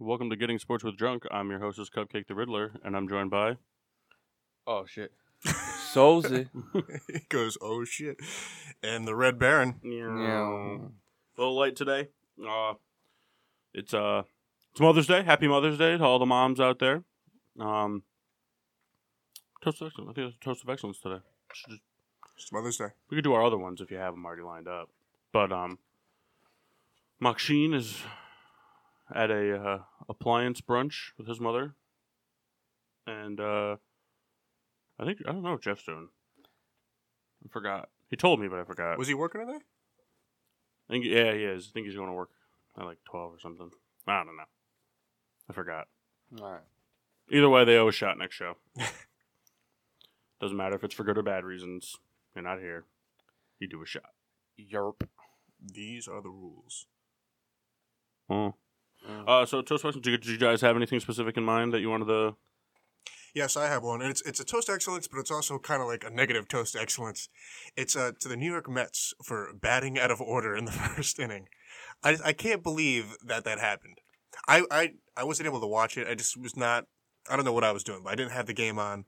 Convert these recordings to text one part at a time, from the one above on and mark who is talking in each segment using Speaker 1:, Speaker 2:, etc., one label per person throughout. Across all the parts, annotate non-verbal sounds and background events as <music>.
Speaker 1: Welcome to Getting Sports with Drunk. I'm your hostess, Cupcake the Riddler, and I'm joined by.
Speaker 2: Oh shit. Solzy.
Speaker 3: He goes, oh shit. And the Red Baron.
Speaker 2: <laughs> yeah.
Speaker 1: A little late today. Uh, it's uh, it's Mother's Day. Happy Mother's Day to all the moms out there. Um, toast of excellence. I think it's toast of excellence today. Should just-
Speaker 3: It's Mother's Day.
Speaker 1: We could do our other ones if you have them already lined up. But um, Makshin is at a uh, appliance brunch with his mother, and uh, I think I don't know what Jeff's doing. I forgot. He told me, but I forgot.
Speaker 3: Was he working today?
Speaker 1: I think yeah, he is. I think he's going to work at like twelve or something. I don't know. I forgot.
Speaker 2: Alright.
Speaker 1: Either way, they owe a shot next show. Doesn't matter if it's for good or bad reasons. You're not here. You do a shot.
Speaker 2: Yerp.
Speaker 3: These are the rules.
Speaker 1: Oh.
Speaker 2: Mm.
Speaker 1: Uh, so toast questions. Did you guys have anything specific in mind that you wanted to?
Speaker 4: Yes, I have one, and it's it's a toast to excellence, but it's also kind of like a negative toast to excellence. It's uh, to the New York Mets for batting out of order in the <laughs> first inning. I I can't believe that that happened. I I I wasn't able to watch it. I just was not. I don't know what I was doing, but I didn't have the game on.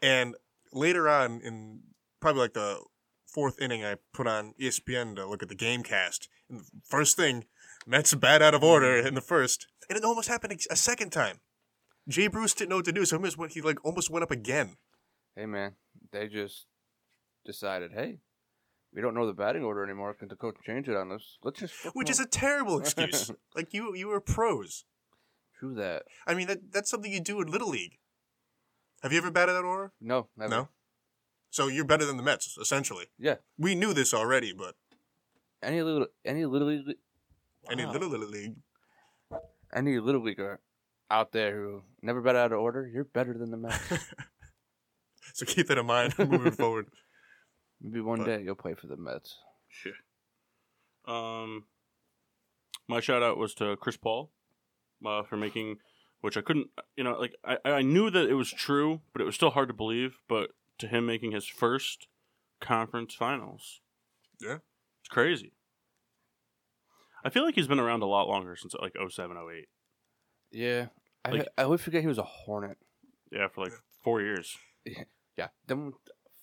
Speaker 4: And later on, in probably like the fourth inning, I put on E ESPN to look at the game cast. And the first thing, Mets bat out of order in the first, and it almost happened a second time. Jay Bruce didn't know what to do, so he, just went, he like almost went up again.
Speaker 2: Hey man, they just decided, hey, we don't know the batting order anymore. Can the coach change it on us? Let's just
Speaker 4: Which is a
Speaker 2: <laughs>
Speaker 4: terrible excuse. like you you were pros.
Speaker 2: true that.
Speaker 4: I mean that that's something you do in Little League. Have you ever batted at order?
Speaker 2: No, never.
Speaker 4: No. So you're better than the Mets, essentially.
Speaker 2: Yeah.
Speaker 4: We knew this already, but
Speaker 2: Any little any little league-
Speaker 4: any
Speaker 2: Wow.
Speaker 4: little little league.
Speaker 2: any little leaguer out there who never bet out of order, you're better than the Mets.
Speaker 4: <laughs> So keep that in mind
Speaker 2: <laughs>
Speaker 4: moving forward.
Speaker 2: Maybe one
Speaker 4: But-
Speaker 2: day you'll play for the Mets.
Speaker 1: Shit. Um, my shout out was to Chris Paul, uh, for making, which I couldn't, you know, like I, I knew that it was true, but it was still hard to believe. But to him making his first conference finals,
Speaker 4: Yeah.
Speaker 1: it's crazy. I feel like he's been around a lot longer since like 07, 08.
Speaker 2: Yeah. I,
Speaker 1: Like-
Speaker 2: I always forget he was a Hornet.
Speaker 1: Yeah, for like four years.
Speaker 2: Yeah. Them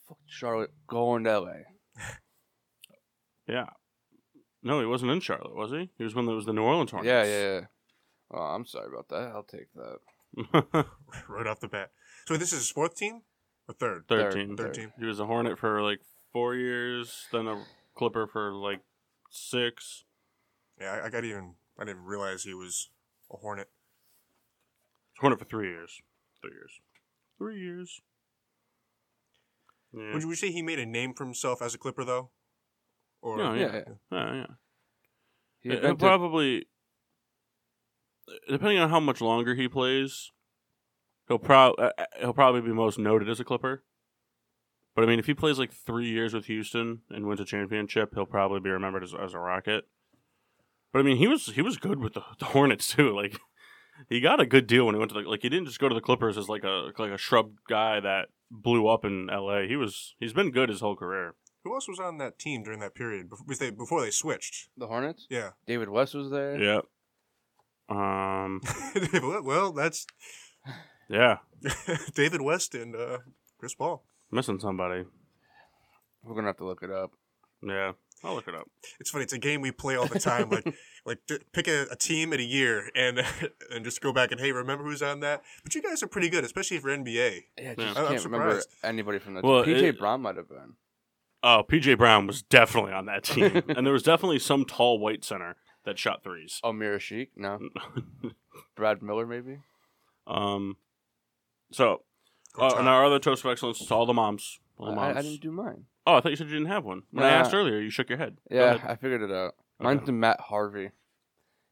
Speaker 2: fuck Charlotte going that way.
Speaker 1: Yeah. No, he wasn't in Charlotte, was he? He was when there was the New Orleans Hornets.
Speaker 2: Yeah, yeah, yeah. Oh, I'm sorry about that. I'll take that.
Speaker 1: <laughs> yeah.
Speaker 4: Right off the bat. So this is his fourth team or third?
Speaker 1: Thirteen.
Speaker 2: Third.
Speaker 4: Third team.
Speaker 1: He was a Hornet for like four years, then a Clipper for like six.
Speaker 4: Yeah, I, I got even I didn't realize he was a Hornet.
Speaker 1: Hornet for three years. Three years. Three years. Yeah.
Speaker 4: Would you would you say he made a name for himself as a Clipper though? Or
Speaker 1: No,
Speaker 2: yeah,
Speaker 1: Oh, yeah.
Speaker 2: yeah.
Speaker 1: Yeah, yeah.
Speaker 2: He
Speaker 1: It- it
Speaker 2: invented-
Speaker 1: probably, depending on how much longer he plays, he'll pro- uh, uh, he'll probably be most noted as a Clipper. But I mean, if he plays like three years with Houston and wins a championship, he'll probably be remembered as, as a Rocket. But I mean, he was he was good with the, the <laughs> Hornets too. Like he got a good deal when he went to the like he didn't just go to the Clippers as like a like a shrub guy that blew up in L.A. He was he's been good his whole career.
Speaker 4: Who else was on that team during that period before they before they switched?
Speaker 2: the Hornets.
Speaker 4: Yeah. <laughs>
Speaker 2: David West was there.
Speaker 1: Yeah. Um.
Speaker 4: well, well, that's <laughs>
Speaker 1: Yeah.
Speaker 4: David West and uh, Chris Paul.
Speaker 1: Missing somebody.
Speaker 2: We're gonna have to look it up.
Speaker 1: Yeah, I'll look it up.
Speaker 4: It's funny. It's a game we play all the time. Like, like d- pick a, a team at a year and <laughs> and just go back and hey, remember who's on that? But you guys are pretty good, especially for NBA.
Speaker 2: Yeah,
Speaker 1: Yeah.
Speaker 2: I just
Speaker 4: I'm
Speaker 2: can't remember
Speaker 4: surprised.
Speaker 2: anybody from the
Speaker 1: Well,
Speaker 2: PJ
Speaker 1: it-
Speaker 2: Brown might have been.
Speaker 1: Oh, PJ Brown was definitely on that
Speaker 2: <laughs>
Speaker 1: team, and there was definitely some tall white center that shot threes. <laughs>
Speaker 2: Amir Sheik,
Speaker 1: Mm.
Speaker 2: no. Brad Miller, maybe.
Speaker 1: um, so
Speaker 4: Coach
Speaker 1: uh, and
Speaker 4: Hahn.
Speaker 1: our other toast of excellence to all the moms. All the
Speaker 2: I, I
Speaker 1: moms.
Speaker 2: didn't do mine.
Speaker 1: oh, I thought you said you didn't have one. When I
Speaker 2: Nah.
Speaker 1: asked earlier, you shook your head. Go
Speaker 2: Yeah,
Speaker 1: ahead.
Speaker 2: I figured it out. Mine's
Speaker 1: Okay.
Speaker 2: to Matt Harvey.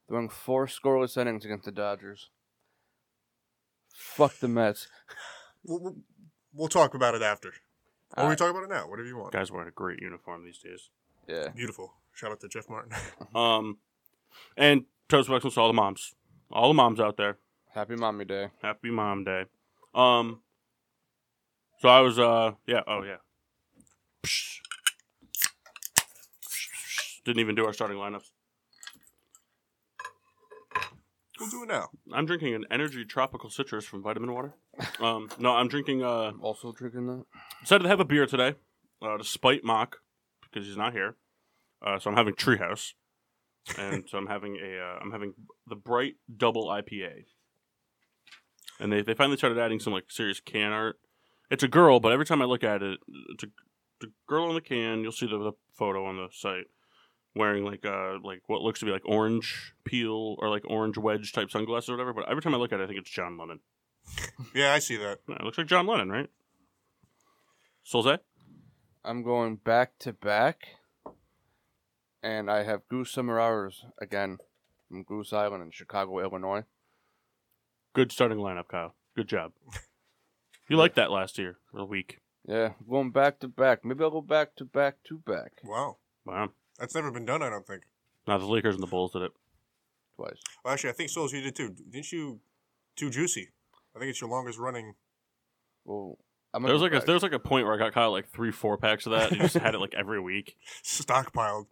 Speaker 2: throwing four scoreless innings against the Dodgers. Fuck the Mets.
Speaker 4: We'll, we'll- we'll talk about it after. Or we
Speaker 2: Alright.
Speaker 4: talk about it now, whatever you want.
Speaker 1: Guys wearing a great uniform these days.
Speaker 2: Yeah.
Speaker 4: Beautiful. Shout out to Jeff Martin. <laughs>
Speaker 2: Mm-hmm.
Speaker 1: Um, and toast of excellence to all the moms, all the moms out there.
Speaker 2: Happy Mommy Day.
Speaker 1: Happy Mom Day. Um. So I was, uh, yeah, oh yeah. Psh. Didn't even do our starting lineups.
Speaker 4: we'll do it now.
Speaker 1: I'm drinking an energy tropical citrus from Vitamin Water. Um, no, I'm drinking. Uh,
Speaker 2: I'm also drinking that.
Speaker 1: decided to have a beer today, uh, despite Mock because he's not here. Uh, so I'm having Treehouse, and so I'm having a uh, I'm having the Bright Double IPA. And they, they finally started adding some like serious can art. It's a girl, but every time I look at it, it's a the girl on the can. You'll see the, the photo on the site wearing like uh like what looks to be like orange peel or like orange wedge type sunglasses or whatever. But every time I look at it, I think it's John Lennon.
Speaker 4: Yeah, I see that.
Speaker 1: Yeah, It looks like John Lennon, right? Solzay?
Speaker 2: I'm going back to back, and I have Goose Summer Hours again from Goose Island in Chicago, Illinois.
Speaker 1: Good starting lineup, Kyle. Good job. You liked that last year or week.
Speaker 2: Yeah, going back to back. Maybe I'll go back to back to back
Speaker 4: Wow.
Speaker 1: Wow.
Speaker 4: That's never been done, I don't think.
Speaker 1: Now the Lakers and the Bulls did it.
Speaker 2: twice.
Speaker 4: Well, actually, I think Souls, you did too. Didn't you? Too juicy. I think it's your longest running. <laughs>
Speaker 2: Well, I'm
Speaker 1: There
Speaker 2: gonna
Speaker 1: was
Speaker 2: go
Speaker 1: like a,
Speaker 2: back.
Speaker 1: there was like a point where I got Kyle like three, four packs of that. And he just had it like every week.
Speaker 4: stockpiled.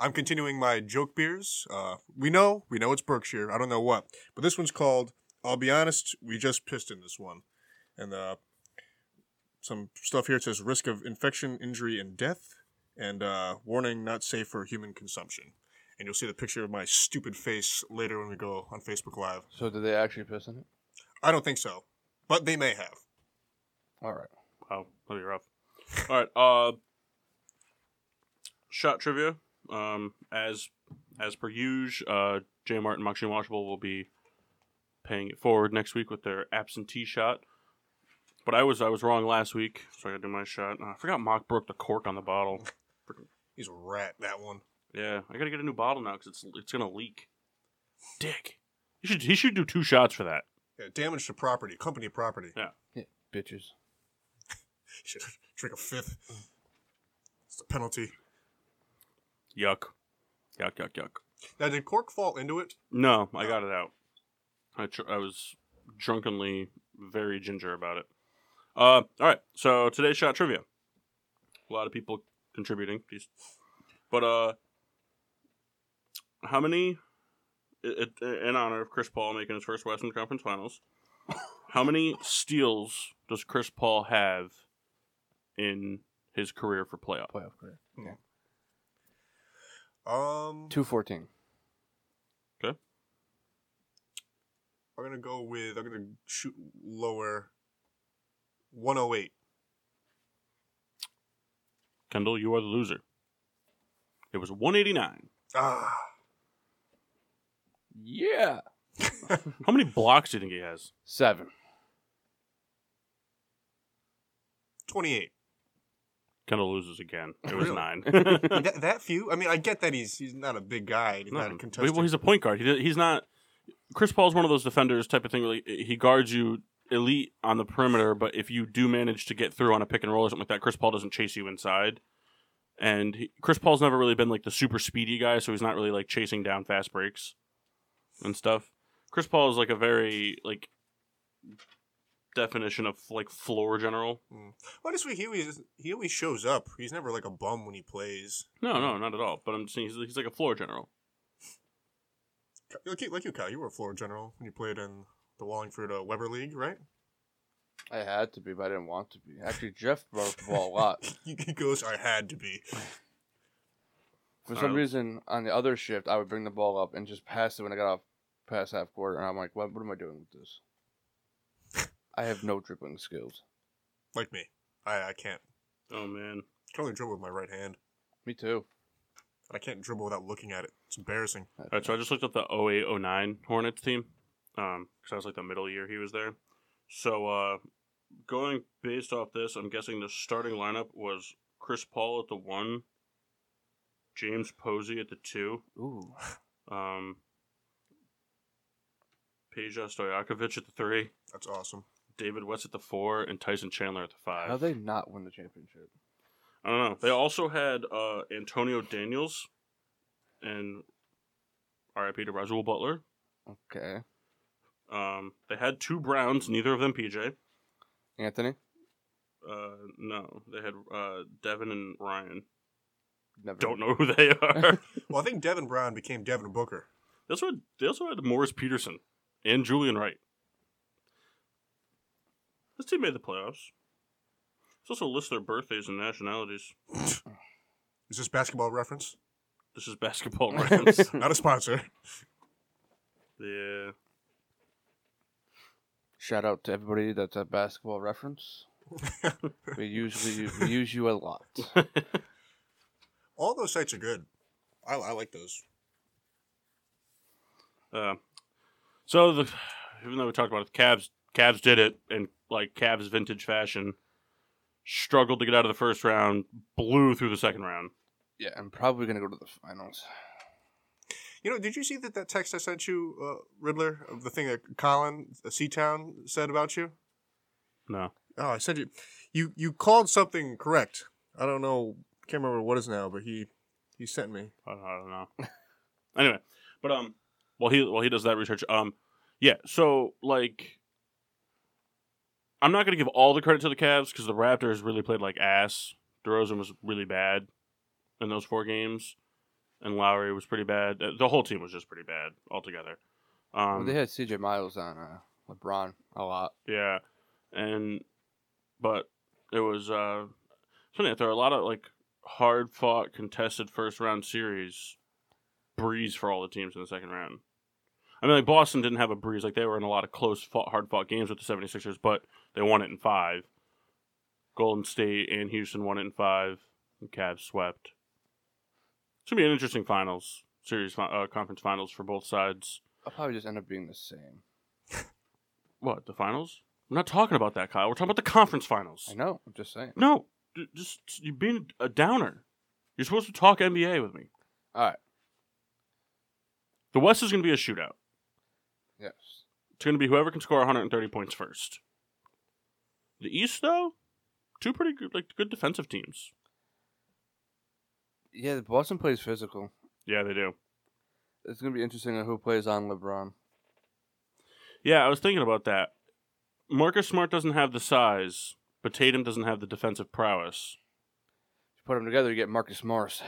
Speaker 4: I'm continuing my joke beers. Uh, we know, we know it's Berkshire. I don't know what, but this one's called. I'll be honest, we just pissed in this one, and uh, some stuff here it says risk of infection, injury, and death, and uh, warning not safe for human consumption. And you'll see the picture of my stupid face later when we go on Facebook Live.
Speaker 2: So did they actually piss in it?
Speaker 4: I don't think so, but they may have.
Speaker 2: All right.
Speaker 1: Wow, that'd be rough. All right. Uh, shot trivia. Um, as as per usual, uh, J. Martin Moxie and Washable will be paying it forward next week with their absentee shot. But I was I was wrong last week, so I got to do my shot. Uh, I forgot Mock broke the cork on the bottle.
Speaker 4: He's a rat. That one.
Speaker 1: Yeah, I gotta get a new bottle now because it's it's gonna leak. Dick, he should he should do two shots for that.
Speaker 4: Yeah, damage to property, company property.
Speaker 2: Bitches.
Speaker 4: Should <laughs> drink a fifth. It's the penalty.
Speaker 1: Yuck, yuck, yuck, yuck.
Speaker 4: Now, did cork fall into it?
Speaker 1: No, I got it out. I tr- I was drunkenly very ginger about it. Uh, all right. So today's shot trivia. A lot of people contributing. Jeez. But uh, how many? i- i- in honor of Chris Paul making his first Western Conference Finals, how many steals does Chris Paul have in his career for playoff?
Speaker 2: Playoff career.
Speaker 4: Um,
Speaker 2: Two fourteen.
Speaker 4: I'm gonna go with. I'm gonna shoot lower. 108.
Speaker 1: Kendall, you are the loser. It was 189.
Speaker 4: Ah,
Speaker 2: Yeah.
Speaker 1: How many blocks do you think he has?
Speaker 2: Seven.
Speaker 4: 28.
Speaker 1: Kendall loses again. It was
Speaker 4: Oh, Really?
Speaker 1: nine.
Speaker 4: that, that few? I mean, I get that he's he's not a big guy. and <laughs> He's not a
Speaker 1: <laughs> no.
Speaker 4: contestant.
Speaker 1: Well, he's a point guard. He, he's not. Chris Paul's one of those defenders type of thing. Where like, eh, he guards you elite on the perimeter, but if you do manage to get through on a pick and roll or something like that, Chris Paul doesn't chase you inside. And he, Chris Paul's never really been like the super speedy guy, so he's not really like chasing down fast breaks and stuff. Chris Paul is like a very like definition of like floor general.
Speaker 4: Why does we he always he always shows up? He's never like a bum when he plays.
Speaker 1: No, no, not at all. But I'm just saying he's, he's like a floor general.
Speaker 4: Like you, like you, Kyle. You were a floor general when you played in the Wallingford uh, Weber League, right? <laughs>
Speaker 2: I had to be, but I didn't want to be. Actually, Jeff broke the ball a lot.
Speaker 4: he he goes, I had to be.
Speaker 1: All
Speaker 2: For some
Speaker 1: right.
Speaker 2: reason, on the other shift, I would bring the ball up and just pass it when I got off past half court, and I'm like, what, what am I doing with this? I have no dribbling skills.
Speaker 4: Like me. I, I can't.
Speaker 1: Oh man.
Speaker 4: I can only dribble with my right hand.
Speaker 2: Me too.
Speaker 4: And I can't dribble without looking at it. It's embarrassing.
Speaker 1: All right, so I just looked up the 0809 Hornets team because I was like the middle year he was there. So uh, going based off this, I'm guessing the starting lineup was Chris Paul at the one, James Posey at the two,
Speaker 2: Ooh.
Speaker 1: um, Peja Stojakovic at the three,
Speaker 4: <laughs> That's awesome.
Speaker 1: David West at the four, and Tyson Chandler at the five.
Speaker 2: How they not win the championship?
Speaker 1: I don't know. They also had uh, Antonio Daniels and RIP to Rasul Butler.
Speaker 2: Okay,
Speaker 1: Um, they had two Browns, neither of them PJ.
Speaker 2: Anthony
Speaker 1: Uh, no, they had uh, Devin and Ryan.
Speaker 2: never.
Speaker 1: Don't know who they are.
Speaker 4: Well, I think Devin Brown became Devin Booker.
Speaker 1: they, also had, they also had Morris Peterson and Julian Wright. This team made the playoffs. Let's also list their birthdays and nationalities.
Speaker 4: Is this basketball reference?
Speaker 1: This is basketball reference.
Speaker 4: Not a sponsor.
Speaker 1: yeah.
Speaker 2: Shout out to everybody that's a
Speaker 1: <laughs>
Speaker 2: basketball reference. we usually we use you a lot.
Speaker 4: All those sites are good. I, I like those.
Speaker 1: Uh, so the even though we talked about it, the Cavs Cavs did it in like Cavs vintage fashion. Struggled to get out of the first round, blew through the second round.
Speaker 2: Yeah, I'm probably gonna go to the finals.
Speaker 4: You know, did you see that that text I sent you, uh, Riddler, of the thing that Colin uh, Seatown said about you?
Speaker 1: No,
Speaker 4: Oh, I sent you. You you called something correct. I don't know. Can't remember what it is now, but he he sent me. <laughs>
Speaker 1: I don't, I don't know. <laughs> anyway, but um, while he while he does that research, um, yeah. So like, I'm not gonna give all the credit to the Cavs because the Raptors really played like ass. DeRozan was really bad in those four games, and Lowry was pretty bad. Uh, The whole team was just pretty bad altogether. Um,
Speaker 2: Well, they had CJ Miles on uh, LeBron a lot.
Speaker 1: Yeah, and but it was uh, it's funny. There are a lot of like hard fought, contested first round series breeze for all the teams in the second round. I mean, like Boston didn't have a breeze. Like they were in a lot of close, fought, hard fought games with the 76ers, but they won it in five. Golden State and Houston won it in five. The Cavs swept. It's gonna be an interesting finals series, fi- uh, conference finals for both sides.
Speaker 2: I'll probably just end up being the same.
Speaker 1: What the finals? We're not talking about that, Kyle. We're talking about the conference finals.
Speaker 2: I know. I'm just saying.
Speaker 1: No, d- just you're being a downer. You're supposed to talk NBA with me.
Speaker 2: All right.
Speaker 1: The West is going to be a shootout.
Speaker 2: Yes.
Speaker 1: It's going to be whoever can score 130 points first. The East, though, two pretty good, like good defensive teams.
Speaker 2: Yeah, Boston plays physical.
Speaker 1: Yeah, they do.
Speaker 2: It's gonna be interesting on who plays on LeBron.
Speaker 1: Yeah, I was thinking about that. Marcus Smart doesn't have the size, but Tatum doesn't have the defensive prowess.
Speaker 2: If you put them together, you get Marcus Morris.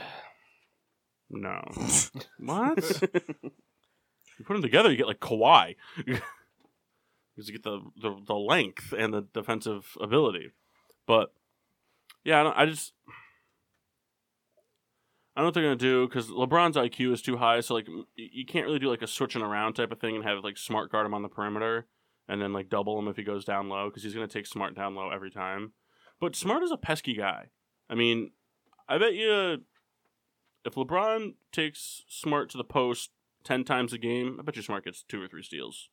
Speaker 1: No, what? <laughs> you put them together, you get like Kawhi. <laughs> because you get the, the the length and the defensive ability. But yeah, I, don't, I just I don't know what they're gonna do because LeBron's IQ is too high, so like y- you can't really do like a switching around type of thing and have like Smart guard him on the perimeter and then like double him if he goes down low because he's gonna take Smart down low every time. But Smart is a pesky guy. I mean, I bet you if LeBron takes Smart to the post ten times a game, I bet you Smart gets two or three steals.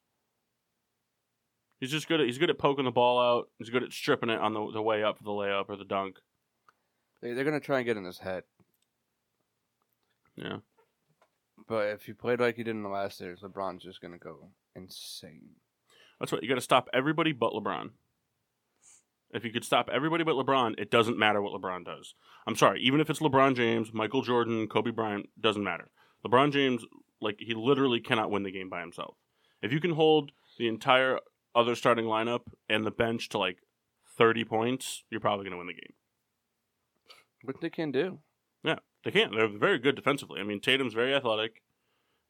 Speaker 1: He's just good. At, he's good at poking the ball out. He's good at stripping it on the, the way up for the layup or the dunk.
Speaker 2: They, they're gonna try and get in his head.
Speaker 1: Yeah,
Speaker 2: But if he played like he did in the last series, LeBron's just gonna go insane.
Speaker 1: that's what you got to stop everybody but LeBron. If you could stop everybody but LeBron, it doesn't matter what LeBron does. I'm sorry, even if it's LeBron James, Michael Jordan, Kobe Bryant, doesn't matter. LeBron James, like he literally cannot win the game by himself. If you can hold the entire other starting lineup and the bench to like 30 points, you're probably going to win the game.
Speaker 2: What they can do.
Speaker 1: Yeah, they can. They're very good defensively. I mean, Tatum's very athletic.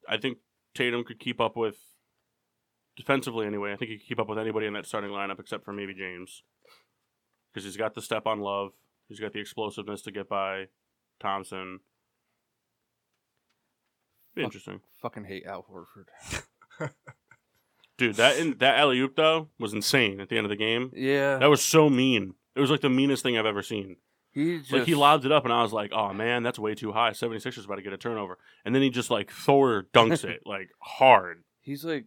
Speaker 1: I think Tatum could keep up with defensively anyway. I think he could keep up with anybody in that starting lineup except for maybe James, because he's got the step on Love. He's got the explosiveness to get by Thompson. Be
Speaker 2: Fuck.
Speaker 1: interesting,
Speaker 2: Fucking hate Al Horford.
Speaker 1: dude. That in, that alley oop though was insane at the end of the game.
Speaker 2: Yeah.
Speaker 1: That was so mean. It was like the meanest thing I've ever seen.
Speaker 2: He just
Speaker 1: Like he lobbed it up, and I was like, "Oh man, that's way too high." 76ers about to get a turnover, and then he just like Thor
Speaker 2: <laughs>
Speaker 1: dunks it like hard.
Speaker 2: He's like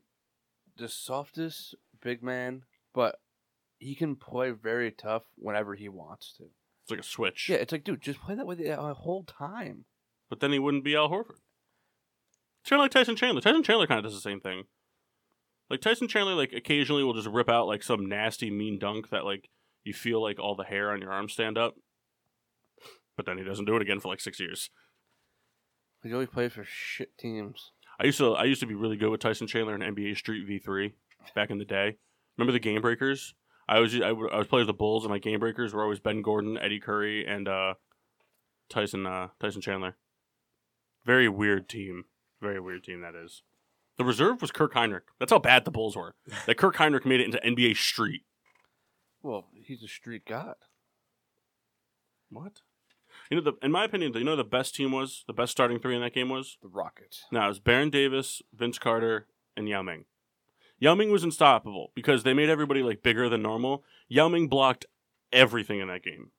Speaker 2: the softest big man, but he can play very tough whenever he wants to.
Speaker 1: It's like a switch.
Speaker 2: Yeah, it's like, dude, just play that way the uh, whole time.
Speaker 1: But then he wouldn't be Al Horford. It's kind of like Tyson Chandler. Tyson Chandler kind of does the same thing. Like Tyson Chandler, like occasionally will just rip out like some nasty mean dunk that like you feel like all the hair on your arm stand up. But then he doesn't do it again for like six years.
Speaker 2: He always plays for shit teams.
Speaker 1: I used to I used to be really good with Tyson Chandler in NBA Street V three back in the day. Remember the Game Breakers? I was I, would- I was playing with the Bulls, and my Game Breakers were always Ben Gordon, Eddie Curry, and uh, Tyson uh, Tyson Chandler. Very weird team. Very weird team that is. The reserve was Kirk Heinrich. That's how bad the Bulls were. That Kirk Heinrich made it into NBA Street.
Speaker 2: Well, he's a street god.
Speaker 1: What? You know, the, in my opinion, you know who the best team was the best starting three in that game was
Speaker 2: The Rockets.
Speaker 1: No, it was Baron Davis, Vince Carter, and Yao Ming. Yao Ming was unstoppable because they made everybody like bigger than normal. Yao Ming blocked everything in that game.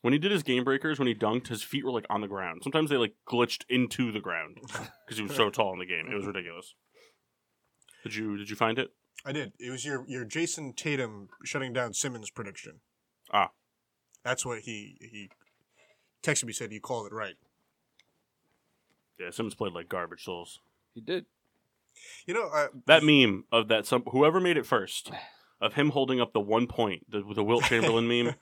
Speaker 1: When he did his game breakers, when he dunked, his feet were like on the ground. Sometimes they like glitched into the ground because he was so tall in the game. It was ridiculous. Did you did you find it?
Speaker 4: I did. It was your your Jason Tatum shutting down Simmons prediction.
Speaker 1: Ah.
Speaker 4: that's what he he texted me said you called it right.
Speaker 1: Yeah, Simmons played like garbage souls.
Speaker 2: He did.
Speaker 4: You know, uh,
Speaker 1: That meme of that some whoever made it first of him holding up the one point, the, the Wilt
Speaker 4: <laughs>
Speaker 1: Chamberlain meme.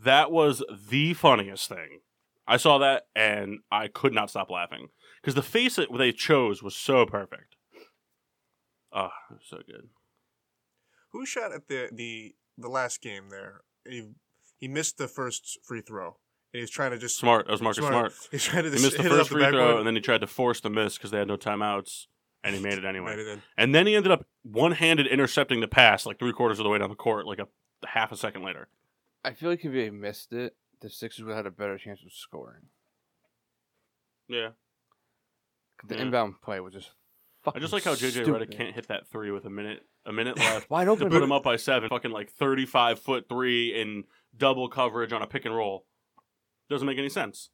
Speaker 1: That was the funniest thing. I saw that and I could not stop laughing because the face that they chose was so perfect. Ah, it was so good.
Speaker 4: who shot at the the the last game there? He he missed the first free throw, and he was trying to just
Speaker 1: Smart. That was Marcus Smart.
Speaker 4: <laughs> He's trying to
Speaker 1: He
Speaker 4: just <laughs>
Speaker 1: missed the
Speaker 4: hit it up
Speaker 1: first
Speaker 4: the
Speaker 1: free throw
Speaker 4: backboard.
Speaker 1: and then he tried to force the miss because they had no timeouts and he made it
Speaker 4: Made
Speaker 1: anyway.
Speaker 4: it in.
Speaker 1: And then he ended up one handed intercepting the pass like three quarters of the way down the court, like a half a second later.
Speaker 2: I feel like if he missed it, the Sixers would have had a better chance of scoring.
Speaker 1: Yeah.
Speaker 2: 'Cause The
Speaker 1: Yeah.
Speaker 2: inbound play was just
Speaker 1: I
Speaker 2: fucking.
Speaker 1: just like how JJ
Speaker 2: stupid.
Speaker 1: Redick can't hit that three with a minute a <laughs> minute left.
Speaker 2: Wide
Speaker 1: to
Speaker 2: open.
Speaker 1: put him up by seven, fucking like 35 foot three in double coverage on a pick and roll. Doesn't make any sense.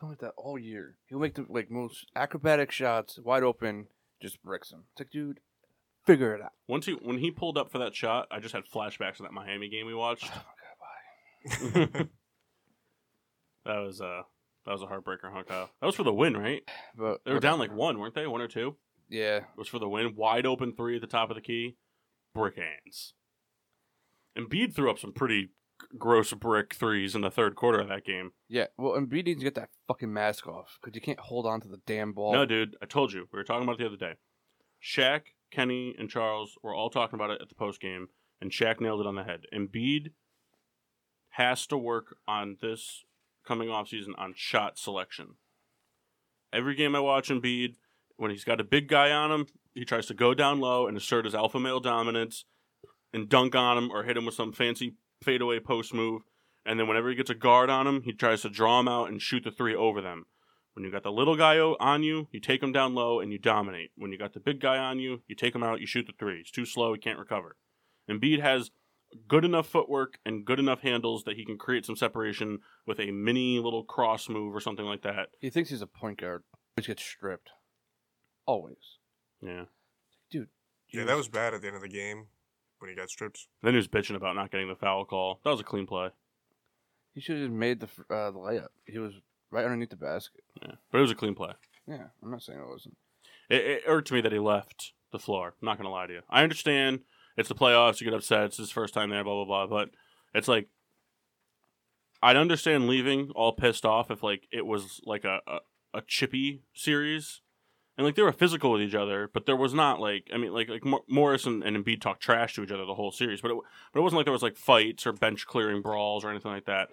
Speaker 2: Been like that all year. He'll make the like most acrobatic shots, wide open, just bricks him. It's like, dude, figure it out.
Speaker 1: Once he when he pulled up for that shot, I just had flashbacks of that Miami game we watched.
Speaker 2: Oh my God, why?
Speaker 1: Oh, that was uh <laughs> that was a heartbreaker, huh, Kyle? That was for the win, right?
Speaker 2: But
Speaker 1: They were down like one, weren't they? One or two.
Speaker 2: yeah.
Speaker 1: It was for the win. Wide open three at the top of the key. Brick hands. Embiid threw up some pretty g- gross brick threes in the third quarter of that game.
Speaker 2: Yeah, well, Embiid needs to get that fucking mask off because you can't hold on to the damn ball.
Speaker 1: No, dude, I told you. We were talking about it the other day. Shaq, Kenny, and Charles were all talking about it at the post game, and Shaq nailed it on the head. Embiid has to work on this coming off season on shot selection. Every game I watch Embiid, when he's got a big guy on him, he tries to go down low and assert his alpha male dominance and dunk on him or hit him with some fancy fadeaway post move. And then whenever he gets a guard on him, he tries to draw him out and shoot the three over them. When you got the little guy o- on you, you take him down low and you dominate. When you got the big guy on you, you take him out, you shoot the three. He's too slow, he can't recover. Embiid has good enough footwork and good enough handles that he can create some separation with a mini little cross move or something like that.
Speaker 2: He thinks he's a point guard, which gets stripped. Always.
Speaker 1: Yeah.
Speaker 4: Yeah, that was bad at the end of the game when he got stripped.
Speaker 1: Then he was bitching about not getting the foul call. That was a clean play.
Speaker 2: He should have made the fr- uh, the layup. He was right underneath the basket.
Speaker 1: Yeah. But it was a clean play.
Speaker 2: Yeah, I'm not saying it wasn't.
Speaker 1: It, it irked me that he left the floor. I'm not gonna lie to you. I understand it's the playoffs. You get upset. It's his first time there. Blah blah blah. But it's like I'd understand leaving all pissed off if like it was like a a, a chippy series. And like they were physical with each other, but there was not like I mean like like Mor- Morris and, and Embiid talked trash to each other the whole series, but it, w- but it wasn't like there was like fights or bench clearing brawls or anything like that.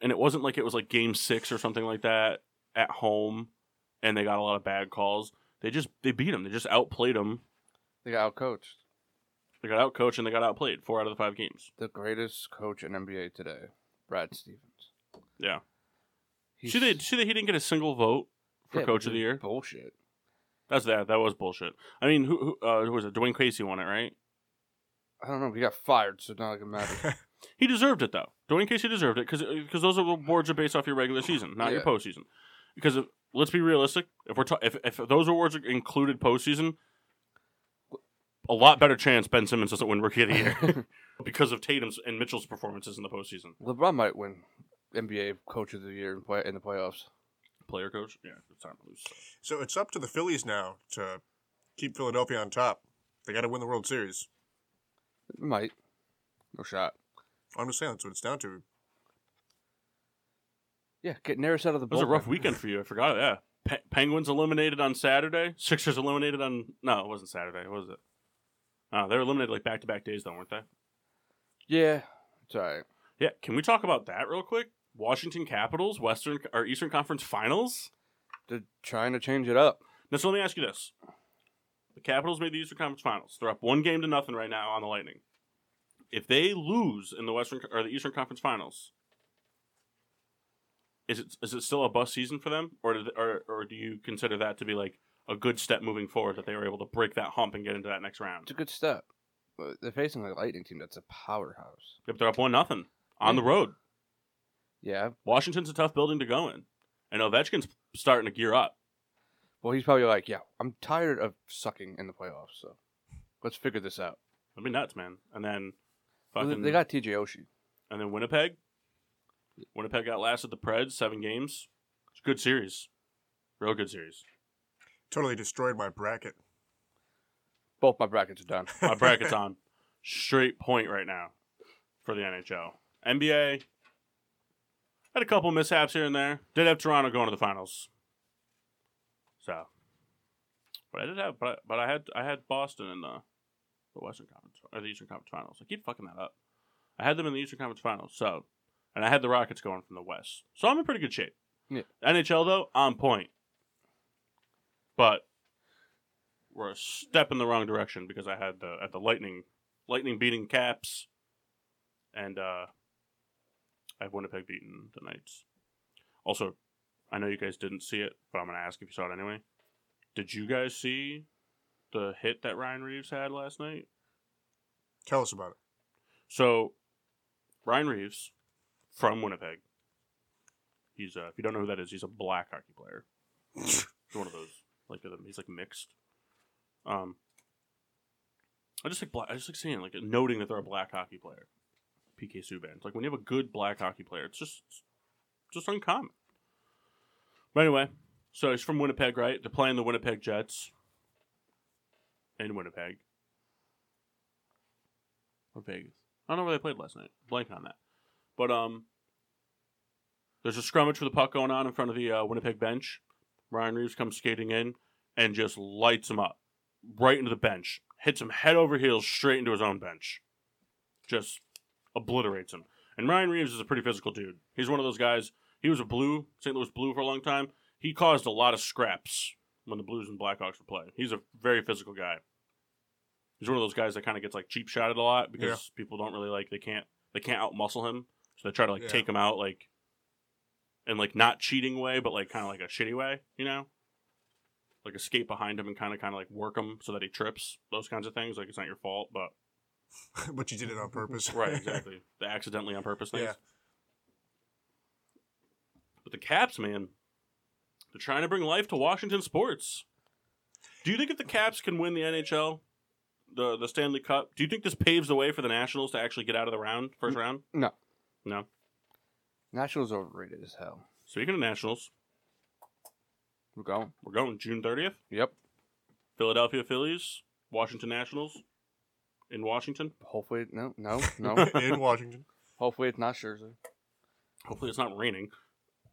Speaker 1: And it wasn't like it was like game six or something like that at home, and they got a lot of bad calls. They just they beat them. They just outplayed them.
Speaker 2: They got outcoached.
Speaker 1: They got outcoached and they got outplayed four out of the five games.
Speaker 2: The greatest coach in NBA today, Brad Stevens.
Speaker 1: Yeah.
Speaker 2: He's-
Speaker 1: See that see that he didn't get a single vote for
Speaker 2: Yeah,
Speaker 1: coach of
Speaker 2: but
Speaker 1: the year.
Speaker 2: Bullshit.
Speaker 1: That's that. That was bullshit. I mean, who, who, uh, who was it? Dwayne Casey won it, right?
Speaker 2: I don't know. He got fired, so not like it matters.
Speaker 1: He deserved it though. Dwayne Casey deserved it because those awards are based off your regular season, not your
Speaker 2: Yeah.
Speaker 1: postseason. Because if, let's be realistic, if we're ta- if, if those awards are included postseason, a lot better chance Ben Simmons doesn't win Rookie of <laughs> the
Speaker 2: <laughs>
Speaker 1: Year because of Tatum's and Mitchell's performances in the postseason.
Speaker 2: LeBron might win NBA coach of the year in, play- in the playoffs.
Speaker 1: player coach. Yeah, it's time to lose.
Speaker 4: So it's up to the Phillies now to keep Philadelphia on top. They got to win the World Series.
Speaker 2: It might. No shot.
Speaker 4: I'm just saying that's what it's down to.
Speaker 2: Yeah, get Naris out of the
Speaker 1: It was a rough
Speaker 2: bullpen.
Speaker 1: weekend for you. I forgot. Yeah, Pe- Penguins eliminated on Saturday. Sixers eliminated on no, it wasn't Saturday. What was it? Oh, they were eliminated like back to back days, though, weren't they?
Speaker 2: Yeah, it's all right.
Speaker 1: Yeah. Can we talk about that real quick? Washington Capitals, Western or Eastern Conference Finals.
Speaker 2: They're trying to change it up.
Speaker 1: Now, so let me ask you this: The Capitals made the Eastern Conference Finals. They're up one game to nothing right now on the Lightning. If they lose in the Western or the Eastern Conference Finals, is it is it still a bust season for them, or do they- or, or do you consider that to be like a good step moving forward that they were able to break that hump and get into that next round?
Speaker 2: It's a good step. But they're facing a Lightning team that's a powerhouse.
Speaker 1: If they're up one nothing on the road,
Speaker 2: Yeah.
Speaker 1: Washington's a tough building to go in, and Ovechkin's starting to gear up.
Speaker 2: Well, he's probably like, yeah, I'm tired of sucking in the playoffs, so let's figure this out.
Speaker 1: That'd be nuts, man. And then
Speaker 2: Well,
Speaker 1: fucking
Speaker 2: they- they got TJ Oshie.
Speaker 1: And then Winnipeg. Winnipeg outlasted the Preds seven games. It's a good series. Real good series.
Speaker 4: Totally destroyed my bracket.
Speaker 2: Both my brackets are done. <laughs>
Speaker 1: My bracket's on straight point right now for the NHL. NBA had a couple mishaps here and there. Did have Toronto going to the finals. So, but I did have, but I, but I had I had Boston in the the Western Conference or the Eastern Conference Finals. I keep fucking that up. I had them in the Eastern Conference Finals. So, and I had the Rockets going from the West. So I'm in pretty good shape.
Speaker 2: Yeah.
Speaker 1: NHL though on point, but we're a step in the wrong direction because I had the at the Lightning Lightning beating Caps, and uh, I have Winnipeg beating the Knights. Also, I know you guys didn't see it, but I'm gonna ask if you saw it anyway. Did you guys see the hit that Ryan Reeves had last night?
Speaker 4: Tell us about it.
Speaker 1: So, Ryan Reeves from Winnipeg. He's uh, if you don't know who that is, he's a black hockey player. he's one of those like of them- he's like mixed. Um, I just like black. I just like saying like noting that they're a black hockey player. PK Subban. It's like when you have a good black hockey player, it's just it's just uncommon. But anyway, so he's from Winnipeg, right? They're playing the Winnipeg Jets in Winnipeg or Vegas. I don't know where they played last night. Blank on that. But um, there's a scrummage for the puck going on in front of the uh, Winnipeg bench. Ryan Reeves comes skating in and just lights him up right into the bench. Hits him head over heels straight into his own bench. Just obliterates him. And Ryan Reeves is a pretty physical dude. He's one of those guys. He was a blue, St. Louis blue for a long time. He caused a lot of scraps when the Blues and Blackhawks were playing. He's a very physical guy. He's one of those guys that kind of gets like cheap shotted a lot because people don't really like they can't they can't outmuscle him, so they try to like
Speaker 4: Yeah.
Speaker 1: take him out like in like not cheating way, but like kind of like a shitty way, you know? Like escape behind him and kind of kind of like work him so that he trips. Those kinds of things. Like it's not your fault, but
Speaker 4: <laughs> but you did it on <laughs> purpose.
Speaker 1: <laughs> Right, exactly. the accidentally on purpose things.
Speaker 4: Yeah.
Speaker 1: But the Caps, man, they're trying to bring life to Washington sports. Do you think if the Caps can win the NHL, the the Stanley Cup, do you think this paves the way for the Nationals to actually get out of the round, first round?
Speaker 2: no.
Speaker 1: No.
Speaker 2: Nationals overrated as hell.
Speaker 1: Speaking of Nationals,
Speaker 2: We're going.
Speaker 1: we're going June thirtieth.
Speaker 2: Yep.
Speaker 1: Philadelphia Phillies, Washington Nationals, in Washington.
Speaker 2: Hopefully, no, no,
Speaker 4: <laughs>
Speaker 2: no.
Speaker 4: In Washington.
Speaker 2: hopefully, it's not Scherzer.
Speaker 1: Hopefully, it's not raining.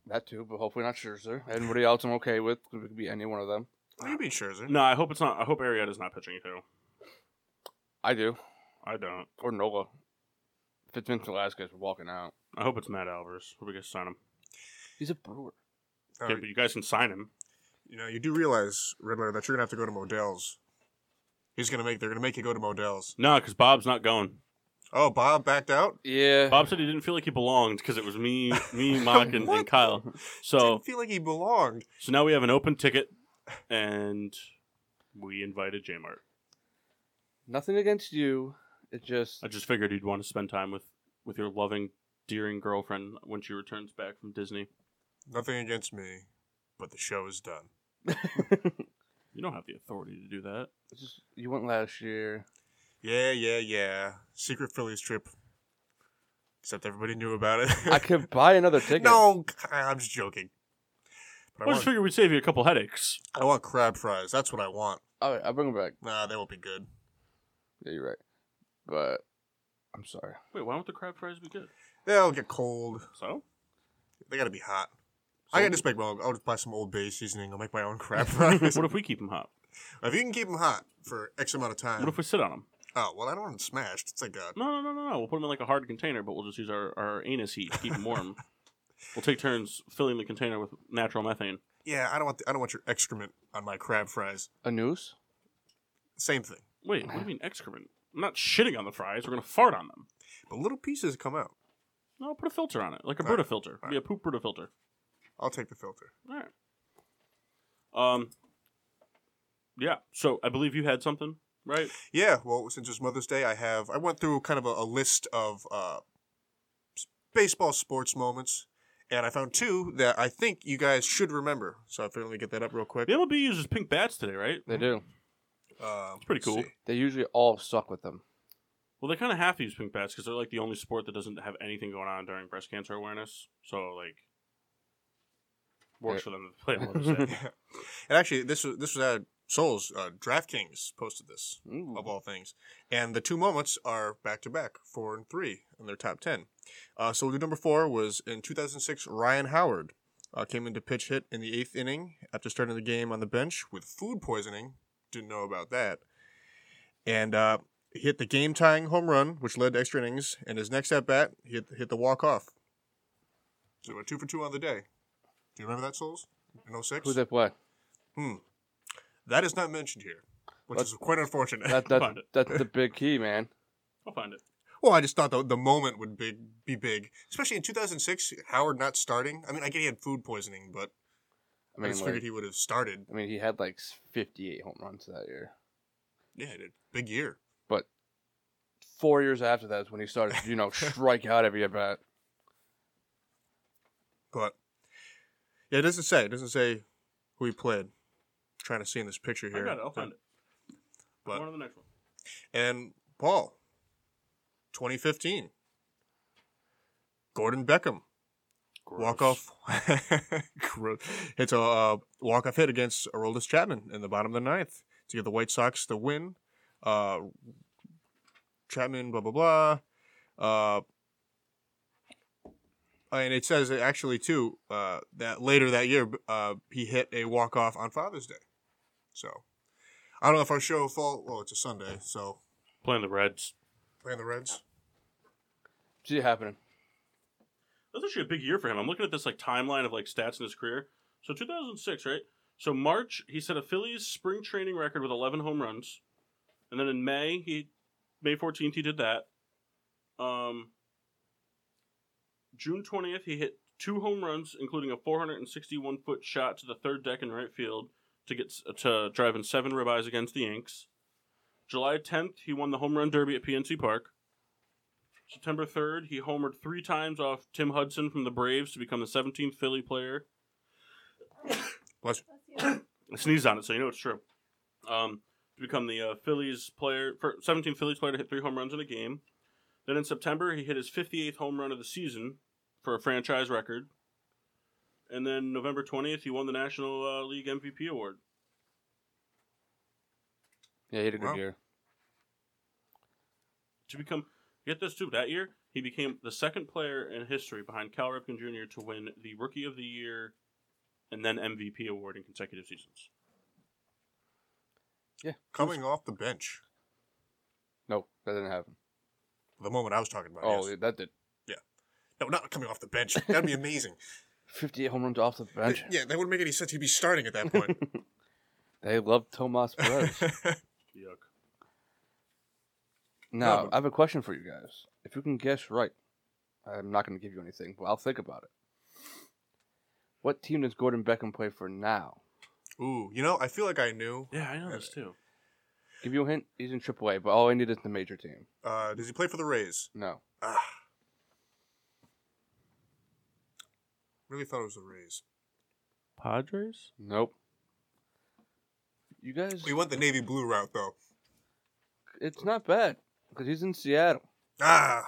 Speaker 2: That too, but hopefully not Scherzer. Anybody else I'm okay with. It could be any one of them.
Speaker 4: Maybe Scherzer.
Speaker 1: No, I hope it's not. I hope Arietta's not pitching too.
Speaker 2: I do.
Speaker 1: I don't.
Speaker 2: Or Nola. If it's Vince Velasquez, we're walking out.
Speaker 1: I hope it's Matt Alvers. Hope we guys sign him.
Speaker 2: He's a brewer.
Speaker 4: Uh,
Speaker 1: Yeah, but you guys can sign him.
Speaker 4: you know, you do realize, Riddler, that you're gonna have to go to Modell's. He's gonna make. They're gonna make you go to Modell's.
Speaker 1: No, because Bob's not going.
Speaker 4: Oh, Bob backed out.
Speaker 2: Yeah.
Speaker 1: Bob said he didn't feel like he belonged because it was me, me, Mock, and, and Kyle. So,
Speaker 4: Didn't feel like he belonged.
Speaker 1: so now we have an open ticket, and we invited J Mart.
Speaker 2: <laughs> Nothing against you. It
Speaker 1: <laughs>
Speaker 2: just
Speaker 1: I just figured you'd want to spend time with with your loving, dearing girlfriend when she returns back from Disney.
Speaker 4: Nothing against me, but the show is done.
Speaker 1: You don't have the authority to do that.
Speaker 2: It's just you went last year.
Speaker 4: Yeah, yeah, yeah. Secret Phillies trip. Except everybody knew about it. <laughs>
Speaker 2: I could buy another ticket.
Speaker 4: no, I'm just joking. But
Speaker 1: I
Speaker 4: I
Speaker 1: just
Speaker 4: want,
Speaker 1: figured we'd save you a couple headaches.
Speaker 4: I want crab fries. That's what I want.
Speaker 2: All right, I'll bring them back.
Speaker 4: Nah, they won't be good.
Speaker 2: Yeah, you're right. But I'm sorry.
Speaker 1: Wait, why won't the crab fries be good?
Speaker 4: They'll get cold.
Speaker 1: So?
Speaker 4: They gotta be hot. I can just make my own. I'll just buy some Old Bay seasoning. I'll make my
Speaker 1: <laughs>
Speaker 4: own crab fries.
Speaker 1: What if we keep them hot?
Speaker 4: if you can keep them hot for X amount of time.
Speaker 1: What if we sit on them?
Speaker 4: oh well, I don't want them smashed. It's like a
Speaker 1: No, no, no, no, no. We'll put them in like a hard container, but we'll just use our, our anus heat to keep
Speaker 4: <laughs>
Speaker 1: them warm. we'll take turns filling the container with natural methane.
Speaker 4: yeah. I don't want. The, I don't want your excrement on my crab fries.
Speaker 2: A noose?
Speaker 4: Same thing,
Speaker 1: Wait, what do you mean excrement? I'm not shitting on the fries. We're gonna fart on them.
Speaker 4: but little pieces come out.
Speaker 1: No, put a filter on it, like a
Speaker 4: All right,
Speaker 1: Brita filter.
Speaker 4: all
Speaker 1: Be a poop Brita filter.
Speaker 4: I'll take the filter.
Speaker 1: All right. Um. Yeah. So I believe you had something,
Speaker 4: <laughs>
Speaker 1: right?
Speaker 4: Yeah, well, since it's Mother's Day, I have I went through kind of a, a list of uh, s- baseball sports moments, and I found two that I think you guys should remember. So I figured let me get that up real quick.
Speaker 1: The MLB uses pink bats today, right?
Speaker 2: They do.
Speaker 4: Um,
Speaker 1: It's pretty
Speaker 4: let's
Speaker 1: cool.
Speaker 4: see.
Speaker 2: They usually all suck with them.
Speaker 1: Well, they kind of have to use pink bats because they're like the only sport that doesn't have anything going on during breast cancer awareness. So like, works
Speaker 2: Yeah.
Speaker 1: for them to play
Speaker 4: <laughs>
Speaker 1: on
Speaker 2: <laughs>
Speaker 1: Mother's Day.
Speaker 4: And actually, this was this was at Souls uh, DraftKings posted this
Speaker 2: Ooh.
Speaker 4: of all things, and the two moments are back to back, four and three, in their top ten. Uh, so the number four was in 2006. Ryan Howard uh, came into pitch hit in the eighth inning after starting the game on the bench with food poisoning. Didn't know about that, and uh, he hit the game tying home run, which led to extra innings. And his next at bat, he hit, hit the walk off. So we're two for two on the day. Do you remember that, Souls? In 06?
Speaker 2: Who they play?
Speaker 4: Hmm. That is not mentioned here, which
Speaker 2: That's-
Speaker 4: is quite unfortunate.
Speaker 2: That,
Speaker 1: Find
Speaker 2: that,
Speaker 1: it.
Speaker 2: that's the big key, man.
Speaker 1: I'll find it.
Speaker 4: <laughs> well, I just thought the, the moment would big, be big, especially in 2006. Howard not starting. I mean, I get he had food poisoning, but
Speaker 2: I
Speaker 4: I,
Speaker 2: mean,
Speaker 4: just
Speaker 2: like-
Speaker 4: figured he would have started.
Speaker 2: I mean, he had like 58 home runs that year.
Speaker 4: Yeah, he did. big year.
Speaker 2: Four years after that is when he started,
Speaker 4: <laughs>
Speaker 2: you know, strike out every at bat.
Speaker 4: But yeah, it doesn't say. It doesn't say who he played. trying to see in this picture here.
Speaker 1: I got it. I'll find it.
Speaker 4: But-
Speaker 1: Go on to the next one.
Speaker 4: And Paul, 2015. Gordon Beckham walk off <laughs> Gross. hits a uh, walk off hit against Aroldis Chapman in the bottom of the ninth to get the White Sox the win. Uh, Chapman, blah blah blah. Uh, and it says actually too uh, that later that year uh, he hit a walk off on Father's Day. So I don't know if our show fall. Well, it's a Sunday, so
Speaker 1: Playing the Reds.
Speaker 4: playing the Reds.
Speaker 2: See it happening.
Speaker 1: That's actually a big year for him. I'm looking at this like timeline of like stats in his career. So 2006, right? So March, he set a Phillies spring training record with 11 home runs, and then in May, he May 14th he did that. Um, June 20th, he hit two home runs, including a 461 foot shot to the third deck in right field to get s- to drive in seven ribeyes against the Yanks. July 10th, he won the home run derby at PNC Park. September 3rd, he homered three times off Tim Hudson from the Braves to become the 17th Philly player.
Speaker 4: Bless
Speaker 1: <coughs> I sneezed on it, so you know it's true. Um, to become the uh, Phillies player, fir- 17th Phillies player to hit three home runs in a game. Then in September, he hit his 58th home run of the season for a franchise record. And then November 20th, he won the National uh, League MVP award.
Speaker 2: Yeah, he had a good
Speaker 4: Wow.
Speaker 2: year.
Speaker 1: to become get this too that year he became the second player in history behind Cal Ripken Jr. to win the Rookie of the Year and then MVP award in consecutive seasons.
Speaker 4: Coming off the bench,
Speaker 2: No, that didn't happen.
Speaker 4: the moment I was talking about.
Speaker 2: Oh,
Speaker 4: yes.
Speaker 2: that did.
Speaker 4: No, not coming off the bench. That'd be amazing.
Speaker 2: 58 home runs off the bench.
Speaker 4: Yeah, that wouldn't make any sense. He'd be starting at that
Speaker 1: <laughs>
Speaker 4: point.
Speaker 2: They love Tomas Perez.
Speaker 1: Yuck.
Speaker 4: No,
Speaker 2: now,
Speaker 4: but-
Speaker 2: I have a question for you guys. If you can guess right, I'm not going to give you anything, but I'll think about it. What team does Gordon Beckham play for now?
Speaker 4: <laughs> Ooh, you know, I feel like I knew.
Speaker 1: Yeah, I know this too.
Speaker 2: Give you a hint. He's in AAA, but all I need is the major team.
Speaker 4: Uh, does he play for the Rays?
Speaker 2: No.
Speaker 4: Ah. Really thought it was the Rays.
Speaker 1: Padres?
Speaker 2: Nope. You guys,
Speaker 4: We went the navy blue route though.
Speaker 2: it's not bad because he's in Seattle.
Speaker 4: Ah,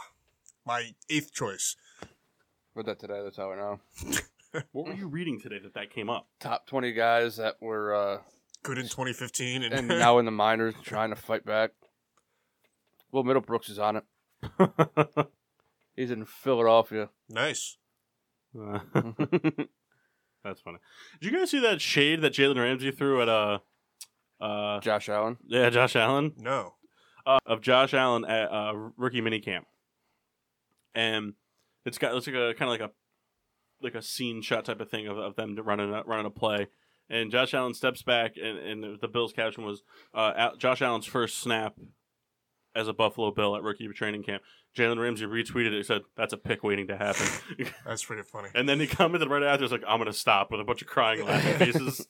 Speaker 4: my eighth choice.
Speaker 2: Read that today. That's how I know.
Speaker 1: What were you reading today that that came up?
Speaker 2: Top 20 guys that were uh,
Speaker 4: Good in 2015, and, <laughs>
Speaker 2: and now in the minors trying to fight back. Will Middlebrooks is on it. He's in Philadelphia. <laughs>
Speaker 4: nice.
Speaker 1: Uh, That's funny. Did you guys see that shade that Jalen Ramsey threw at uh uh
Speaker 2: Josh Allen.
Speaker 1: yeah Josh Allen
Speaker 4: No,
Speaker 1: uh, of Josh Allen at uh, rookie minicamp, and it's got it's like a kind of like a like a scene shot type of thing of, of them running a- running a play, and Josh Allen steps back, and, and the Bills caption was uh, Al- Josh Allen's first snap as a Buffalo Bill at rookie training camp. Jalen Ramsey retweeted it. He said, "That's a pick waiting to happen," <laughs>
Speaker 4: that's pretty funny.
Speaker 1: and then he commented right after, "It's like I'm gonna stop" with a bunch of crying laughing faces.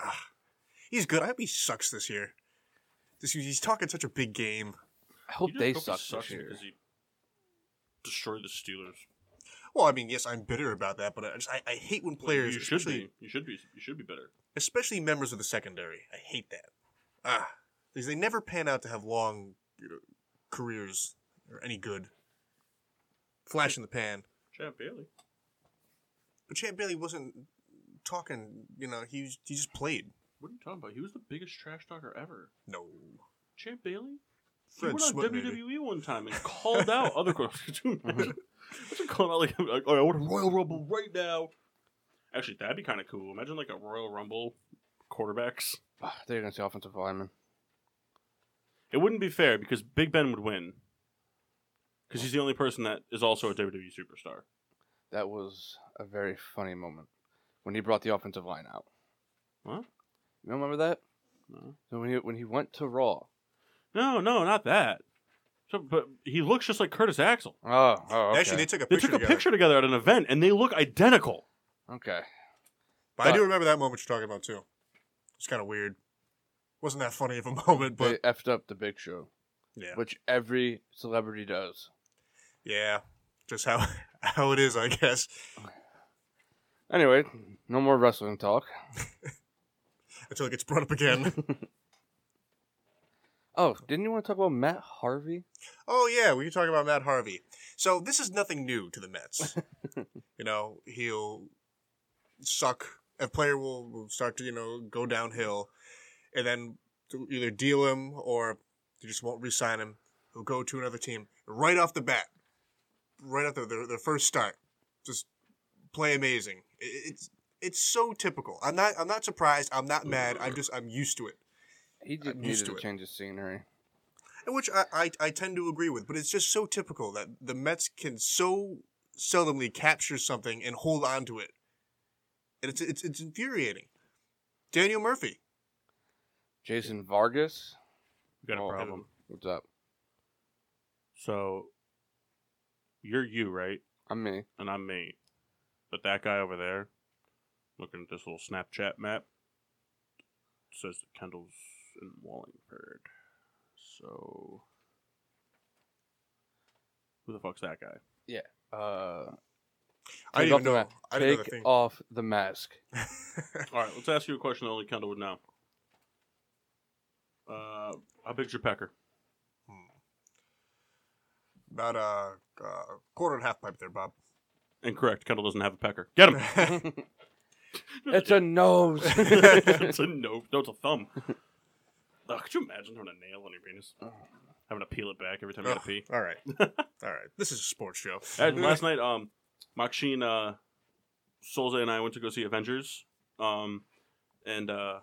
Speaker 2: <laughs>
Speaker 4: He's good. I hope he sucks this year. This he's talking such a big game.
Speaker 2: I hope
Speaker 1: You just
Speaker 2: they
Speaker 1: hope he
Speaker 2: suck
Speaker 1: sucks
Speaker 2: this year.
Speaker 1: because he destroyed the Steelers.
Speaker 4: Well, I mean, yes, I'm bitter about that, but I just I, I hate when players,
Speaker 1: you should
Speaker 4: especially
Speaker 1: be, you should be, you should be better.
Speaker 4: especially members of the secondary, I hate that. Ah, because they never pan out to have long you know, careers or any good. Flash in the pan,
Speaker 1: Chad Bailey.
Speaker 4: but Chad Bailey wasn't talking. You know, he was, he just played.
Speaker 1: What are you talking about? He was the biggest trash talker ever.
Speaker 4: No,
Speaker 1: Chad Bailey? He
Speaker 4: Fred
Speaker 1: went on
Speaker 4: Swift,
Speaker 1: WWE
Speaker 4: maybe.
Speaker 1: one time and called out
Speaker 4: <laughs>
Speaker 1: other quarterbacks. <laughs> Dude, imagine- imagine calling out like, like, all right, I want a Royal Rumble right now. Actually, that'd be kind of cool. Imagine like a Royal Rumble quarterbacks.
Speaker 2: Ah, <sighs> They're going to say offensive lineman.
Speaker 1: It wouldn't be fair because Big Ben would win. Because he's the only person that is also a WWE superstar.
Speaker 2: That was a very funny moment when he brought the offensive line out.
Speaker 1: What?
Speaker 2: You don't remember that?
Speaker 1: No.
Speaker 2: So when he when he went to Raw.
Speaker 1: No, no, not that. So, but he looks just like Curtis Axel.
Speaker 2: Oh, oh okay.
Speaker 4: actually, they took a
Speaker 1: They
Speaker 4: picture.
Speaker 1: took a
Speaker 4: together.
Speaker 1: picture together at an event and they look identical.
Speaker 2: okay.
Speaker 4: But I
Speaker 1: Uh.
Speaker 4: do remember that moment you're talking about too. It's kind of weird. Wasn't that funny of a <laughs> moment,
Speaker 2: They
Speaker 4: but
Speaker 2: effed up the Big Show,
Speaker 4: yeah,
Speaker 2: which every celebrity does.
Speaker 4: yeah, just how <laughs> how it is, I guess.
Speaker 2: Anyway, no more wrestling talk.
Speaker 4: Until it gets brought up
Speaker 1: <laughs>
Speaker 4: again.
Speaker 2: Oh, didn't you want to talk about Matt Harvey?
Speaker 4: Oh yeah, we can talk about Matt Harvey. So this is nothing new to the Mets. you know, he'll suck. A player will will start to you know go downhill, and then to either deal him or they just won't re-sign him. He'll go to another team right off the bat, right after their their first start. Just play amazing. I- It's it's so typical. I'm not I'm not surprised. I'm not mad. I'm just I'm used to it.
Speaker 2: He just
Speaker 4: I'm
Speaker 2: needed
Speaker 4: used
Speaker 2: to,
Speaker 4: to it.
Speaker 2: change his scenery.
Speaker 4: which I, I, I tend to agree with, but it's just so typical that the Mets can so seldomly capture something and hold on to it, and it's it's, it's infuriating. Daniel Murphy,
Speaker 2: Jason Vargas.
Speaker 1: We got a
Speaker 2: Oh,
Speaker 1: problem.
Speaker 2: What's up?
Speaker 1: So you're you, right?
Speaker 2: I'm me.
Speaker 1: And I'm me. But that guy over there, looking at this little Snapchat map, says that Kendall's in Wallingford. So who the fuck's that guy?
Speaker 2: Uh,
Speaker 4: I
Speaker 2: take
Speaker 4: didn't even
Speaker 2: off the
Speaker 4: know.
Speaker 2: mask.
Speaker 4: I didn't know the
Speaker 2: Take
Speaker 4: thing.
Speaker 2: off the mask.
Speaker 4: <laughs>
Speaker 1: All right, let's ask you a question that only Kendall would know. Uh, how big's your pecker?
Speaker 4: Hmm. About a, uh quarter and a half pipe there, Bob.
Speaker 1: Incorrect. Kendall doesn't have a pecker.
Speaker 4: <laughs>
Speaker 1: Get him.
Speaker 2: Mm-hmm. <laughs>
Speaker 1: <laughs>
Speaker 2: it's a nose. <laughs>
Speaker 1: it's a no, no, it's a thumb. Ugh, could you imagine having a nail on your penis? Having to peel it back every time you
Speaker 4: Ugh,
Speaker 1: gotta pee.
Speaker 4: all right, all right. This is a sports show.
Speaker 1: And last night, um, Maxine, uh, Solze and I went to go see Avengers. Um, and uh,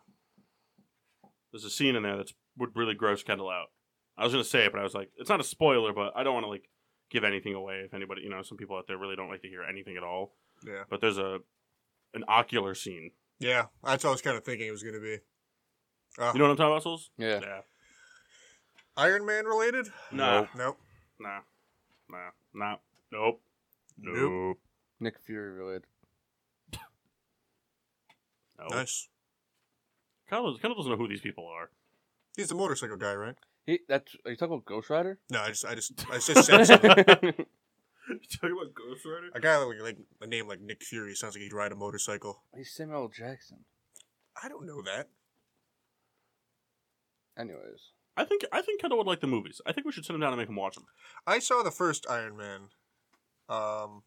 Speaker 1: there's a scene in there that's would really gross Kendall out. I was gonna say it, but I was like, it's not a spoiler, but I don't want to like give anything away. If anybody, you know, some people out there really don't like to hear anything at all.
Speaker 4: yeah,
Speaker 1: But there's a an ocular scene.
Speaker 4: yeah. That's what I was kind of thinking it was going to be. Uh,
Speaker 1: You know what I'm talking about, Souls?
Speaker 2: yeah.
Speaker 1: yeah.
Speaker 4: Iron Man related?
Speaker 1: Nah.
Speaker 2: Nope.
Speaker 4: Nope.
Speaker 1: Nah. Nah. Nah. Nope.
Speaker 4: Nope.
Speaker 2: Nick Fury related.
Speaker 1: Nope.
Speaker 4: Nice.
Speaker 1: Kendall, Kendall doesn't know who these people <laughs> are.
Speaker 4: He's the motorcycle guy, right?
Speaker 2: He, that's are you talking about
Speaker 4: <laughs>
Speaker 2: Ghost Rider?
Speaker 4: No, I just I just I
Speaker 1: <laughs>
Speaker 4: just said something.
Speaker 1: talking about Ghost Rider?
Speaker 4: A guy like, like a name like Nick Fury sounds like he'd ride a motorcycle.
Speaker 2: <laughs> He's Samuel L. Jackson.
Speaker 4: I don't know that.
Speaker 2: Anyways,
Speaker 1: I think I think Kendall would like the movies. I think we should sit him down and make him watch them.
Speaker 4: I saw the first Iron Man, um,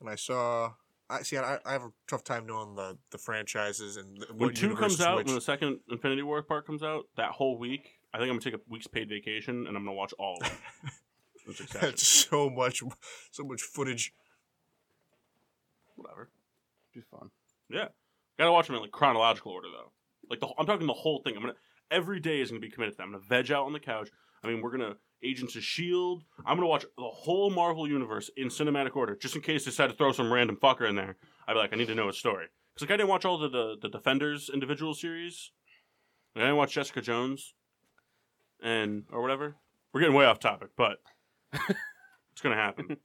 Speaker 4: and I saw I see. I, I have a tough time knowing the, the franchises and the,
Speaker 1: when
Speaker 4: what
Speaker 1: two
Speaker 4: universe
Speaker 1: comes
Speaker 4: is
Speaker 1: out,
Speaker 4: which. <laughs>
Speaker 1: when the second Infinity War part comes out, that whole week, I think I'm gonna take a week's paid vacation and I'm gonna watch all <laughs> of it. in succession.
Speaker 4: That's so much, so much footage.
Speaker 1: Whatever.
Speaker 2: Be fun.
Speaker 1: Gotta watch them in like chronological order though. Like the wh- I'm talking the whole thing. I'm gonna every day is gonna be committed to that. I'm gonna veg out on the couch. I mean, we're gonna Agents of Shield. E I'm gonna watch the whole Marvel universe in cinematic order, just in case they decide to throw some random fucker in there. I'd be like, I need to know his story. Cause like I didn't watch all the the, the Defenders individual series. And I didn't watch Jessica Jones, and or whatever. We're getting way off topic, but it's gonna happen.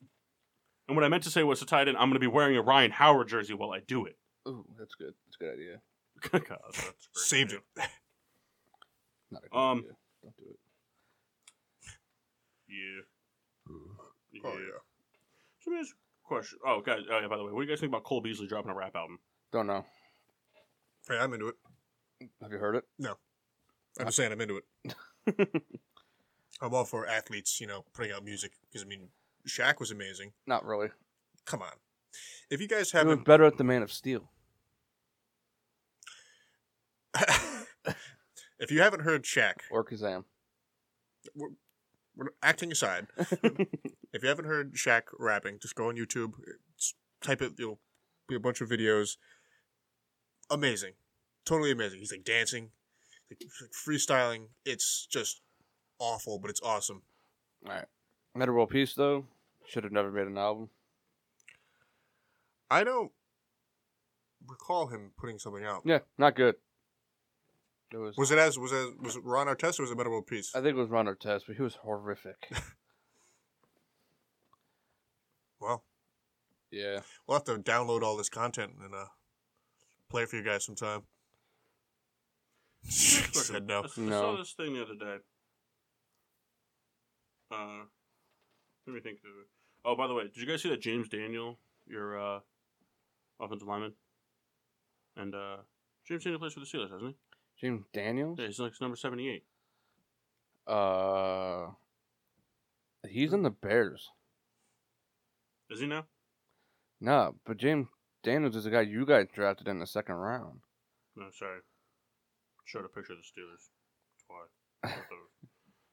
Speaker 1: and what I meant to say was to tie it in. I'm gonna be wearing a Ryan Howard jersey while I do it.
Speaker 2: Ooh, that's good. That's a good idea.
Speaker 4: <laughs>
Speaker 1: God, that's a great
Speaker 4: Saved
Speaker 1: idea.
Speaker 4: it.
Speaker 2: Not a good
Speaker 1: Um,
Speaker 2: idea. Don't do it.
Speaker 1: Yeah.
Speaker 4: Oh yeah.
Speaker 1: So here's a question. Oh, guys. Oh, yeah. By the way, what do you guys think about Cole Beasley dropping a
Speaker 4: <laughs>
Speaker 1: rap album?
Speaker 2: Don't know.
Speaker 4: Hey, I'm into it.
Speaker 2: Have you heard it?
Speaker 4: I'm just saying I'm into it.
Speaker 1: <laughs>
Speaker 4: I'm all for athletes, you know, putting out music because I mean, Shaq was amazing.
Speaker 2: Not really.
Speaker 4: Come on. If you guys
Speaker 2: You were
Speaker 4: haven't,
Speaker 2: better at the Man of Steel.
Speaker 4: if you haven't heard Shaq,
Speaker 2: Or
Speaker 4: <laughs>
Speaker 2: Kazam.
Speaker 4: we're acting aside. if you haven't heard Shaq rapping, just go on YouTube, just type it. You'll be a bunch of videos. Amazing, totally amazing. He's like dancing, like freestyling. It's just awful, but it's awesome.
Speaker 2: Alright. Another world peace though. Should have never made an album.
Speaker 4: I don't recall him putting something out.
Speaker 2: Yeah, not good. It was,
Speaker 4: Was it as was it was it Ron Artest or was it Better World Peace?
Speaker 2: I think it was Ron Artest, but he
Speaker 4: <laughs>
Speaker 2: was horrific.
Speaker 4: Well,
Speaker 2: yeah.
Speaker 4: we'll have to download all this content and uh, play it for you guys
Speaker 1: <laughs>
Speaker 4: sometime. said no.
Speaker 1: I, s- I saw
Speaker 2: No.
Speaker 1: this thing the other day. Uh, let me think. through it. Oh, by the way, did you guys see that James Daniel, your uh, offensive lineman, and uh, James Daniel plays for the Steelers, doesn't
Speaker 2: James Daniels?
Speaker 1: he? Yeah, he's like number seventy-eight.
Speaker 2: Uh He's in the Bears.
Speaker 1: Is he now?
Speaker 2: Nah, but James Daniels is the guy you guys drafted in the second round.
Speaker 1: No, sorry. Showed a picture of the Steelers. That's why. I thought that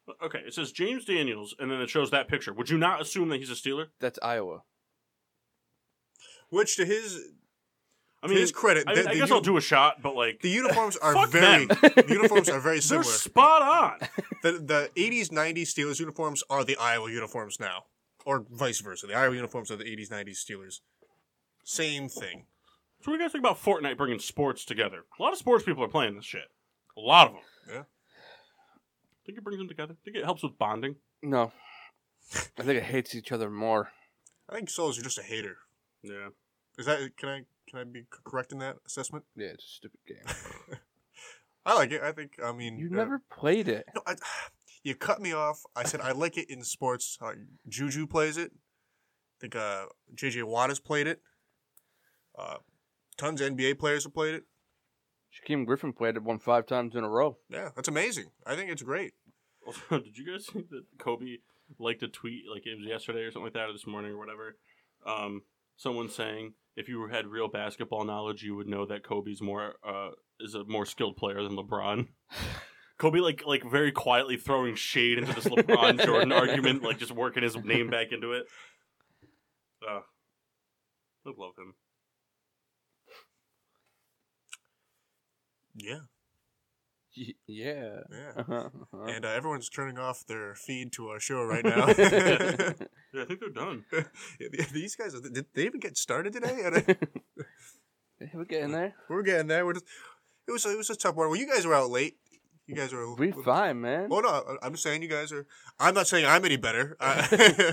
Speaker 1: was- <laughs> okay, it says James Daniels, and then it shows that picture. Would you not assume that he's a Steeler?
Speaker 2: That's Iowa.
Speaker 4: Which to his
Speaker 1: I mean,
Speaker 4: to his credit,
Speaker 1: I,
Speaker 4: the,
Speaker 1: mean, I
Speaker 4: the
Speaker 1: guess
Speaker 4: u-
Speaker 1: I'll do a shot, but like
Speaker 4: the uniforms are
Speaker 1: Fuck
Speaker 4: very
Speaker 1: them.
Speaker 4: <laughs> the uniforms are very
Speaker 1: <laughs> they're
Speaker 4: similar.
Speaker 1: spot on.
Speaker 4: The the eighties nineties Steelers uniforms are the Iowa uniforms now, or vice versa. The Iowa uniforms are the eighties nineties Steelers. Same thing.
Speaker 1: So, what do you guys think about Fortnite bringing sports together? A lot of sports people are playing this shit. A lot of them.
Speaker 4: Yeah.
Speaker 1: Think it brings them together? Think it helps with bonding?
Speaker 2: No. I think it hates each other more.
Speaker 4: I think Souls, you're just a hater.
Speaker 1: Yeah.
Speaker 4: Is that can I can I be c- correct in that assessment?
Speaker 2: Yeah, it's a stupid game.
Speaker 4: I like it. I think. I mean,
Speaker 2: You
Speaker 4: uh,
Speaker 2: never played it.
Speaker 4: No, I, <sighs> you cut me off. I said I like it in sports. Like Juju plays it. I think uh, JJ Watt has played it. Uh, tons of NBA players have played it.
Speaker 2: Shaquem Griffin played it one five times in a row.
Speaker 4: Yeah, that's amazing. I think it's great.
Speaker 1: Also, <laughs> did you guys think that Kobe liked a tweet, like it was yesterday or something like that, or this morning or whatever? Um, someone saying if you had real basketball knowledge, you would know that Kobe's more uh, is a more skilled player than
Speaker 2: <laughs>
Speaker 1: LeBron. Kobe like like very quietly throwing shade into this
Speaker 2: <laughs>
Speaker 1: LeBron Jordan argument, like just working his name back into it. Uh, I love him.
Speaker 4: Yeah,
Speaker 2: Y- yeah.
Speaker 4: yeah.
Speaker 2: <laughs> Uh-huh. <laughs>
Speaker 4: And uh, everyone's turning off their feed to our show right now. <laughs> Yeah,
Speaker 1: Yeah, I think they're done.
Speaker 4: th- These guys, are- did they even get started today? I don't-
Speaker 2: We're getting there.
Speaker 4: We're getting there. We're just, it was it was a tough one. Well, you guys were out late. You guys were a
Speaker 2: We
Speaker 4: little-
Speaker 2: fine, man.
Speaker 4: Well, Oh, no, I- I'm just saying you guys are. I'm not saying I'm any better. Uh, <laughs>
Speaker 2: <laughs>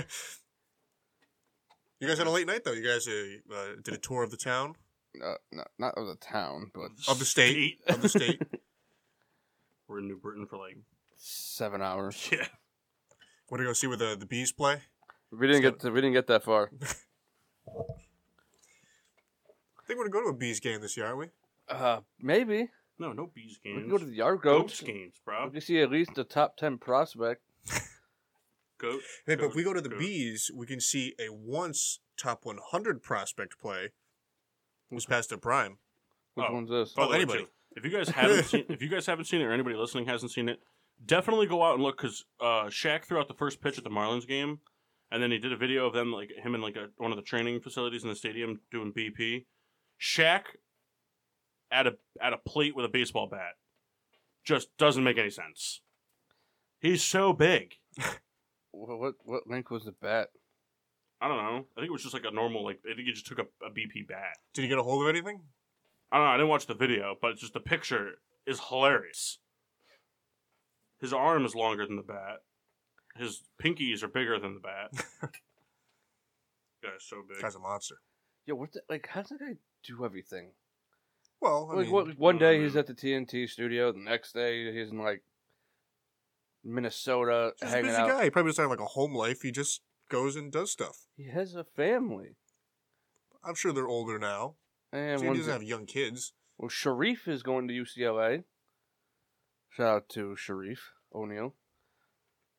Speaker 4: you guys had a late night though. You guys uh, uh, did a tour of the town,
Speaker 2: Uh, no, not of the town, but
Speaker 4: of the state. of the
Speaker 2: <laughs>
Speaker 4: state.
Speaker 1: We're in New Britain for like
Speaker 2: seven hours.
Speaker 1: yeah.
Speaker 4: Want to go see where the, the bees play?
Speaker 2: We didn't get to, we didn't get that far.
Speaker 4: I think we're gonna go to a bees game this year, aren't we?
Speaker 2: Uh, maybe
Speaker 1: No, no bees
Speaker 2: we
Speaker 1: games.
Speaker 2: can go to the Yard
Speaker 1: goats
Speaker 2: Goats.
Speaker 1: games,
Speaker 2: We
Speaker 1: bro.
Speaker 2: can see at least the top ten prospect.
Speaker 1: Goat.
Speaker 4: Hey, but if we go to the
Speaker 1: Goat.
Speaker 4: bees, we can see a once top 100 prospect play who's past their prime.
Speaker 2: Which
Speaker 1: Oh.
Speaker 2: one's this?
Speaker 1: By
Speaker 4: Oh,
Speaker 1: the way,
Speaker 4: anybody.
Speaker 1: too, if you guys haven't seen, if you guys haven't seen it, or anybody listening hasn't seen it, definitely go out and look because uh, Shaq threw out the first pitch at the Marlins game, and then he did a video of them like him in like a, one of the training facilities in the stadium doing BP. Shaq at a at a plate with a baseball bat just doesn't make any sense. He's so big.
Speaker 2: What, what what link was the bat?
Speaker 1: I don't know. I think it was just like a normal like I think he just took a, a BP bat.
Speaker 4: Did you get a hold of anything?
Speaker 1: I don't know. I didn't watch the video, but it's just the picture is hilarious. His arm is longer than the bat. His pinkies are bigger than
Speaker 4: <laughs>
Speaker 1: the bat. Guy's so
Speaker 4: This
Speaker 1: big.
Speaker 4: guy's a monster.
Speaker 2: Yo, what the, like how does that guy do everything?
Speaker 4: Well, I
Speaker 2: Like
Speaker 4: mean,
Speaker 2: what, one day he's
Speaker 1: um,
Speaker 2: at the TNT studio, the next day he's in like Minnesota
Speaker 4: he's a
Speaker 2: hanging
Speaker 4: busy
Speaker 2: out.
Speaker 4: guy. He probably doesn't have like a home life. He just goes and does stuff.
Speaker 2: He has a family.
Speaker 4: I'm sure they're older now.
Speaker 2: And
Speaker 4: So he
Speaker 2: one's
Speaker 4: doesn't have young kids.
Speaker 2: Well, Sharif is going to UCLA. Shout out to Sharif O'Neal.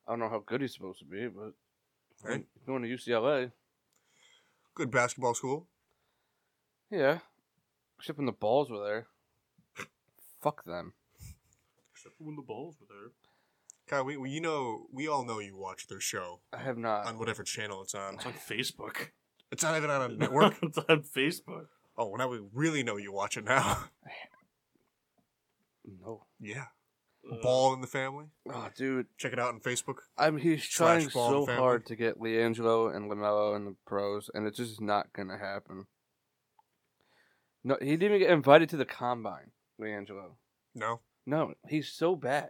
Speaker 2: I don't know how good he's supposed to be, but
Speaker 4: Right.
Speaker 2: he's going to UCLA.
Speaker 4: Good basketball school.
Speaker 2: Yeah. Except when the balls were there. Fuck them.
Speaker 1: Except for when the balls were there.
Speaker 4: Kyle, we, we you know we all know you watch their show
Speaker 2: I have not.
Speaker 4: on whatever channel it's
Speaker 1: <laughs>
Speaker 4: on. <laughs>
Speaker 1: It's on Facebook.
Speaker 4: It's not even on a network.
Speaker 1: <laughs> it's on Facebook.
Speaker 4: oh, well, now we really know you watch it now. <laughs>
Speaker 2: no.
Speaker 4: yeah,
Speaker 1: Uh,
Speaker 4: Ball in the Family.
Speaker 2: Oh, dude.
Speaker 4: Check it out on Facebook.
Speaker 2: I'm he's
Speaker 4: Slash
Speaker 2: trying
Speaker 4: ball
Speaker 2: so
Speaker 4: family.
Speaker 2: hard to get LiAngelo and LaMelo in the pros, and it's just not going to happen. No, he didn't even get invited to the combine, LiAngelo.
Speaker 4: No,
Speaker 2: No, he's so bad.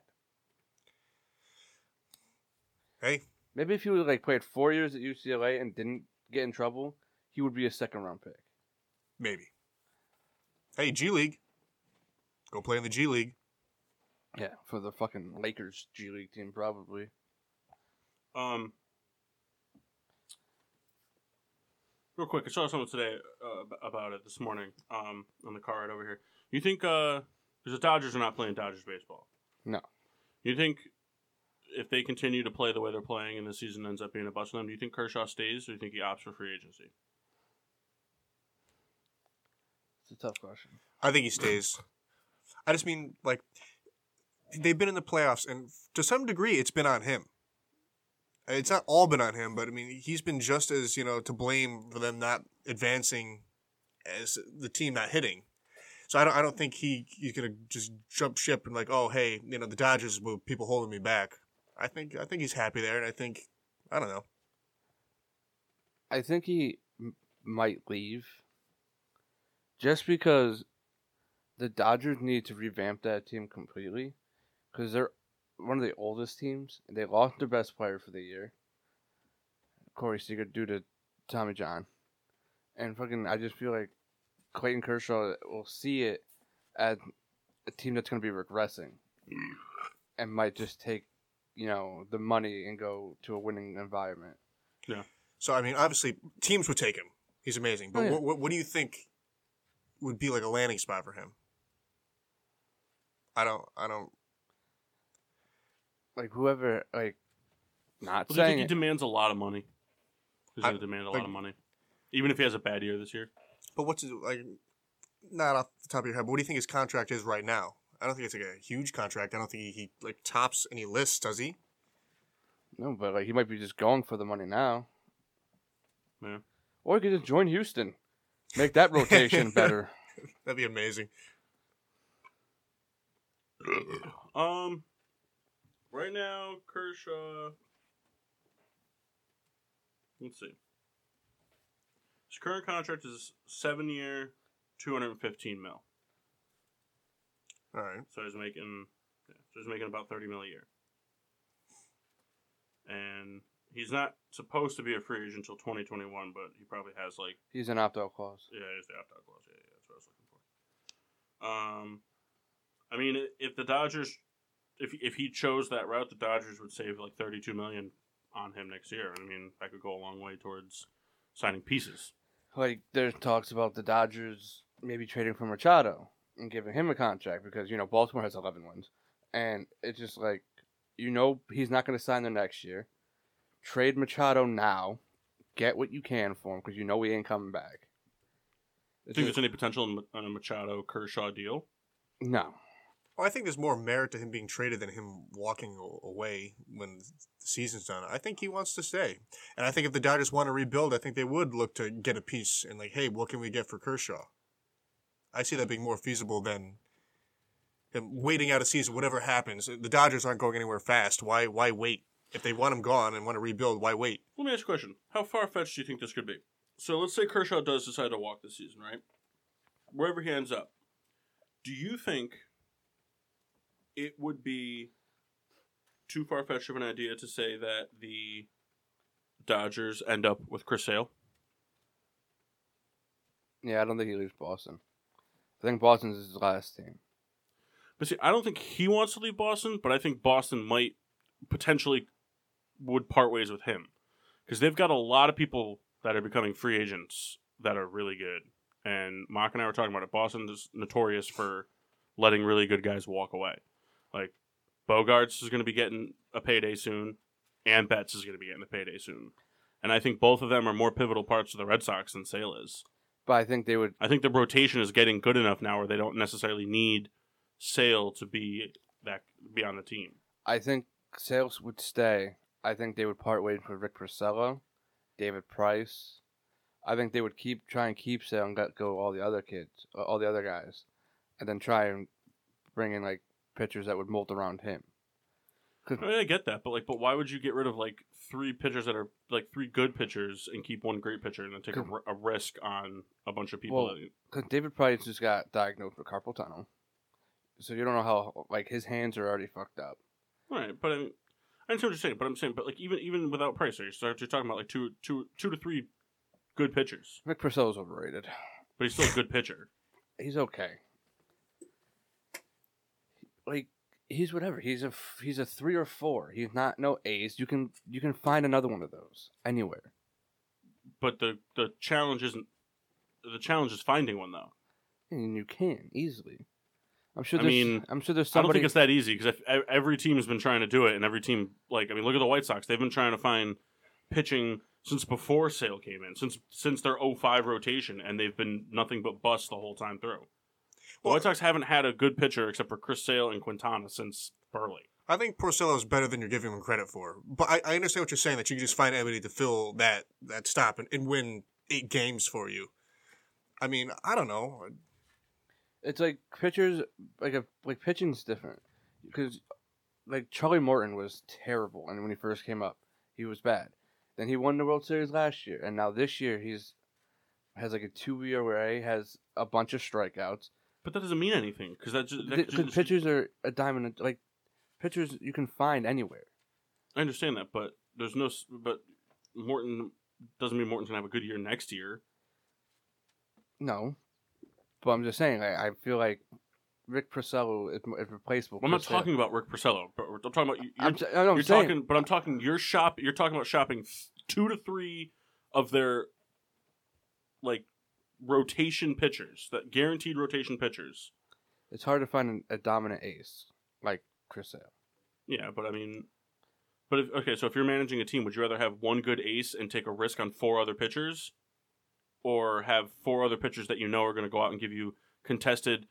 Speaker 4: hey,
Speaker 2: Maybe if he would like played four years at UCLA and didn't get in trouble, he would be a second round pick.
Speaker 4: maybe. Hey, G League. Go play in the G League.
Speaker 2: Yeah, for the fucking Lakers G League team, probably.
Speaker 1: Um, real quick, I saw something today uh, ab- about it this morning um, on the car ride over here. You think uh, 'cause the Dodgers are not playing Dodgers baseball?
Speaker 2: No.
Speaker 1: You think if they continue to play the way they're playing and the season ends up being a bust for them, do you think Kershaw stays or do you think he opts for free agency?
Speaker 2: It's a tough question.
Speaker 4: I think he stays. I just mean like they've been in the playoffs, and to some degree, it's been on him. It's not all been on him, but I mean, he's been just as you know to blame for them not advancing as the team not hitting. So I don't, I don't think he he's gonna just jump ship and like, oh hey, you know the Dodgers were people holding me back. I think I think he's happy there, and I think I don't know.
Speaker 2: I think he m- might leave just because the Dodgers need to revamp that team completely because they're one of the oldest teams and they lost their best player for the year, Corey Seager, due to Tommy John. And fucking, I just feel like Clayton Kershaw will see it as a team that's going to be regressing and might just take, you know, the money and go to a winning environment.
Speaker 4: So I mean, obviously, teams would take him. He's amazing. But
Speaker 2: Oh, yeah.
Speaker 4: what, what what do you think would be like a landing spot for him? I don't. I don't.
Speaker 2: like whoever like not
Speaker 1: Well, do you
Speaker 2: saying
Speaker 1: think he
Speaker 2: it.
Speaker 1: demands a lot of money? He's
Speaker 4: I-
Speaker 1: going to demand a
Speaker 4: like-
Speaker 1: lot of money, even if he has a bad year this year.
Speaker 4: But what's his- like? Not off the top of your head, but what do you think his contract is right now? I don't think it's like a huge contract. I don't think he, he like tops any list, does he?
Speaker 2: no, but like he might be just going for the money now.
Speaker 1: Yeah.
Speaker 2: Or he could just join Houston, make
Speaker 1: <laughs>
Speaker 2: that rotation better.
Speaker 4: That'd be amazing.
Speaker 1: Um, right now, Kershaw. Let's see. His current contract is seven year, two hundred and fifteen mil.
Speaker 4: All right.
Speaker 1: So he's making, yeah, so he's making about thirty mil a year. And he's not supposed to be a free agent until twenty twenty one, but he probably has like.
Speaker 2: He's an opt out clause.
Speaker 1: Yeah, it's the opt-out clause. Yeah, yeah, that's what I was looking for. Um, I mean, if the Dodgers, if if he chose that route, the Dodgers would save like thirty-two million on him next year. I mean, that could go a long way towards signing pieces.
Speaker 2: Like there's talks about the Dodgers maybe trading for Machado and giving him a contract because you know Baltimore has 11 wins, and it's just like you know he's not going to sign there next year. Trade Machado now, get what you can for him because you know he ain't coming back. It's
Speaker 1: think
Speaker 2: just-
Speaker 1: there's any potential in- on a Machado Kershaw deal?
Speaker 2: no.
Speaker 4: Well, I think there's more merit to him being traded than him walking a- away when the season's done. I think he wants to stay, and I think if the Dodgers want to rebuild, I think they would look to get a piece and like, hey, what can we get for Kershaw? I see that being more feasible than him waiting out a season. Whatever happens, the Dodgers aren't going anywhere fast. Why? Why wait? If they want him gone and want to rebuild, why wait?
Speaker 1: Let me ask you a question. How far fetched do you think this could be? So let's say Kershaw does decide to walk this season, right? Wherever he ends up, do you think it would be too far fetched of an idea to say that the Dodgers end up with Chris Sale?
Speaker 2: Yeah, I don't think he leaves Boston. I think Boston's his last team.
Speaker 1: But see, I don't think he wants to leave Boston, but I think Boston might potentially would part ways with him because they've got a lot of people that are becoming free agents that are really good. And Mock and I were talking about it. Boston is notorious for letting really good guys walk away. Like Bogarts is going to be getting a payday soon, and Betts is going to be getting a payday soon. And I think both of them are more pivotal parts of the Red Sox than Sale is.
Speaker 2: But I think they would
Speaker 1: I think the rotation is getting good enough now where they don't necessarily need Sale to be that be on the team.
Speaker 2: I think sales would stay. I think they would part ways with Rick Porcello, David Price. I think they would keep try and keep sale and let go all the other kids, uh, all the other guys, and then try and bring in like pitchers that would mold around him.
Speaker 1: I mean, I get that, but like, but why would you get rid of like three pitchers that are like three good pitchers and keep one great pitcher and then take a, ri- a risk on a bunch of people?
Speaker 2: Well-
Speaker 1: that-
Speaker 2: Because David Price just got diagnosed with carpal tunnel, so you don't know how like his hands are already fucked up.
Speaker 1: all right, but I mean, I understand what you're saying, but I'm saying, but like, even even without Price, you're, start, you're talking about like two two two to three good pitchers,
Speaker 2: Rick Porcello's overrated.
Speaker 1: but he's still a good pitcher.
Speaker 2: He's okay. Like he's whatever. He's a f- he's a three or four. He's not no ace. You can you can find another one of those anywhere.
Speaker 1: But the the challenge isn't the challenge is finding one though.
Speaker 2: and you can easily. I'm sure.
Speaker 1: I
Speaker 2: There's,
Speaker 1: mean,
Speaker 2: I'm sure there's
Speaker 1: I don't
Speaker 2: somebody.
Speaker 1: think it's that easy because every team has been trying to do it, and every team, like I mean, look at the White Sox; they've been trying to find pitching since before Sale came in, since since their 05 rotation, and they've been nothing but bust the whole time through. The
Speaker 4: Well-
Speaker 1: White Sox haven't had a good pitcher except for Chris Sale and Quintana since Burley.
Speaker 4: I think Porcello is better than you're giving him credit for. But I, I understand what you're saying that you can just find anybody to fill that that stop and, and win eight games for you. I mean, I don't know.
Speaker 2: it's like pitchers, like a like pitching's different because, like Charlie Morton was terrible, and when he first came up, he was bad. Then he won the World Series last year, and now this year he's has like a two ERA, has a bunch of strikeouts.
Speaker 1: But that doesn't mean anything because that just that
Speaker 2: Th- 'cause
Speaker 1: just-
Speaker 2: pitchers are a diamond, like pitchers you can find anywhere.
Speaker 1: I understand that, but there's no. s- But Morton doesn't mean Morton's gonna have a good year next year.
Speaker 2: No, but I'm just saying, like, I feel like Rick Porcello is, is replaceable.
Speaker 1: I'm not
Speaker 2: Chris Sale.
Speaker 1: talking about Rick Porcello. but I'm talking about you.
Speaker 2: I'm,
Speaker 1: you're-
Speaker 2: t- I know what
Speaker 1: you're
Speaker 2: I'm saying.
Speaker 1: talking, but I'm talking. You're shop. You're talking about shopping th- two to three of their like rotation pitchers, that guaranteed rotation pitchers.
Speaker 2: It's hard to find an, a dominant ace like Chris
Speaker 1: Oh,
Speaker 2: Sale.
Speaker 1: Yeah, but I mean, but if, okay. So if you're managing a team, would you rather have one good ace and take a risk on four other pitchers, or have four other pitchers that you know are going to go out and give you contested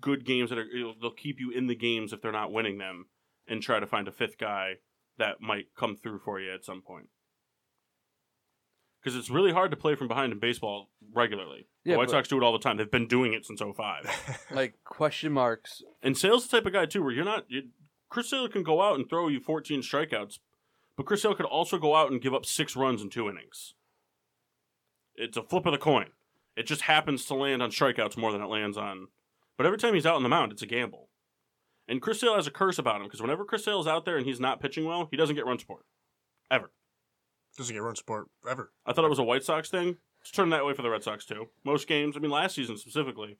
Speaker 1: good games that are it'll- they'll keep you in the games if they're not winning them, and try to find a fifth guy that might come through for you at some point. Because it's really hard to play from behind in baseball regularly.
Speaker 2: Yeah,
Speaker 1: the White
Speaker 2: but-
Speaker 1: Sox do it all the time. They've been doing it since 05.
Speaker 2: <laughs> Like question marks.
Speaker 1: And Sale's the type of guy too where you're not. You, Chris Sale can go out and throw you 14 strikeouts, but Chris Sale could also go out and give up six runs in two innings. It's a flip of the coin. It just happens to land on strikeouts more than it lands on. But every time he's out on the mound, it's a gamble. And Chris Sale has a curse about him because whenever Chris Sale's out there and he's not pitching well, he doesn't get run support. Ever.
Speaker 4: Doesn't get run support
Speaker 1: <laughs>
Speaker 4: ever.
Speaker 1: I thought it was a White Sox thing. It's turned that way for the Red Sox too. Most games, I mean, last season specifically.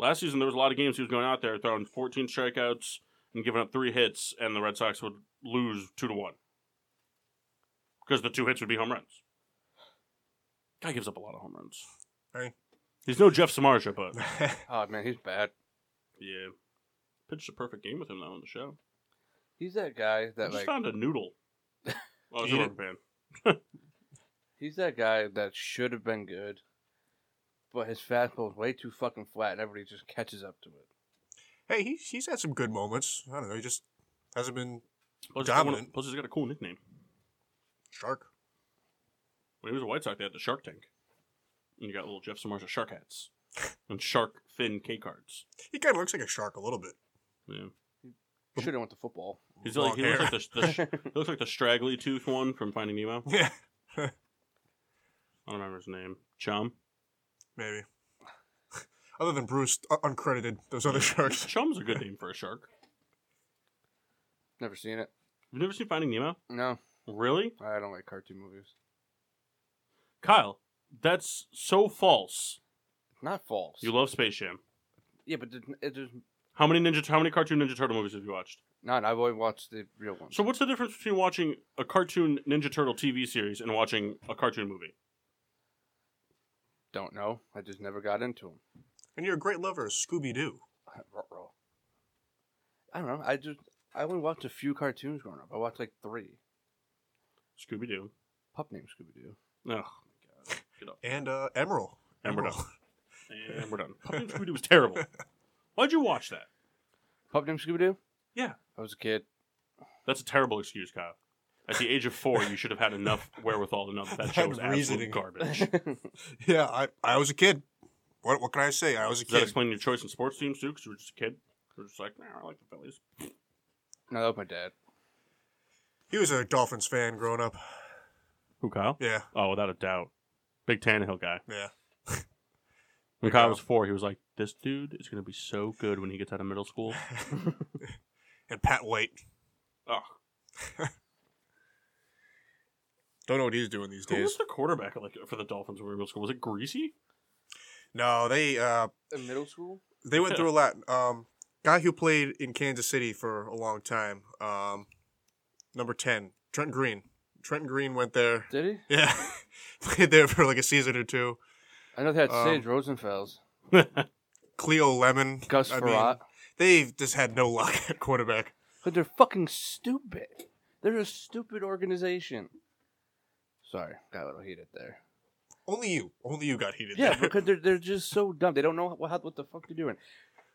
Speaker 1: Last season there was a lot of games he was going out there throwing 14 strikeouts and giving up three hits, and the Red Sox would lose two to one because the two hits would be home runs. Guy gives up a lot of home runs.
Speaker 4: Hey.
Speaker 1: He's no Jeff Samarja, but <laughs>
Speaker 2: Oh man, he's bad.
Speaker 1: yeah, pitched a perfect game with him though on the show.
Speaker 2: He's that guy
Speaker 1: I
Speaker 2: that
Speaker 1: just
Speaker 2: like
Speaker 1: found a
Speaker 2: <laughs>
Speaker 1: noodle. Oh, it's a
Speaker 4: Eat
Speaker 1: rubber band.
Speaker 2: he's that guy that should have been good, but his fastball is way too fucking flat, and everybody just catches up to it.
Speaker 4: Hey, he, he's had some good moments. I don't know. He just hasn't been
Speaker 1: Plus, He's
Speaker 4: Dominant.
Speaker 1: got, plus, he's got a cool nickname.
Speaker 4: shark.
Speaker 1: When he was a White Sox, they had the Shark Tank. And you got little Jeff Samars with shark hats and shark fin K cards.
Speaker 4: He kind of looks like a shark a little bit.
Speaker 1: Yeah.
Speaker 2: Should have went to
Speaker 1: <laughs>
Speaker 2: football. <laughs>
Speaker 1: He's
Speaker 4: Long
Speaker 1: like, he looks
Speaker 4: hair.
Speaker 1: like the, the, he looks like the straggly tooth one from Finding Nemo.
Speaker 4: <laughs> yeah,
Speaker 1: I don't remember his name. Chum.
Speaker 4: maybe. <laughs> Other than Bruce, u- uncredited those other <laughs> sharks.
Speaker 1: Chum's a good name for a shark.
Speaker 2: Never seen it.
Speaker 1: You've never seen Finding Nemo?
Speaker 2: No,
Speaker 1: Really?
Speaker 2: I don't like cartoon movies.
Speaker 1: Kyle, that's so false.
Speaker 2: Not false.
Speaker 1: You love Space Jam.
Speaker 2: yeah, but there's, it- there's
Speaker 1: How many Ninja how many cartoon Ninja Turtle movies have you watched?
Speaker 2: not. I've only watched the real one.
Speaker 1: So what's the difference between watching a cartoon Ninja Turtle TV series and watching a cartoon movie?
Speaker 2: Don't know. I just never got into them.
Speaker 4: And you're a great lover of Scooby Doo.
Speaker 2: <sighs> Ruh-roh. I don't know. I just I only watched a few cartoons growing up. I watched like three.
Speaker 1: Scooby Doo.
Speaker 2: Pup named Scooby Doo.
Speaker 1: Oh my god. Get up.
Speaker 4: and uh, Emerald.
Speaker 1: And we're done. And we're done. Puppet Scooby Doo was terrible. Why'd you watch that?
Speaker 2: Pup named Scooby Doo.
Speaker 1: Yeah.
Speaker 2: I was a kid. <laughs>
Speaker 1: That's a terrible excuse, Kyle. At the age of four, you should have had enough wherewithal to know that <laughs> that show was absolute
Speaker 4: Reasoning.
Speaker 1: <laughs> garbage. Does
Speaker 4: Yeah, I, I was a kid. What what can I say? I was a
Speaker 1: that
Speaker 4: kid.
Speaker 1: explain your choice in sports teams too? Because you were just a kid. You were just like, nah, I like the Phillies.
Speaker 2: no, that was my dad.
Speaker 4: He was a Dolphins fan growing up.
Speaker 1: Who, Kyle? <laughs>
Speaker 4: Yeah,
Speaker 1: Oh, without a doubt, big Tannehill guy.
Speaker 4: yeah.
Speaker 1: When
Speaker 4: Big
Speaker 1: Kyle
Speaker 4: Al.
Speaker 1: was four, he was like, "This dude is gonna be so good when he gets out of middle school."
Speaker 4: and Pat White.
Speaker 1: Oh,
Speaker 4: <laughs> Don't know what he's doing these
Speaker 1: who was
Speaker 4: days.
Speaker 1: the quarterback like for the Dolphins when we were in middle school? Was it Greasy? <laughs>
Speaker 4: No, they uh
Speaker 2: In middle school.
Speaker 4: they went through a
Speaker 1: <laughs>
Speaker 4: lot. Um, guy who played in Kansas City for a long time. Um, number ten, Trent Green. Trent Green went there.
Speaker 2: Did he?
Speaker 4: Yeah, <laughs> played there for like a season or two.
Speaker 2: I know they had
Speaker 4: Um,
Speaker 2: Sage Rosenfels,
Speaker 4: Cleo Lemon,
Speaker 2: Gus
Speaker 4: I mean,
Speaker 2: Farrat,
Speaker 4: they just had no luck at quarterback.
Speaker 2: but they're fucking stupid. They're a stupid organization. Sorry, got a little heated there.
Speaker 4: Only you, only you got heated. <laughs>
Speaker 2: Yeah,
Speaker 4: there.
Speaker 2: because they're they're just so dumb. They don't know what, what the fuck they're doing.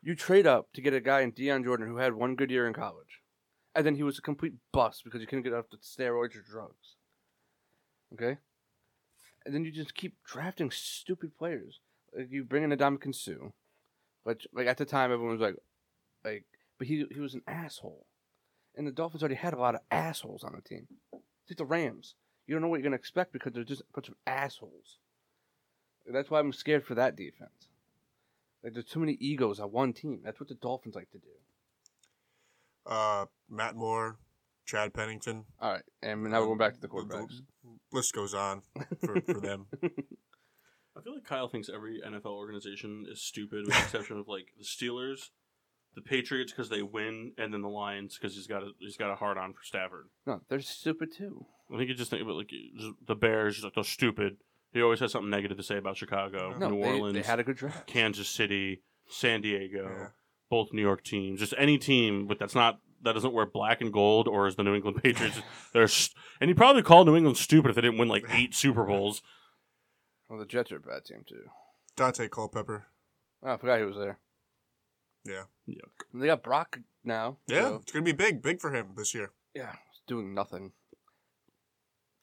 Speaker 2: You trade up to get a guy in Deion Jordan who had one good year in college, and then he was a complete bust because he couldn't get off the steroids or drugs. Okay, and then you just keep drafting stupid players. Like you bring in Adamican Sue, which like at the time everyone was like, like, but he he was an asshole, and the Dolphins already had a lot of assholes on the team. It's like the Rams. You don't know what you're gonna expect because they're just a bunch of assholes. That's why I'm scared for that defense. Like there's too many egos on one team. That's what the Dolphins like to do.
Speaker 4: Uh, Matt Moore, Chad Pennington.
Speaker 2: All right, and now we're going back to the quarterbacks.
Speaker 4: List goes on for, for them.
Speaker 1: I feel like Kyle thinks every NFL organization is stupid, with the exception of like the Steelers, the Patriots because they win, and then the Lions because he's got a he's got a hard on for Stafford.
Speaker 2: <laughs> No, they're stupid too.
Speaker 1: I think you just think about like just the Bears, just like they're stupid. He always has something negative to say about Chicago,
Speaker 4: Yeah.
Speaker 2: No,
Speaker 1: New
Speaker 2: they,
Speaker 1: Orleans,
Speaker 2: they had a good draft.
Speaker 1: Kansas City, San Diego,
Speaker 4: Yeah.
Speaker 1: both New York teams, just any team, but that's not that doesn't wear black and gold or is the New England Patriots. They're st- and he probably called New England stupid if they didn't win like eight Super Bowls.
Speaker 2: Well, the Jets are a bad team too.
Speaker 4: Dante Culpepper.
Speaker 2: Oh, I forgot he was there.
Speaker 4: Yeah.
Speaker 1: Yuck.
Speaker 2: And they got Brock now.
Speaker 4: Yeah,
Speaker 2: so-
Speaker 4: it's gonna be big, big for him this year.
Speaker 2: yeah, he's doing nothing.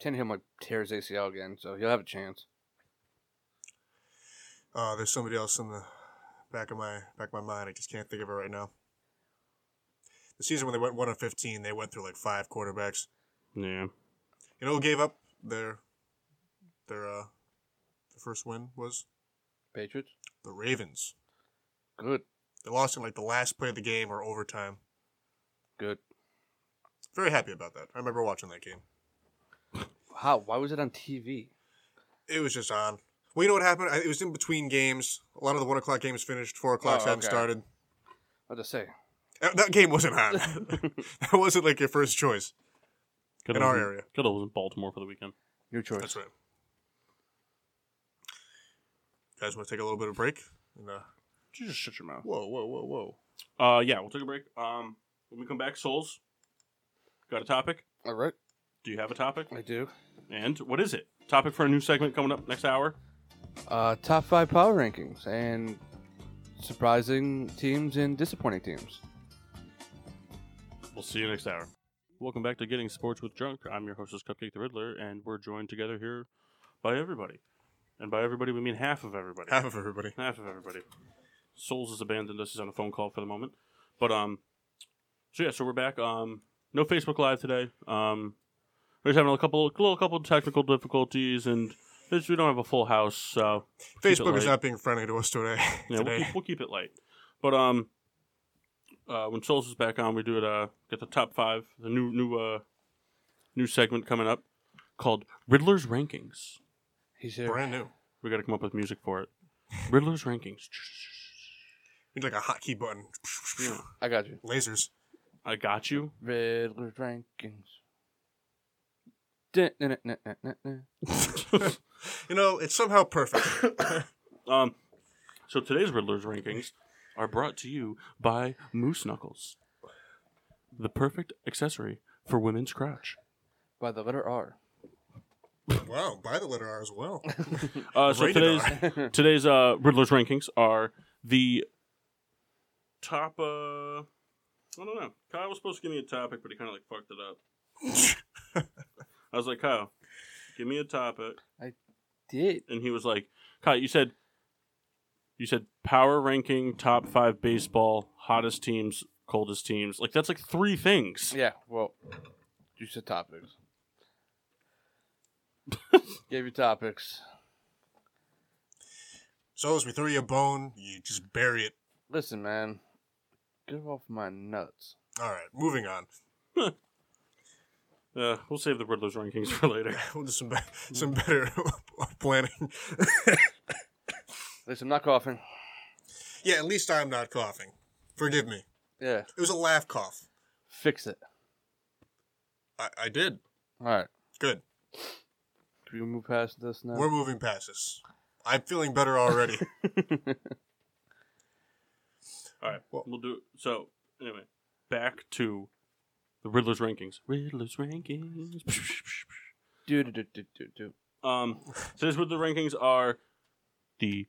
Speaker 2: Tannehill might tear his ACL again, so he'll have a chance.
Speaker 4: Uh, there's somebody else in the back of my back of my mind. I just can't think of it right now. The season when they went one of fifteen, they went through like five quarterbacks.
Speaker 1: Yeah,
Speaker 4: You know who gave up their their uh their first win was
Speaker 2: Patriots,
Speaker 4: the Ravens.
Speaker 2: good,
Speaker 4: They lost in like the last play of the game or overtime.
Speaker 2: good.
Speaker 4: Very happy about that. I remember watching that game.
Speaker 2: How? Why was it on TV?
Speaker 4: It was just on. Well, you know what happened? I- It was in between games. A lot of the one o'clock games finished. Four o'clock
Speaker 2: Oh,
Speaker 4: hadn't
Speaker 2: okay.
Speaker 4: started.
Speaker 2: What to say?
Speaker 4: Uh, That game wasn't on. <laughs> that wasn't like your first choice
Speaker 1: good
Speaker 4: in
Speaker 1: old-
Speaker 4: our area.
Speaker 1: Good old Baltimore for the weekend.
Speaker 2: Your choice.
Speaker 4: That's right. Guys, want to take a little bit of break? And, uh,
Speaker 1: You just shut your mouth.
Speaker 4: whoa, whoa, whoa, whoa!
Speaker 1: Uh, yeah, we'll take a break. Um, when we come back, Souls, got a topic?
Speaker 2: All right,
Speaker 1: Do you have a topic?
Speaker 2: I do.
Speaker 1: And what is it? Topic for a new segment coming up next hour.
Speaker 2: Uh, top five power rankings and surprising teams and disappointing teams.
Speaker 1: We'll see you next hour. Welcome back to Getting Sports with Drunk. I'm your hostess, Cupcake the Riddler, and we're joined together here by everybody. And by everybody, we mean half of everybody.
Speaker 4: Half of everybody.
Speaker 1: Half of everybody. Souls has abandoned us. He's on a phone call for the moment. But um, so yeah, so we're back. Um, no Facebook Live today. Um, we're just having a couple, a little couple of technical difficulties, and this, we don't have a full house, so it
Speaker 4: Facebook is
Speaker 1: light.
Speaker 4: not being friendly to us today.
Speaker 1: yeah, we'll
Speaker 4: today.
Speaker 1: keep, we'll keep it light. But um, uh, when Souls is back on, we do it. Uh, get the top five, the new new uh, new segment coming up called Riddler's Rankings.
Speaker 2: He's here.
Speaker 4: Brand new.
Speaker 1: We got to come up with music for it. Riddler's Rankings.
Speaker 4: Need like a hotkey button.
Speaker 1: Yeah.
Speaker 2: I got you.
Speaker 4: Lasers.
Speaker 1: I got you.
Speaker 2: Riddler's rankings. Dun-dun-dun-dun-dun-dun.
Speaker 4: You know, it's somehow perfect. <coughs>
Speaker 1: Um, so today's Riddler's rankings are brought to you by Moose Knuckles, the perfect accessory for women's crotch.
Speaker 2: By the letter R.
Speaker 4: wow, by the letter R as well.
Speaker 1: Uh, so
Speaker 4: Rated
Speaker 1: today's
Speaker 4: R.
Speaker 1: today's uh, Riddler's rankings are the top. Uh, I don't know. Kyle was supposed to give me a topic, but he kind of like fucked it up.
Speaker 4: <laughs>
Speaker 1: I was like, Kyle, give me a topic,
Speaker 2: Did.
Speaker 1: and he was like, Kyle, you said. You said power ranking top five baseball hottest teams coldest teams like that's like three things.
Speaker 2: Yeah, well, you said topics. Gave you topics.
Speaker 4: So as we throw you a bone, you just bury it.
Speaker 2: Listen, man, get off my nuts.
Speaker 4: All right, moving on. <laughs>
Speaker 1: Uh, we'll save the Riddler's rankings for
Speaker 4: <laughs>
Speaker 1: later.
Speaker 4: We'll do some be- some better <laughs> planning.
Speaker 2: Listen, I'm not coughing.
Speaker 4: yeah, at least I'm not coughing. Forgive me.
Speaker 2: Yeah,
Speaker 4: It was a laugh cough.
Speaker 2: fix it.
Speaker 4: I, I did.
Speaker 2: All right,
Speaker 4: Good.
Speaker 2: can we move past this now? <laughs>
Speaker 4: We're moving past this. I'm feeling better already.
Speaker 1: All right,
Speaker 4: Well-
Speaker 1: we'll do so. Anyway, back to the Riddler's rankings. Riddler's rankings.
Speaker 2: do do do do do do.
Speaker 1: Um, so this is what the rankings are: the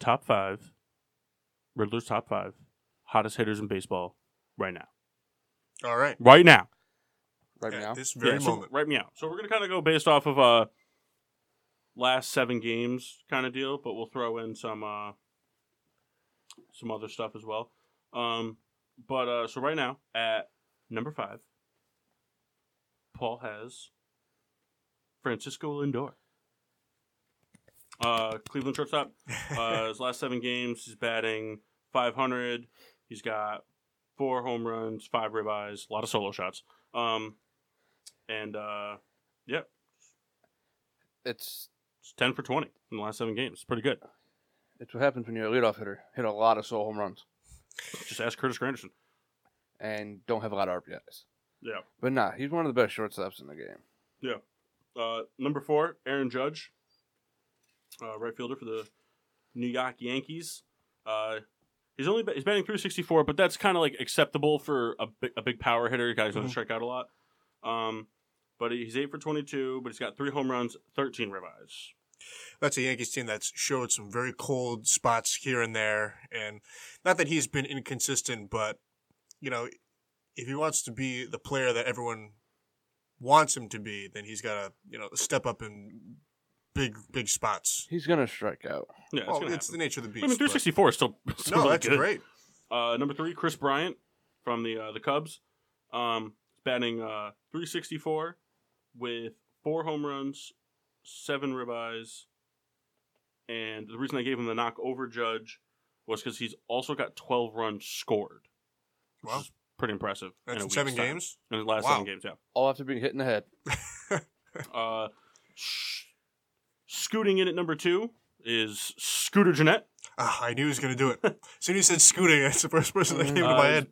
Speaker 1: top five, Riddler's top five hottest hitters in baseball right now.
Speaker 4: All right.
Speaker 1: Right now,
Speaker 2: Right
Speaker 4: At
Speaker 2: now,
Speaker 4: this very
Speaker 1: Yeah, so
Speaker 4: moment.
Speaker 1: right now. So we're gonna kind of go based off of uh last seven games kind of deal, but we'll throw in some uh some other stuff as well. Um, but uh, so right now at number five, Paul has Francisco Lindor. Uh, Cleveland shortstop. <laughs> Uh, his last seven games, he's batting 500. He's got four home runs, five ribeyes, a lot of solo shots. Um, and uh, yeah,
Speaker 2: it's
Speaker 1: it's 10 for 20 in the last seven games. Pretty good.
Speaker 2: it's what happens when you're a leadoff hitter. Hit a lot of solo home runs
Speaker 1: Just ask Curtis Granderson.
Speaker 2: and don't have a lot of RBIs.
Speaker 1: Yeah.
Speaker 2: But nah, he's one of the best shortstops in the game.
Speaker 1: Uh, number four, Aaron Judge, uh, right fielder for the New York Yankees. Uh, he's only ba- he's batting 364, but that's kind of like acceptable for a big, a big power hitter. The Guy's going to
Speaker 4: Mm-hmm.
Speaker 1: strike out a lot. Um, but he's eight for 22, but he's got three home runs, 13 ribeyes.
Speaker 4: <laughs> That's a Yankees team that's showed some very cold spots here and there. And not that he's been inconsistent, but, you know, if he wants to be the player that everyone wants him to be, then he's got to, you know, step up in big, big spots.
Speaker 2: He's gonna strike out.
Speaker 1: Yeah,
Speaker 4: well,
Speaker 1: it's gonna
Speaker 4: it's the
Speaker 1: happen.
Speaker 4: nature of the beast.
Speaker 1: I mean,
Speaker 4: but-
Speaker 1: 364 is still, <laughs> still
Speaker 4: no,
Speaker 1: really
Speaker 4: that's
Speaker 1: good.
Speaker 4: great.
Speaker 1: Uh, number three, Chris Bryant from the uh, the Cubs, um, batting uh, 364 with four home runs, seven ribeyes, and the reason I gave him the knock over Judge was because he's also got 12 runs scored. Which
Speaker 4: Wow.
Speaker 1: is pretty impressive. in
Speaker 4: That's
Speaker 1: a
Speaker 4: in
Speaker 1: week's
Speaker 4: seven
Speaker 1: time.
Speaker 4: games.
Speaker 1: In the last
Speaker 4: Wow.
Speaker 1: seven games, yeah.
Speaker 4: <laughs>
Speaker 2: All after being hit in the head.
Speaker 1: Uh, sh- scooting in at number two is Scooter Jeanette.
Speaker 4: Ah, I knew he was going to do it. As soon as you said scooting, <laughs> that's the first person that came into
Speaker 1: Uh,
Speaker 4: my head.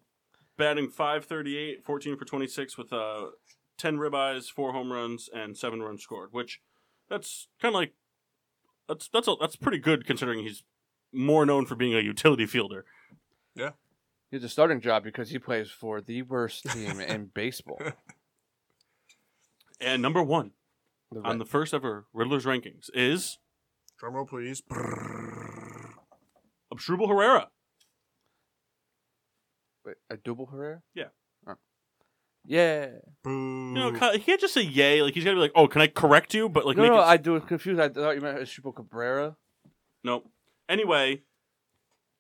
Speaker 1: batting 538, 14 for 26 with uh, 10 ribeyes, four home runs, and seven runs scored, which that's kind of like that's that's a, that's pretty good considering he's more known for being a utility fielder.
Speaker 2: He has a starting job because he plays for the worst
Speaker 1: <laughs>
Speaker 2: team in baseball.
Speaker 1: And number one
Speaker 2: The
Speaker 1: on the first ever Riddler's rankings is
Speaker 4: Drum roll, please.
Speaker 1: Obstrubal Herrera.
Speaker 2: Wait, a double Herrera?
Speaker 1: Yeah.
Speaker 2: Oh. Yeah.
Speaker 4: Boo.
Speaker 1: You
Speaker 4: <laughs>
Speaker 1: know,
Speaker 4: Mm.
Speaker 1: Kyle, he can't just say yay. Like he's gotta be like, oh, can I correct you? But like,
Speaker 2: no,
Speaker 1: make
Speaker 2: no,
Speaker 1: it...
Speaker 2: I do was confused. I thought you meant Chupo Cabrera.
Speaker 1: Nope. Anyway,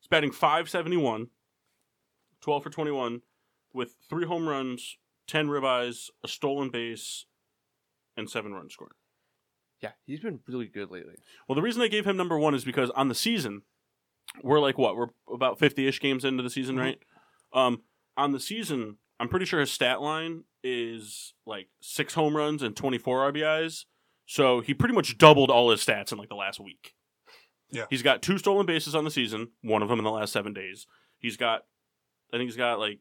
Speaker 1: he's batting 571, 12 for 21, with three home runs, 10 ribeyes, a stolen base, and seven runs scored.
Speaker 2: Yeah, he's been really good lately.
Speaker 1: Well, the reason I gave him number one is because on the season, we're like what? We're about 50 ish games into the season,
Speaker 4: Mhm.
Speaker 1: right? Um, on the season, I'm pretty sure his stat line is like six home runs and 24 RBIs. So he pretty much doubled all his stats in like the last week.
Speaker 4: Yeah.
Speaker 1: He's got two stolen bases on the season, one of them in the last seven days. He's got, I think he's got like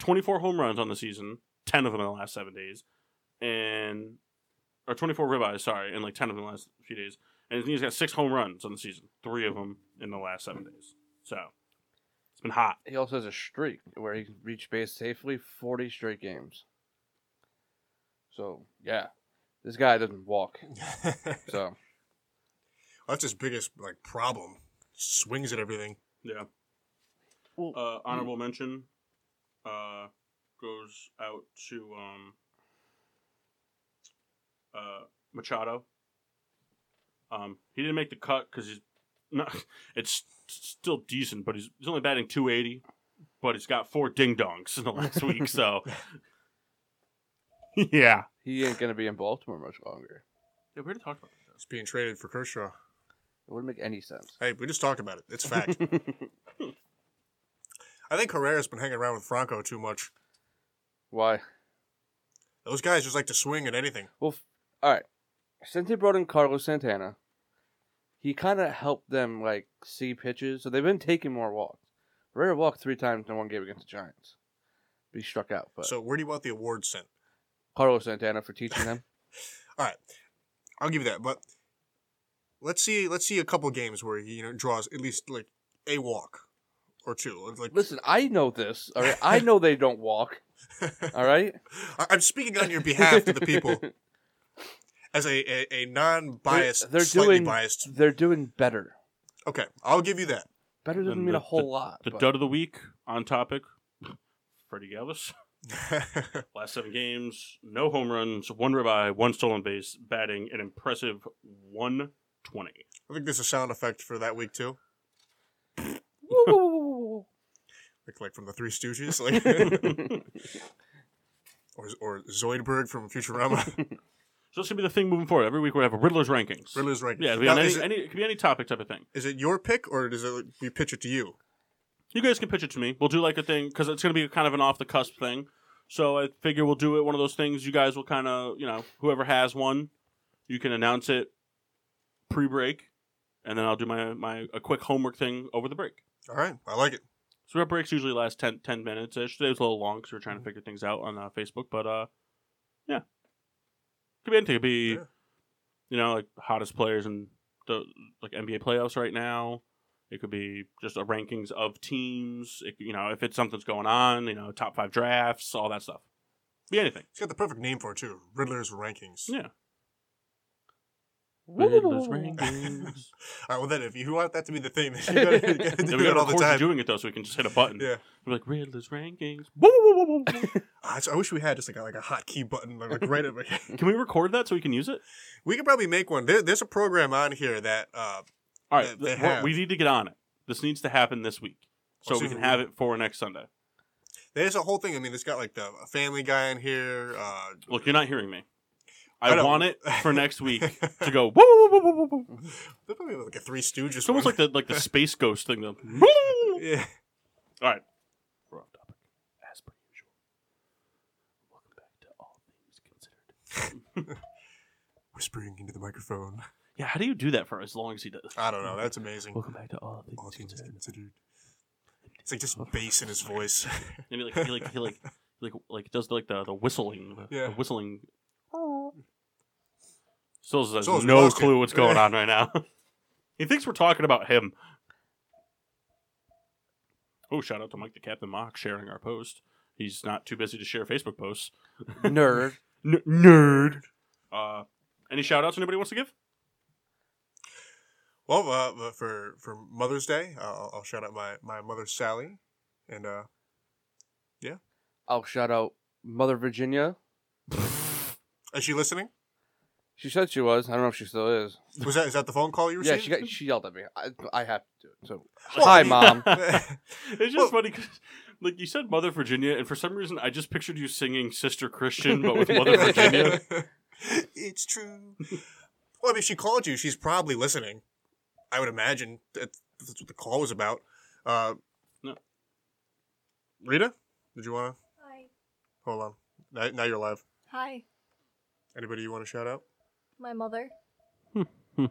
Speaker 1: 24 home runs on the season, 10 of them in the last seven days, and, or 24 ribeyes, sorry, and like 10 of them in the last few days. And he's got six home runs on the season, three of them in the last seven days. So it's been hot.
Speaker 2: He also has a streak where he can reach base safely 40 straight games. So, yeah. This guy doesn't walk.
Speaker 1: <laughs>
Speaker 2: So,
Speaker 4: That's his biggest like problem. Swings at everything.
Speaker 1: Yeah.
Speaker 2: Well-
Speaker 1: uh, honorable mention uh, goes out to um, uh, Machado. Um, he didn't make the cut because he's not. <laughs> It's still decent, but he's, he's only batting 280, but he's got four ding dongs in the <laughs> last week. So, yeah.
Speaker 2: he ain't going to be in Baltimore much longer.
Speaker 1: Yeah, we already talked about this.
Speaker 4: It's being traded for Kershaw.
Speaker 2: It wouldn't make
Speaker 1: <laughs>
Speaker 2: any sense.
Speaker 4: Hey, we just talked about it. It's fact. I think Herrera's been hanging around with Franco too much.
Speaker 2: <laughs> Why?
Speaker 4: Those guys just like to swing at anything.
Speaker 2: Well, f- all right. Since they brought in Carlos Santana, he kind of helped them like see pitches, so they've been taking more walks. Herrera walked three times in one game against the Giants. He struck out, but
Speaker 4: So where do you want the award sent?
Speaker 2: Carlos Santana for teaching them.
Speaker 4: I'll give you that, but let's see let's see a couple games where he you know draws at least like a walk or two.
Speaker 2: <laughs>
Speaker 4: It's Like
Speaker 2: Listen, I know this. All right,
Speaker 4: <laughs>
Speaker 2: I know they don't walk. All right,
Speaker 4: I- I'm speaking on your behalf to the people as a, a, a non-biased,
Speaker 2: They're- they're
Speaker 4: slightly
Speaker 2: doing-
Speaker 4: biased.
Speaker 2: <laughs> They're doing better.
Speaker 4: Okay, I'll give you that. <laughs>
Speaker 2: Better doesn't
Speaker 1: Then
Speaker 2: mean
Speaker 1: the-
Speaker 2: a whole lot.
Speaker 1: The
Speaker 2: but-
Speaker 1: dud of the week on topic Freddie Galvis. Last seven games, no home runs, one ribeye, one stolen base, batting an impressive 120.
Speaker 4: I think there's a sound effect for that week too,
Speaker 2: Woo, woo, woo, woo, woo, woo.
Speaker 4: like like from the Three Stooges, like
Speaker 2: <laughs>
Speaker 4: or or Zoidberg from
Speaker 2: <laughs>
Speaker 4: Futurama.
Speaker 1: So this could be the thing moving forward. Every week we have a Riddler's rankings.
Speaker 4: Riddler's right.
Speaker 1: Yeah, it'll be
Speaker 4: Now,
Speaker 1: on any,
Speaker 4: is, it,
Speaker 1: any, it could be any topic type of thing.
Speaker 4: is it your pick or does it like, we pitch it to you?
Speaker 1: You guys can pitch it to me. We'll do like a thing because it's going to be kind of an off the cusp thing. So I figure we'll do it one of those things. You guys will kind of, you know, whoever has one, you can announce it pre break, and then I'll do my my a quick homework thing over the break.
Speaker 4: All right, I like it.
Speaker 1: So our breaks usually last 10, 10 minutes. ish. Today was a little long because we are trying to
Speaker 4: Mm-hmm.
Speaker 1: figure things out on uh, Facebook, but uh, yeah, could be anything. Could be,
Speaker 4: Yeah.
Speaker 1: you know, like hottest players in the like NBA playoffs right now. It could be just a rankings of teams. It, you know, if it's something's going on, you know, top five drafts, all that stuff. Be anything.
Speaker 4: It's got the perfect name for it too. Riddler's rankings.
Speaker 1: Yeah.
Speaker 2: Woo, woo, woo,
Speaker 1: Riddler's
Speaker 2: woo, woo.
Speaker 1: <laughs> rankings.
Speaker 4: All right, well then, if you want that to be the thing, then
Speaker 1: <laughs>
Speaker 4: you gotta, <laughs> you gotta do
Speaker 1: yeah, we
Speaker 4: it
Speaker 1: gotta
Speaker 4: all the
Speaker 1: record you
Speaker 4: time.
Speaker 1: doing it though, so we can just hit a button.
Speaker 4: Yeah,
Speaker 1: We're like Riddler's rankings.
Speaker 2: Woo, woo, woo, woo, woo.
Speaker 4: Ah, so I wish we had just like a, like a hotkey button like
Speaker 1: <laughs>
Speaker 4: right over here.
Speaker 1: Can we record that so we can use it?
Speaker 4: We could probably make one. There, there's a program on here that uh,
Speaker 1: All
Speaker 4: that they
Speaker 1: right, th- we're-
Speaker 4: have. Oh,
Speaker 1: we need to get on it. This needs to happen this week, so
Speaker 4: Let's
Speaker 1: we
Speaker 4: see if
Speaker 1: can
Speaker 4: it
Speaker 1: have it for next Sunday.
Speaker 4: there's a whole thing. I mean, it's got like the Family Guy in here. Uh, <laughs>
Speaker 1: Look, you're not hearing me.
Speaker 4: I
Speaker 1: I,
Speaker 4: know.
Speaker 1: want it
Speaker 4: <laughs>
Speaker 1: for next week to go. Woo, woo, woo, woo, woo, woo.
Speaker 4: there's probably like a Three Stooges.
Speaker 1: It's almost
Speaker 4: one.
Speaker 1: like the like the space ghost thing. Though.
Speaker 4: <laughs>
Speaker 1: <laughs>
Speaker 4: yeah.
Speaker 1: All right, we're off topic as per usual. Welcome back to all things considered.
Speaker 4: whispering into the microphone.
Speaker 1: Yeah, how do you do that for as long as he does?
Speaker 4: I don't know. That's amazing.
Speaker 1: Welcome back to all things,
Speaker 4: All things
Speaker 1: considered.
Speaker 4: considered. It's like just bass in his
Speaker 1: <laughs>
Speaker 4: voice.
Speaker 1: And he like he like
Speaker 4: <laughs>
Speaker 1: he like like like does like the the whistling the,
Speaker 4: Yeah.
Speaker 1: the whistling. Still has
Speaker 4: Still has
Speaker 1: no
Speaker 4: lost it.
Speaker 1: clue
Speaker 4: <laughs>
Speaker 1: what's going on right now. <laughs> he thinks we're talking about him. Oh, shout out to Mike the Captain Mock sharing our post. He's not too busy to share Facebook posts.
Speaker 2: Nerd.
Speaker 1: N- nerd. Uh, any shout outs anybody wants to give?
Speaker 4: Well, uh, for for Mother's Day, I'll, I'll shout out my my mother Sally, and uh,
Speaker 2: I'll shout out Mother Virginia.
Speaker 4: is she listening?
Speaker 2: She said she was. I don't know if she still is.
Speaker 4: Was that is that the phone call you
Speaker 2: Yeah,
Speaker 4: received?
Speaker 2: she got, she yelled at me. I, I have to do it. So
Speaker 4: Well,
Speaker 2: hi,
Speaker 4: you- <laughs>
Speaker 2: mom.
Speaker 1: <laughs> it's
Speaker 4: Well-
Speaker 1: just funny 'cause funny because, like, you said Mother Virginia, and for some reason, I just pictured you singing Sister Christian, but
Speaker 4: <laughs>
Speaker 1: with Mother Virginia.
Speaker 4: it's true. Well, I mean, if she called you. She's probably listening. I would imagine that that's what the call was about. Uh,
Speaker 1: No.
Speaker 4: Rita, did you want to
Speaker 5: Hi.
Speaker 4: hold on? Now, now you're live.
Speaker 5: Hi.
Speaker 4: Anybody you want to shout out?
Speaker 5: My mother.
Speaker 1: Hmm.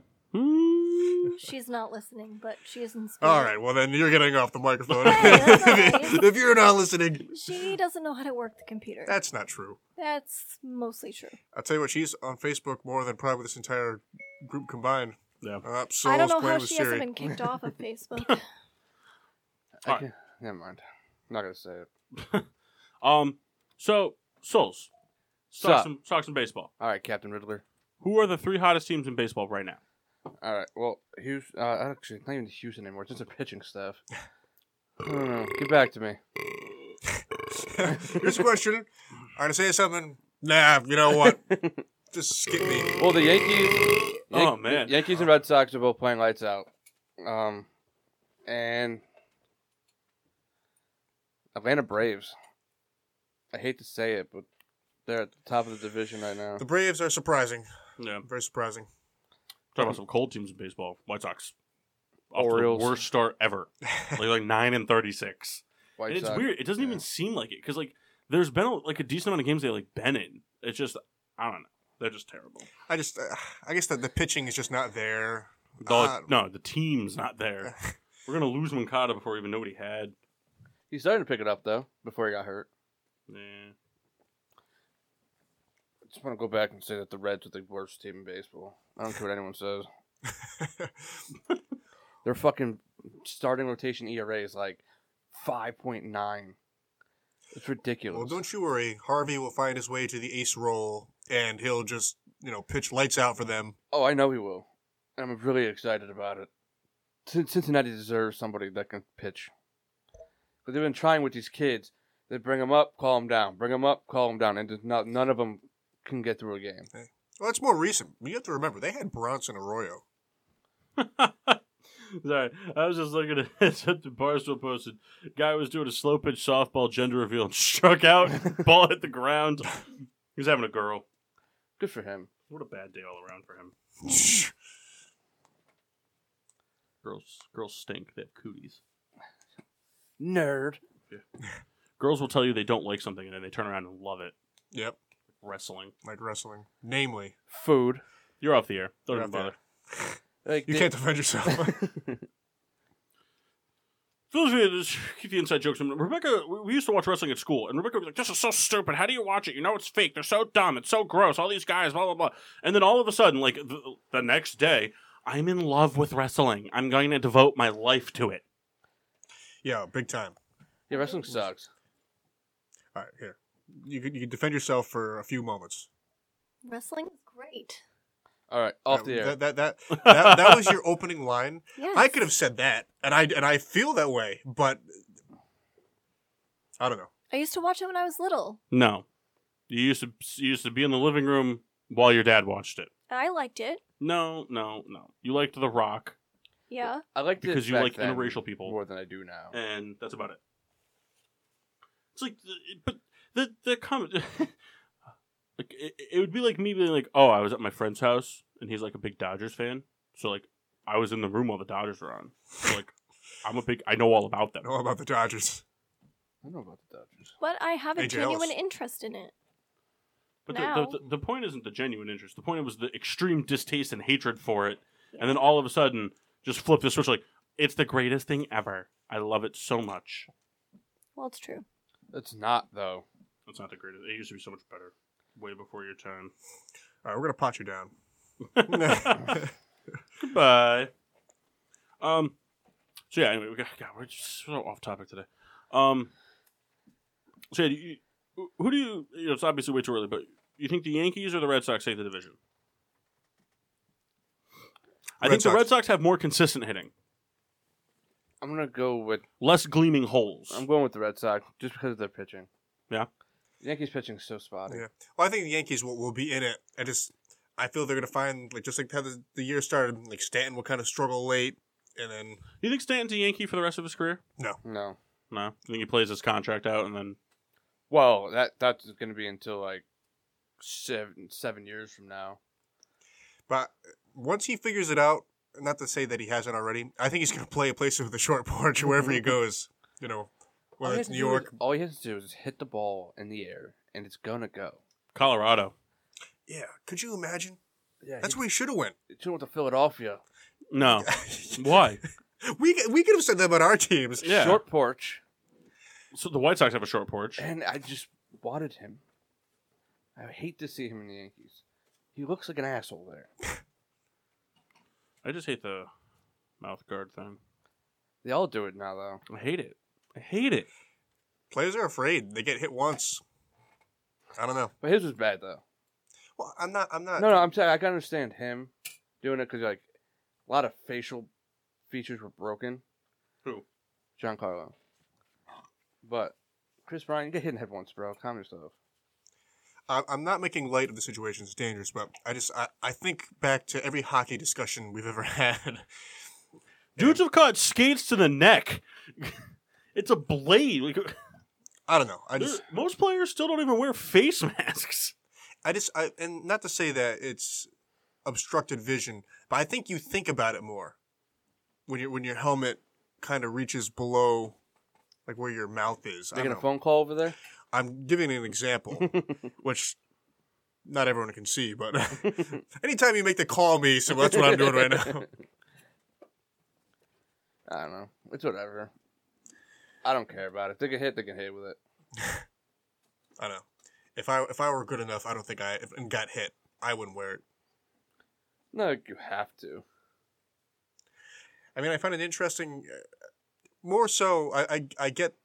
Speaker 5: She's not listening, but she is in spirit.
Speaker 4: All right. Well, then you're getting off the
Speaker 5: <laughs>
Speaker 4: microphone.
Speaker 5: Hey, that's all
Speaker 4: <laughs>
Speaker 5: right.
Speaker 4: if you're not listening,
Speaker 5: She doesn't know how to work the computer.
Speaker 4: that's not true.
Speaker 5: That's mostly true.
Speaker 4: I'll tell you what, she's on Facebook more than probably this entire group combined.
Speaker 1: Yeah.
Speaker 4: Uh,
Speaker 5: I don't
Speaker 4: Sol's
Speaker 5: know
Speaker 4: playing
Speaker 5: how
Speaker 4: with
Speaker 5: she
Speaker 4: Siri.
Speaker 5: hasn't been kicked
Speaker 4: <laughs>
Speaker 5: off of Facebook.
Speaker 2: I
Speaker 1: Hi.
Speaker 2: can't- Never mind. I'm not gonna say it.
Speaker 1: Um. So, Souls,
Speaker 2: Sup?
Speaker 1: socks and, socks and baseball.
Speaker 2: All right, Captain Riddler.
Speaker 1: Who are the three hottest teams in baseball right now?
Speaker 2: All right. Well, Hughes. Uh, actually, it's not even Houston anymore. It's just a pitching
Speaker 1: <laughs>
Speaker 2: staff. I don't know. Get back to me.
Speaker 4: <laughs> Here's a question. I'm gonna say something. Nah, you know what? Just skip me.
Speaker 2: Well, the Yankees.
Speaker 1: Oh, man.
Speaker 2: Yankees and Red Sox are both playing lights out. Um, and Atlanta Braves. I hate to say it, but they're at the top of the division right now.
Speaker 4: The Braves are surprising.
Speaker 1: Yeah.
Speaker 4: Very surprising.
Speaker 1: Talk about some cold teams in baseball. White Sox. Off to the
Speaker 2: Mm-hmm. Orioles.
Speaker 1: worst start
Speaker 2: <laughs>
Speaker 1: ever. Like, like nine and thirty six.
Speaker 2: White
Speaker 1: And it's
Speaker 2: Sox.
Speaker 1: weird. It doesn't
Speaker 2: yeah.
Speaker 1: even seem like it because like there's been a, like a decent amount of games they like been in. It's just I don't know. They're just terrible.
Speaker 4: I just, uh, I guess that the pitching is just not there. <laughs>
Speaker 1: The-
Speaker 4: Uh,
Speaker 1: no, the team's not there. We're gonna lose Mancada before we even know what he had.
Speaker 2: He started to pick it up though before he got hurt.
Speaker 1: Yeah.
Speaker 2: I just want to go back and say that the Reds are the worst team in baseball. I don't care what anyone says. Their fucking starting rotation ERA is like five point nine. It's ridiculous.
Speaker 4: well, don't you worry. Harvey will find his way to the ace role, and he'll just, you know, pitch lights out for them.
Speaker 2: Oh, I know he will. I'm really excited about it. Cin- Cincinnati deserves somebody that can pitch. But they've been trying with these kids. They bring them up, call them down. Bring them up, call them down, and just not, none of them can get through a game.
Speaker 4: Well, that's more recent. You have to remember they had Bronson Arroyo. <laughs>
Speaker 1: <laughs> Sorry, I was just looking at <laughs> it's at the Barstool posted. Guy was doing a slow pitch softball gender reveal and <laughs> struck out. ball hit the ground. He was having a girl.
Speaker 2: Good for him.
Speaker 1: What a bad day all around for him.
Speaker 4: That's
Speaker 1: Girls, girls stink. They have cooties.
Speaker 2: Nerd.
Speaker 1: Girls will tell you they don't like something and then they turn around and love it.
Speaker 4: Yep,
Speaker 1: Wrestling.
Speaker 4: like wrestling. Namely,
Speaker 2: Food.
Speaker 1: You're off the air. Don't
Speaker 4: You're
Speaker 1: even
Speaker 4: off the
Speaker 1: bother.
Speaker 2: Like
Speaker 4: you
Speaker 2: they-
Speaker 4: can't defend yourself. <laughs>
Speaker 1: For those of you that just keep <laughs> the inside jokes. in mind, Rebecca, we- we used to watch wrestling at school, and Rebecca was like, "This is so stupid. How do you watch it? You know it's fake. They're so dumb. It's so gross. All these guys, blah blah blah." And then all of a sudden, like the, the next day, I'm in love with wrestling. I'm going to devote my life to it.
Speaker 4: yeah, big time.
Speaker 2: yeah, wrestling sucks.
Speaker 4: All right, here. You can, you can defend yourself for a few moments.
Speaker 5: Wrestling is great.
Speaker 2: All right, off
Speaker 4: That-
Speaker 2: the air.
Speaker 4: Uh, That that, that, that that was your opening
Speaker 2: <laughs>
Speaker 4: line.
Speaker 5: Yes.
Speaker 4: I could have said that, and I and I feel that way, but I don't know.
Speaker 5: I used to watch it when I was little.
Speaker 1: No, you used to you used to be in the living room while your dad watched it.
Speaker 5: I liked it.
Speaker 1: No, no, no. You liked The Rock,
Speaker 5: Yeah.
Speaker 2: I liked it
Speaker 1: because you
Speaker 2: back
Speaker 1: like
Speaker 2: then
Speaker 1: interracial people.
Speaker 2: more than I do now.
Speaker 1: and that's about it. It's like, the- but the the comment, <laughs> like it, it would be like me being like, oh, I was at my friend's house and he's like a big Dodgers fan, so like I was in the room while the Dodgers were on. So, like I'm a big, I know all about them.
Speaker 4: I know about the Dodgers.
Speaker 2: I don't know about the Dodgers.
Speaker 5: But I have a
Speaker 4: AJ Ellis.
Speaker 5: genuine interest in it.
Speaker 1: But the,
Speaker 5: now-
Speaker 1: the, the, the point isn't the genuine interest. The point was the extreme distaste and hatred for it, and then all of a sudden just flip the switch like it's the greatest thing ever. I love it so much.
Speaker 5: Well, it's true.
Speaker 2: It's not though.
Speaker 1: That's not the greatest. It used to be so much better, way before your time.
Speaker 4: All right, we're gonna pot you
Speaker 2: <laughs>
Speaker 4: down. <laughs>
Speaker 1: <laughs> Goodbye. Um. So yeah. Anyway, we got, God, we're just so off topic today. Um. So yeah, you, who do you? You know, it's obviously way too early, but you think the Yankees or the Red Sox take the division? I
Speaker 4: Red
Speaker 1: think the
Speaker 4: Sox.
Speaker 1: Red Sox have more consistent hitting,
Speaker 2: I'm gonna go with
Speaker 1: less gleaming holes.
Speaker 2: I'm going with the Red Sox just because of their pitching.
Speaker 1: Yeah.
Speaker 2: Yankees pitching so spotty.
Speaker 4: Yeah. Well, I think the Yankees will, will be in it. I just I feel they're gonna find like just like how the, the year started. Like Stanton will kind of struggle late, and then
Speaker 1: you think Stanton's a Yankee for the rest of his career?
Speaker 2: No.
Speaker 1: No, I think he plays his contract out and then
Speaker 2: Well, that that's gonna be until like seven seven years from now.
Speaker 4: but once he figures it out, not to say that he hasn't already, I think he's gonna play a place <laughs> with the short porch wherever
Speaker 2: <laughs>
Speaker 4: he goes. You know,
Speaker 2: All
Speaker 4: whether
Speaker 2: he
Speaker 4: it's
Speaker 2: has to
Speaker 4: New
Speaker 2: do
Speaker 4: York.
Speaker 2: is- all he has to do is hit the ball in the air, and it's gonna go.
Speaker 1: Colorado.
Speaker 4: Yeah. Could you imagine?
Speaker 2: Yeah,
Speaker 4: That's where he should have went.
Speaker 2: you went to Philadelphia.
Speaker 4: <laughs>
Speaker 1: No, why?
Speaker 4: we could- we could have said that about our teams.
Speaker 1: Oh. Yeah,
Speaker 2: Short porch,
Speaker 1: so the White Sox have a short porch.
Speaker 2: and I just wanted him. I hate to see him in the Yankees. He looks like an asshole there.
Speaker 1: I just hate the mouth guard thing.
Speaker 2: They all do it now, though.
Speaker 1: I hate it. I hate <laughs> it.
Speaker 4: Players are afraid. They get hit once. I don't know.
Speaker 2: But his was bad though.
Speaker 4: Well, I'm not. I'm not.
Speaker 2: No, no, I'm saying I can understand him doing it because like a lot of facial features were broken.
Speaker 1: Who?
Speaker 2: John Carlo. But Chris Bryan, you get hit in the head once, bro. Calm yourself.
Speaker 4: I- I'm not making light of the situation. It's dangerous, but I just I, I think back to every hockey discussion we've ever <laughs> had.
Speaker 1: Dudes have caught skates to the neck. <laughs> it's a blade. Like,
Speaker 4: I don't know. I
Speaker 1: there-
Speaker 4: just
Speaker 1: <laughs> most players still don't even wear face <laughs> masks.
Speaker 4: I just I and not to say that it's obstructed vision, but I think you think about it more when your when your helmet kind of reaches below like where your mouth is. I
Speaker 2: Making
Speaker 4: don't
Speaker 2: a
Speaker 4: know.
Speaker 2: phone call over there.
Speaker 4: I'm giving an example, which not everyone can see, but <laughs> anytime you make the call me, so that's what I'm doing right now.
Speaker 2: I don't know. It's whatever. I don't care about it. If they get hit, they get hit with it.
Speaker 4: I know. If I if I were good enough, I don't think I if, and got hit, I wouldn't wear it.
Speaker 2: No, you have to.
Speaker 4: I mean, I find it interesting. uh, More so, I I, I get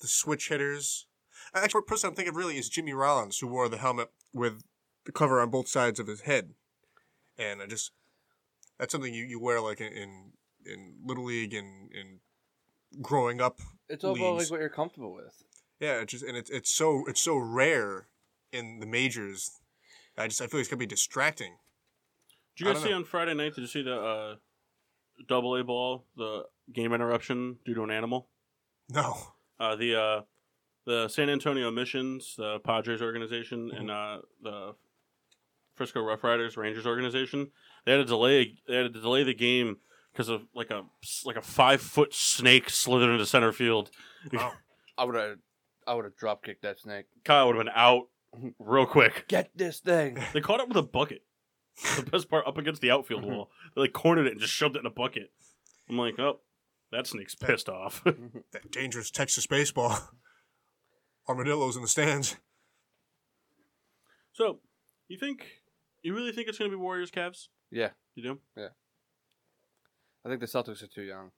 Speaker 4: the switch hitters. Actually, the person I'm thinking of really is Jimmy Rollins, who wore the helmet with the cover on both sides of his head, and I just that's something you, you wear like in in, in little league and in growing up.
Speaker 2: It's all about like
Speaker 4: Leagues.
Speaker 2: what you're comfortable with.
Speaker 4: Yeah, it just and it's it's so it's so rare in the majors. I just I feel it's gonna be distracting.
Speaker 1: Did you
Speaker 4: I
Speaker 1: guys
Speaker 4: don't
Speaker 1: see
Speaker 4: know.
Speaker 1: on Friday night? Did you see the uh, double A ball, the game interruption due to an animal?
Speaker 4: No,
Speaker 1: Uh, the uh, the San Antonio Missions, the Padres organization,
Speaker 4: Mm-hmm.
Speaker 1: and uh, the Frisco Rough Riders Rangers organization, they had to delay they had to delay the game because of like a like a five foot snake slithered into center field.
Speaker 4: Wow.
Speaker 2: I would have, I would have drop kicked that snake.
Speaker 1: Kyle would have been out real quick.
Speaker 2: Get this <laughs> thing.
Speaker 1: <laughs> They caught it with a bucket. The best part up against the outfield wall. They like cornered it and just shoved it in a bucket. I'm like, oh, that snake's pissed off. <laughs>
Speaker 4: that dangerous Texas baseball. <laughs> Armadillos in the stands.
Speaker 1: so, you think you really think it's going to be Warriors Cavs?
Speaker 2: yeah,
Speaker 1: You do?
Speaker 2: I think the Celtics are too young.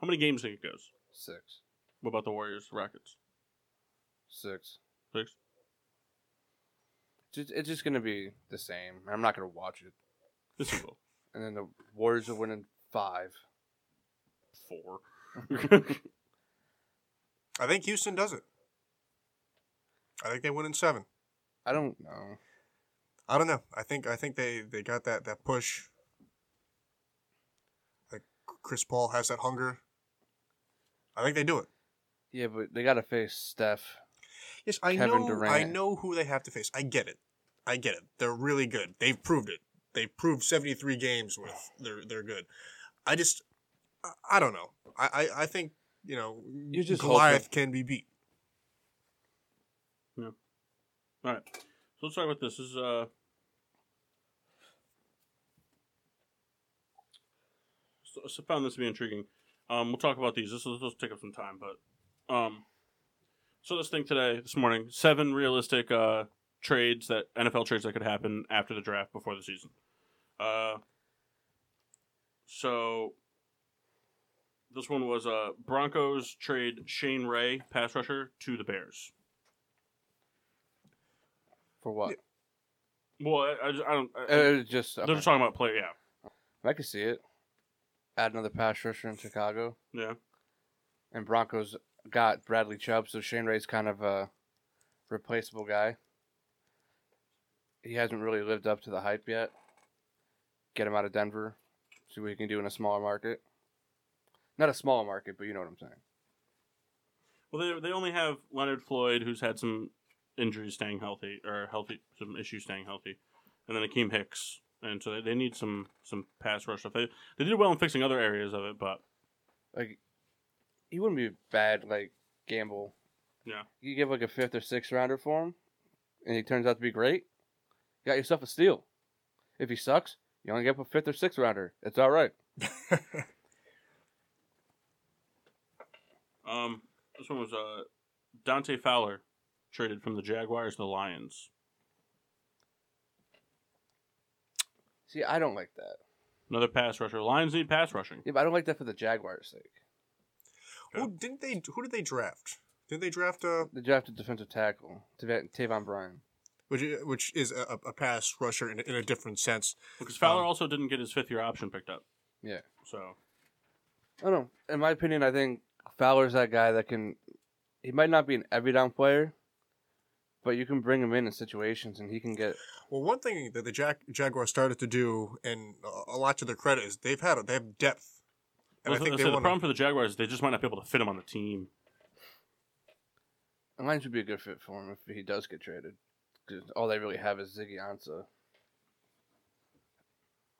Speaker 1: How many games do you think it goes?
Speaker 2: Six,
Speaker 1: What about the Warriors Rockets?
Speaker 2: six.
Speaker 1: Six.
Speaker 2: It's just, it's just gonna be the same. I'm not gonna watch it.
Speaker 1: This <laughs> will
Speaker 2: And then the Warriors are winning five.
Speaker 1: four.
Speaker 4: I think Houston does it. I think they win in seven.
Speaker 2: I don't know.
Speaker 4: I don't know. I think I think they they got that that push. Like Chris Paul has that hunger. I think they do it.
Speaker 2: Yeah, but they gotta face Steph.
Speaker 4: Yes, I
Speaker 2: Kevin
Speaker 4: know. I
Speaker 2: Durant.
Speaker 4: know who they have to face. I get it. I get it. They're really good. They've proved it. They've proved seventy three games worth. They're they're good. I just I, I don't know. I, I I think you know
Speaker 2: You're just
Speaker 4: Goliath can be beat.
Speaker 1: All right. So let's talk about this. This is uh so, so found this to be intriguing. Um, we'll talk about these. This will, this will take up some time, but um, so this thing today, this morning, seven realistic uh trades that NFL trades that could happen after the draft before the season. Uh, so this one was uh Broncos trade Shane Ray pass rusher to the Bears.
Speaker 2: For what?
Speaker 1: Well, I, I, just- I don't. I-
Speaker 2: It was just.
Speaker 1: They're
Speaker 2: okay.
Speaker 1: just talking about player. Yeah,
Speaker 2: Uh, I could see it. Add another pass rusher in Chicago,
Speaker 1: Yeah.
Speaker 2: and Broncos got Bradley Chubb, so Shane Ray's kind of a replaceable guy. He hasn't really lived up to the hype yet. Get him out of Denver, see what he can do in a smaller market. Not a smaller market, but you know what I'm saying.
Speaker 1: Well, they, they only have Leonard Floyd, who's had some injuries staying healthy, or healthy some issues staying healthy, and then Akeem Hicks. And so they, they need some some pass rush stuff. They, they did well in fixing other areas of it, but
Speaker 2: like he wouldn't be a bad like gamble.
Speaker 1: Yeah.
Speaker 2: You give like a fifth or sixth rounder for him, and he turns out to be great. You got yourself a steal. If he sucks, you only give up a fifth or sixth rounder. It's all right.
Speaker 1: um, this one was uh, Dante Fowler traded from the Jaguars to the Lions.
Speaker 2: See, I don't like that.
Speaker 1: Another pass rusher. Lions need pass rushing.
Speaker 2: Yeah, but I don't like that for the Jaguars' sake.
Speaker 4: Who didn't they? Who did they draft? Did they draft uh,
Speaker 2: They drafted defensive tackle Tav- Tavon Bryan.
Speaker 4: which uh, which is a, a pass rusher in, a- in a different sense?
Speaker 1: Because Fowler also didn't get his fifth year option picked up.
Speaker 2: Yeah.
Speaker 1: So
Speaker 2: I don't know. In my opinion, I think Fowler's that guy that can. He might not be an every down player, but you can bring him in in situations, and he can get
Speaker 4: Well, one thing that the Jack Jaguars started to do, and a- a lot to their credit, is they've had they have depth, and I
Speaker 1: Let's-
Speaker 4: think
Speaker 1: let's
Speaker 4: they
Speaker 1: say the
Speaker 4: want.
Speaker 1: problem
Speaker 4: to
Speaker 1: for the Jaguars is they just might not be able to fit him on the team.
Speaker 2: The Lions would be a good fit for him if he does get traded. 'Cause all they really have is Ziggy Ansah.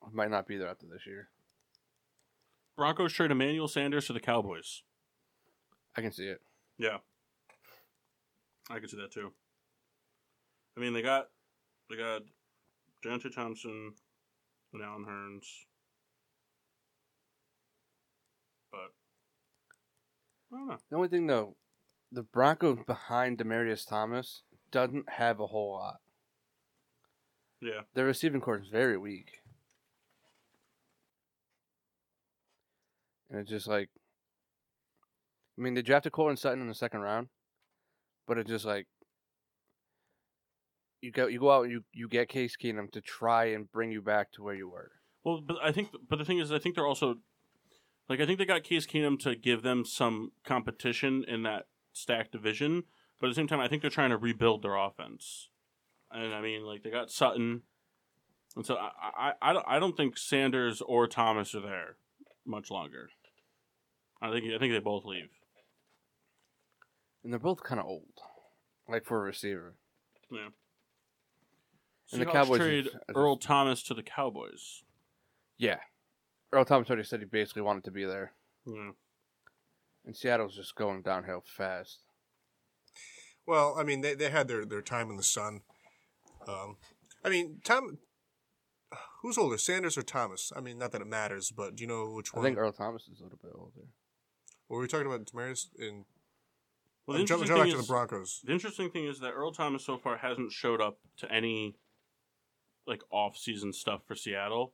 Speaker 2: He Might not be there after this year.
Speaker 1: Broncos trade Emmanuel Sanders to the Cowboys.
Speaker 2: I can see it.
Speaker 1: Yeah. I could see that too. I mean, they got they got Deontay Thompson and Alan Hearns, but I don't know.
Speaker 2: The only thing though, the Broncos behind Demarius Thomas doesn't have a whole lot.
Speaker 1: Yeah,
Speaker 2: Their receiving core is very weak. And it's just like I mean they drafted Colin Sutton in the second round, but it's just like you go you go out and you, you get Case Keenum to try and bring you back to where you were.
Speaker 1: well, but I think but the thing is, I think they're also like I think they got Case Keenum to give them some competition in that stacked division, but at the same time, I think they're trying to rebuild their offense. And I mean, like they got Sutton, and so I I, I, don't, I don't think Sanders or Thomas are there much longer. I think I think they both leave.
Speaker 2: And they're both kinda old. Like for a receiver. And the
Speaker 1: Seahawks
Speaker 2: Cowboys-
Speaker 1: trade Earl Thomas to the Cowboys.
Speaker 2: Yeah. Earl Thomas already said he basically wanted to be there.
Speaker 1: Yeah.
Speaker 2: And Seattle's just going downhill fast.
Speaker 4: well, I mean, they, they had their, their time in the sun. Um, I mean, Tom, who's older, Sanders or Thomas? I mean, not that it matters, but do you know which
Speaker 2: I
Speaker 4: one?
Speaker 2: think Earl Thomas is a little bit older.
Speaker 4: were we talking about Demarius and
Speaker 1: Well,
Speaker 4: I'm
Speaker 1: the
Speaker 4: jumping jumping
Speaker 1: interesting thing
Speaker 4: back to the
Speaker 1: is-
Speaker 4: Broncos?
Speaker 1: The interesting thing is that Earl Thomas so far hasn't showed up to any like off-season stuff for Seattle,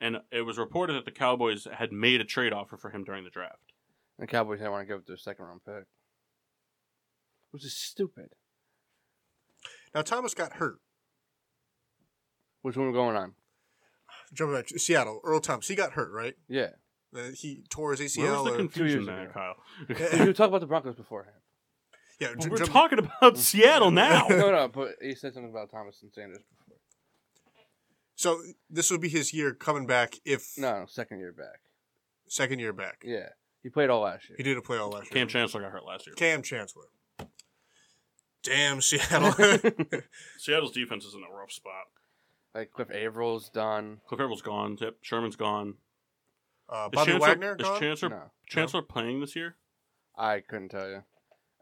Speaker 1: and it was reported that the Cowboys had made a trade offer for him during the draft.
Speaker 2: The Cowboys didn't want to give up their second round pick, which is stupid.
Speaker 4: Now Thomas got hurt.
Speaker 2: Which one we're going on?
Speaker 4: Jumping back to Seattle, Earl Thomas, he got hurt, right?
Speaker 2: Yeah,
Speaker 4: Uh, he tore his
Speaker 1: Where
Speaker 4: ACL.
Speaker 1: was the
Speaker 4: or-
Speaker 1: confusion
Speaker 2: years
Speaker 1: there,
Speaker 2: ago.
Speaker 1: Kyle?
Speaker 2: we were talking about the Broncos beforehand.
Speaker 4: yeah,
Speaker 1: Well,
Speaker 4: <laughs> ju-
Speaker 1: we're
Speaker 4: jump-
Speaker 1: talking about Seattle now.
Speaker 4: <laughs>
Speaker 2: no, no, but he said something about Thomas and Sanders before.
Speaker 4: So this would be his year coming back if
Speaker 2: No, no, second year back.
Speaker 4: second year back.
Speaker 2: Yeah, he played all last
Speaker 4: He
Speaker 2: year.
Speaker 4: didn't play all last year.
Speaker 1: Cam Chancellor got hurt last year.
Speaker 4: Cam Chancellor. Damn
Speaker 2: <laughs>
Speaker 4: Seattle.
Speaker 1: Seattle's defense is in a rough spot.
Speaker 2: Like Cliff Averill's done.
Speaker 1: Cliff Everill's gone. Yep, Sherman's gone.
Speaker 4: <laughs> Uh,
Speaker 1: Is
Speaker 4: Bobby
Speaker 1: Chancellor,
Speaker 4: Wagner
Speaker 1: is
Speaker 4: gone?
Speaker 1: Chancellor,
Speaker 2: No,
Speaker 1: Chancellor playing this year?
Speaker 2: I couldn't tell you.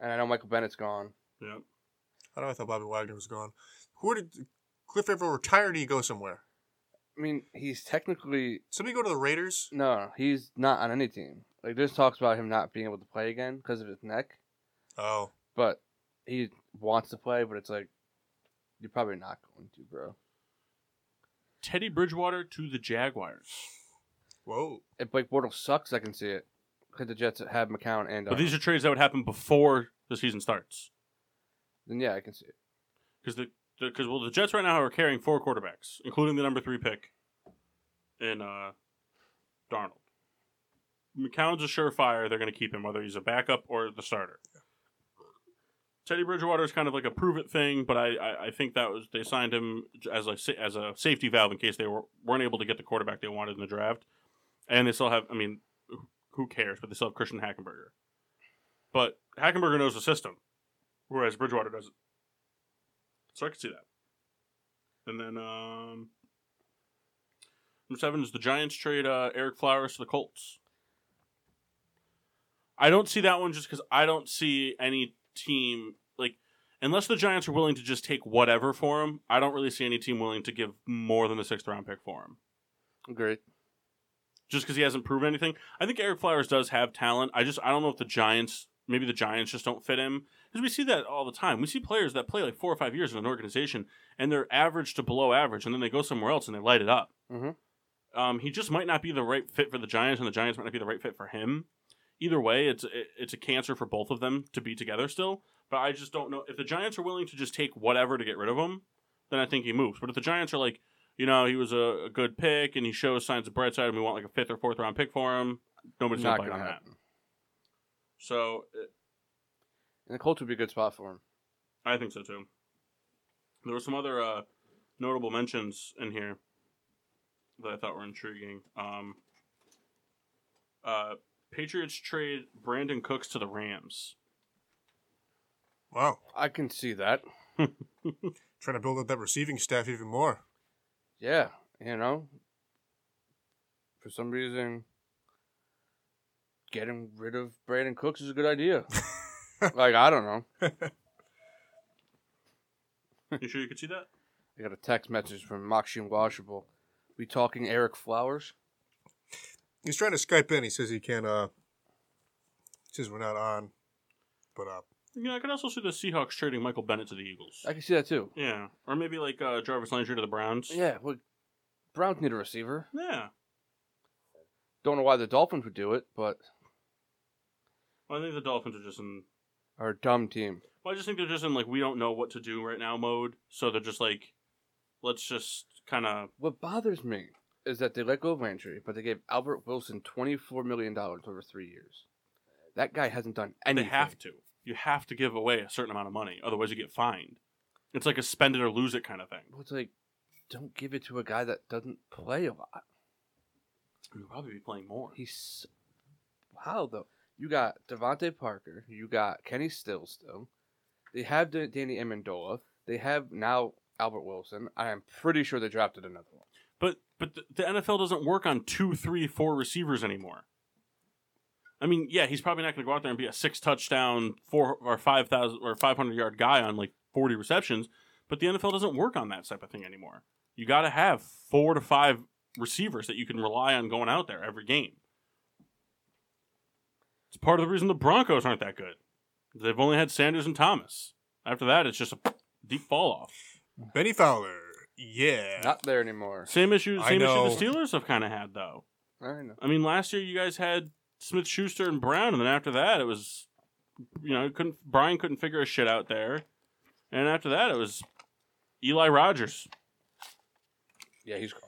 Speaker 2: And I know Michael Bennett's gone.
Speaker 1: Yeah.
Speaker 4: I don't know. I thought Bobby Wagner was gone. Who did Cliff Averill retire? Did he go somewhere?
Speaker 2: I mean, he's technically
Speaker 4: Somebody go to the Raiders?
Speaker 2: no, he's not on any team. Like there's talks about him not being able to play again because of his neck,
Speaker 4: Oh,
Speaker 2: but he wants to play. But it's like you're probably not going to, bro.
Speaker 1: Teddy Bridgewater to the Jaguars.
Speaker 4: whoa.
Speaker 2: if Blake Bortles sucks, I can see it. Because the Jets have McCown and uh,
Speaker 1: But
Speaker 2: Darnold.
Speaker 1: these are trades that would happen before the season starts.
Speaker 2: then yeah, I can see it.
Speaker 1: because the because well the Jets right now are carrying four quarterbacks, including the number three pick in uh Darnold. McCown's a surefire. They're going to keep him, whether he's a backup or the starter. Teddy Bridgewater is kind of like a prove it thing, but I, I, I think that was they signed him as a sa- as a safety valve in case they were, weren't able to get the quarterback they wanted in the draft, and they still have. I mean, who- who cares? But they still have Christian Hackenberger. But Hackenberger knows the system, whereas Bridgewater doesn't. So I can see that. And then um, number seven is the Giants trade uh, Eric Flowers to the Colts. I don't see that one just because I don't see any team like unless the Giants are willing to just take whatever for him. I don't really see any team willing to give more than the sixth round pick for him
Speaker 2: Great.
Speaker 1: just because he hasn't proven anything. I think Eric Flowers does have talent. I just I don't know if the Giants maybe the Giants just don't fit him because we see that all the time. We see players that play like four or five years in an organization and they're average to below average, and then they go somewhere else and they light it up.
Speaker 2: Mhm.
Speaker 1: Um, he just might not be the right fit for the Giants, and the Giants might not be the right fit for him. Either way, it's it, it's a cancer for both of them to be together still. But I just don't know if the Giants are willing to just take whatever to get rid of him. Then I think he moves. But if the Giants are like, you know, he was a, a good pick and he shows signs of bright side, and we want like a fifth or fourth round pick for him, nobody's
Speaker 2: Not
Speaker 1: gonna bite
Speaker 2: gonna
Speaker 1: on that.
Speaker 2: happen.
Speaker 1: So uh,
Speaker 2: And the Colts would be a good spot for him.
Speaker 1: I think so too. There were some other uh, notable mentions in here that I thought were intriguing. Um, uh, Patriots trade Brandon Cooks to the Rams.
Speaker 4: Wow.
Speaker 2: I can see that.
Speaker 4: Trying to build up that receiving staff even more.
Speaker 2: Yeah, you know. For some reason, getting rid of Brandon Cooks is a good idea. like I don't know. Hmm.
Speaker 1: you sure you could see that?
Speaker 2: I got a text message from Moxion Washable. We talking Eric Flowers?
Speaker 4: He's trying to Skype in. He says he can't. Uh, says we're not on. But uh,
Speaker 1: Yeah, I could also see the Seahawks trading Michael Bennett to the Eagles.
Speaker 2: I can see that too.
Speaker 1: yeah, or maybe like uh, Jarvis Landry to the Browns.
Speaker 2: Yeah, well, Browns need a receiver.
Speaker 1: Yeah.
Speaker 2: Don't know why the Dolphins would do it, but
Speaker 1: Well, I think the Dolphins are just in.
Speaker 2: are a dumb team.
Speaker 1: Well, I just think they're just in like we don't know what to do right now mode. So they're just like, let's just kind of
Speaker 2: What bothers me is that they let go of Landry, but they gave Albert Wilson twenty-four million dollars over three years. That guy hasn't done anything.
Speaker 1: They have to. You have to give away a certain amount of money, otherwise you get fined. It's like a spend it or lose it kind of thing.
Speaker 2: Well, it's like, don't give it to a guy that doesn't play a lot.
Speaker 1: You'll probably be playing more.
Speaker 2: He's wow though. You got Devontae Parker. You got Kenny Stills still. They have Dan- Danny Amendola. They have now Albert Wilson. I am pretty sure they drafted another one.
Speaker 1: But but the, the NFL doesn't work on two, three, four receivers anymore. I mean, yeah, he's probably not going to go out there and be a six touchdown, four or five thousand or five hundred yard guy on like forty receptions. But the NFL doesn't work on that type of thing anymore. You got to have four to five receivers that you can rely on going out there every game. It's part of the reason the Broncos aren't that good. They've only had Sanders and Thomas. After that, it's just a deep fall off.
Speaker 4: Benny Fowler. Yeah.
Speaker 2: Not there anymore.
Speaker 1: Same issue.
Speaker 4: I
Speaker 1: Same
Speaker 4: know.
Speaker 1: issue the Steelers have kind of had though.
Speaker 2: I know.
Speaker 1: I mean, last year you guys had Smith Schuster and Brown, and then after that it was, you know, it couldn't Brian couldn't figure a shit out there, and after that it was Eli Rogers.
Speaker 2: Yeah, he's gone.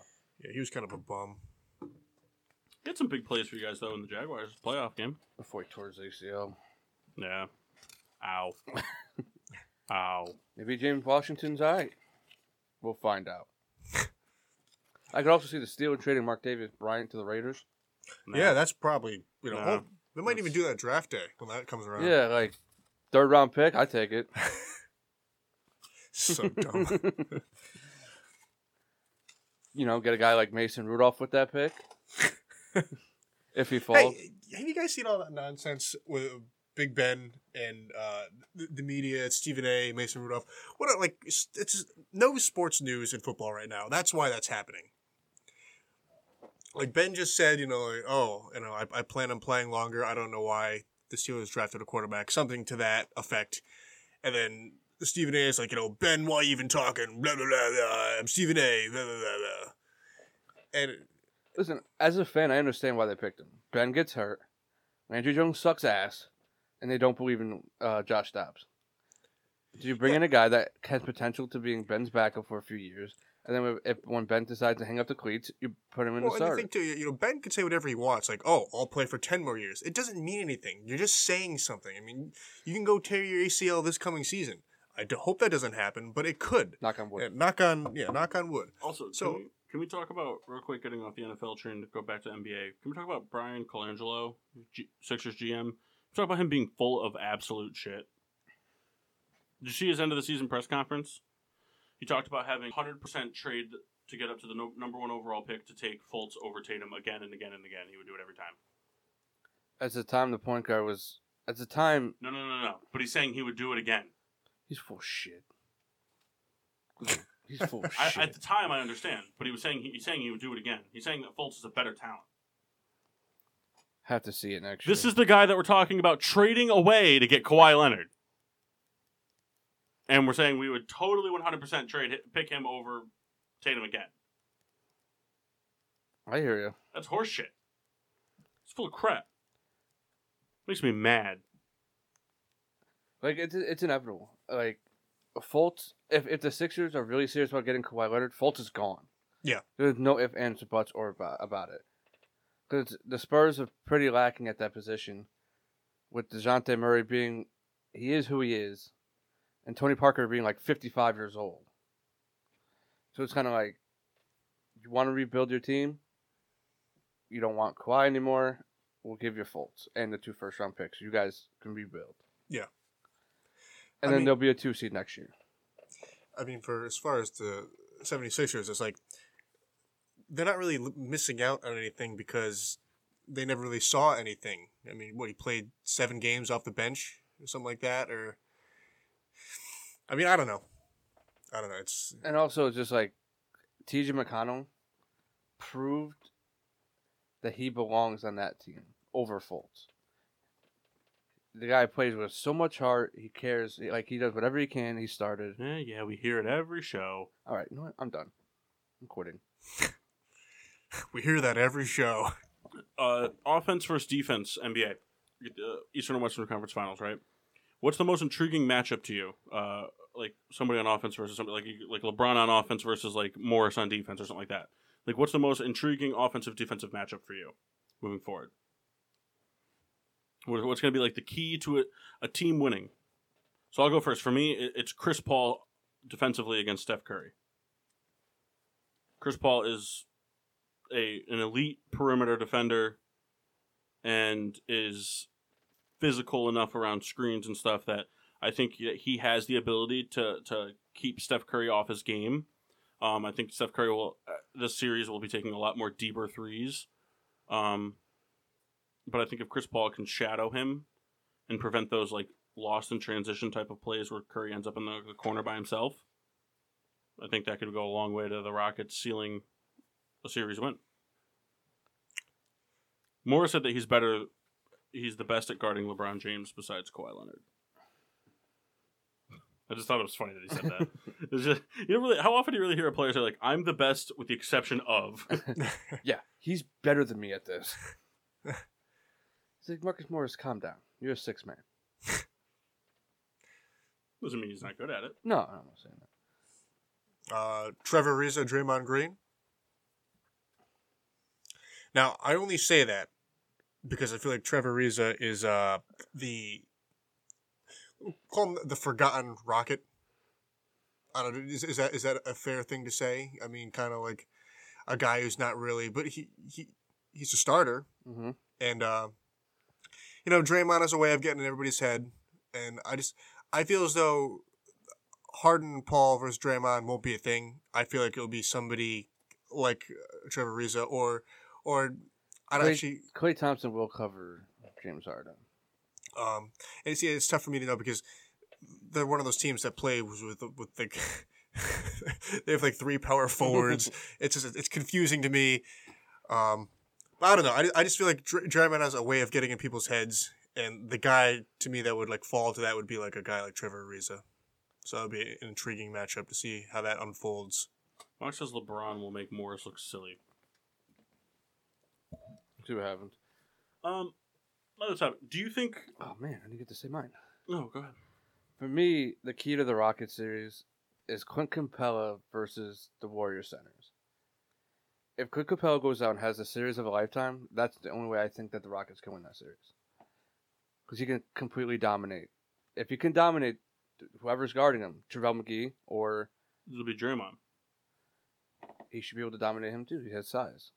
Speaker 4: yeah, he was kind of a bum.
Speaker 1: He had some big plays for you guys though in the Jaguars playoff game.
Speaker 2: Before he tore his ACL.
Speaker 1: Yeah. Ow. Ow.
Speaker 2: Maybe James Washington's all right. We'll find out. I could also see the Steelers trading Mark Davis Bryant to the Raiders.
Speaker 1: No.
Speaker 4: Yeah, that's probably you know.
Speaker 1: No.
Speaker 4: oh, they might even
Speaker 1: That's-
Speaker 4: do that draft day when that comes around.
Speaker 2: Yeah, like third round pick, I take it.
Speaker 1: <laughs>
Speaker 4: So dumb.
Speaker 2: <laughs> You know, get a guy like Mason Rudolph with
Speaker 4: <laughs>
Speaker 2: that pick. if he falls.
Speaker 4: hey, have you guys seen all that nonsense with Big Ben and uh, the, the media, Stephen A, Mason Rudolph? What a, like it's, it's no sports news in football right now. That's why that's happening. Like Ben just said, you know, like, oh, you know, I, I plan on playing longer. I don't know why the Steelers drafted a quarterback, something to that effect. And then Stephen A is like, you know, Ben, why you even talking? Blah blah blah. blah. I'm Stephen A. Blah blah blah. blah. And
Speaker 2: Listen, as a fan, I understand why they picked him. Ben gets hurt. Landry Jones sucks ass. And they don't believe in uh, Josh Dobbs. Do you bring in a guy that has potential to being Ben's backup for a few years And then we- if when Ben decides to hang up the cleats, you put him in
Speaker 4: Well,
Speaker 2: the
Speaker 4: and I
Speaker 2: starter.
Speaker 4: think too, you know, Ben could say whatever he wants. Like, oh, I'll play for ten more years. It doesn't mean anything. You're just saying something. I mean, you can go tear your ACL this coming season. I d- hope that doesn't happen, but it could.
Speaker 2: Knock on wood.
Speaker 4: Yeah, knock on, yeah, knock on wood.
Speaker 1: Also,
Speaker 4: So-
Speaker 1: can, we, can we talk about real quick getting off the NFL train to go back to NBA? Can we talk about Brian Colangelo, G- Sixers GM? Talk about him being full of absolute shit. Did you see his end of the season press conference? He talked about having 100% trade to get up to the no- number one overall pick to take Fultz over Tatum again and again and again. He would do it every time.
Speaker 2: At the time, the point guard was. At the time,
Speaker 1: No, no, no, no. But he's saying he would do it again.
Speaker 2: he's full
Speaker 1: <laughs>
Speaker 2: of shit. he's full of
Speaker 1: I,
Speaker 2: shit.
Speaker 1: at the time, I understand. But he was saying he, he's saying he would do it again. He's saying that Fultz is a better talent.
Speaker 2: Have to see it next
Speaker 1: This
Speaker 2: year.
Speaker 1: is the guy that we're talking about trading away to get Kawhi Leonard. And we're saying we would totally 100% trade hi- pick him over Tatum again.
Speaker 2: I hear you.
Speaker 1: That's horseshit. It's full of crap. Makes me mad.
Speaker 2: Like it's it's inevitable. Like Fultz, if if the Sixers are really serious about getting Kawhi Leonard, Fultz is gone.
Speaker 4: Yeah.
Speaker 2: there's no if ands or buts or about, about it. Because the Spurs are pretty lacking at that position, with Dejounte Murray being he is who he is, and Tony Parker being like 55 years old. So it's kind of like you want to rebuild your team. You don't want Kawhi anymore. We'll give you Fultz and the two first round picks. You guys can rebuild.
Speaker 4: Yeah. I
Speaker 2: And then
Speaker 4: mean-
Speaker 2: there'll be a two seed next year.
Speaker 4: I mean, for as far as the 76ers, it's like they're not really l- missing out on anything because they never really saw anything. I mean, what he played seven games off the bench or something like that, or I mean, I don't know. I don't know. It's
Speaker 2: And also, it's just like TJ McConnell proved that he belongs on that team over Fultz. The guy plays with so much heart. He cares. He- Like, he does whatever he can. He started.
Speaker 1: Yeah, Eh, yeah, we hear it every show.
Speaker 2: All right. You know what? I'm done. I'm quitting.
Speaker 4: we hear that every show. <laughs>
Speaker 1: Uh, offense versus defense, NBA. Uh, Eastern and Western Conference Finals, right? What's the most intriguing matchup to you? Uh, like somebody on offense versus somebody like like LeBron on offense versus like Morris on defense or something like that. Like, what's the most intriguing offensive defensive matchup for you moving forward? What- What's going to be like the key to a, a team winning? So I'll go first. For me, it- it's Chris Paul defensively against Steph Curry. Chris Paul is a an elite perimeter defender and is physical enough around screens and stuff that I think that he has the ability to to keep Steph Curry off his game. Um, I think Steph Curry will uh, this series will be taking a lot more deeper threes. Um, but I think if Chris Paul can shadow him and prevent those like lost in transition type of plays where Curry ends up in the, the corner by himself, I think that could go a long way to the Rockets sealing a series win. Moore said that he's better. He's the best at guarding LeBron James besides Kawhi Leonard. I just thought it was funny that he said that. It's just- you don't really, how often do you really hear a player say like, "I'm the best with the exception of"? <laughs>
Speaker 2: Yeah. He's better than me at this. He's like, Marcus Morris, calm down. You're a six man.
Speaker 1: Doesn't mean he's not good at it.
Speaker 2: No, I'm not saying that.
Speaker 4: Uh, Trevor Reza, Draymond Green. Now, I only say that because I feel like Trevor Reza is uh, the call him the forgotten rocket. I don't know. Is, is that is that a fair thing to say? I mean, kind of like a guy who's not really, but he he he's a starter.
Speaker 2: Mm-hmm.
Speaker 4: And uh, you know, Draymond is a way of getting in everybody's head, and I just I feel as though Harden, Paul versus Draymond won't be a thing. I feel like it'll be somebody like uh, Trevor Reza or or I don't
Speaker 2: Clay,
Speaker 4: actually.
Speaker 2: Clay Thompson will cover James Harden.
Speaker 4: Um, and it's, yeah, it's tough for me to know because they're one of those teams that play with with, with the. <laughs> they have like three power forwards. it's just, it's confusing to me. Um, but I don't know. I, I just feel like Dr- Draymond has a way of getting in people's heads, and the guy to me that would like fall to that would be like a guy like Trevor Ariza. So that would be an intriguing matchup to see how that unfolds.
Speaker 1: Mark says LeBron will make Morris look silly.
Speaker 2: See what happens.
Speaker 1: Um, another topic. Do you think?
Speaker 2: Oh man, I didn't get to say mine.
Speaker 1: No, go ahead.
Speaker 2: For me, the key to the Rocket series is Clint Capella versus the Warrior centers. If Clint Capella goes out and has a series of a lifetime, that's the only way I think that the Rockets can win that series. Because he can completely dominate. If he can dominate whoever's guarding him, Travell McGee, or
Speaker 1: It'll be Draymond.
Speaker 2: he should be able to dominate him too. He has size.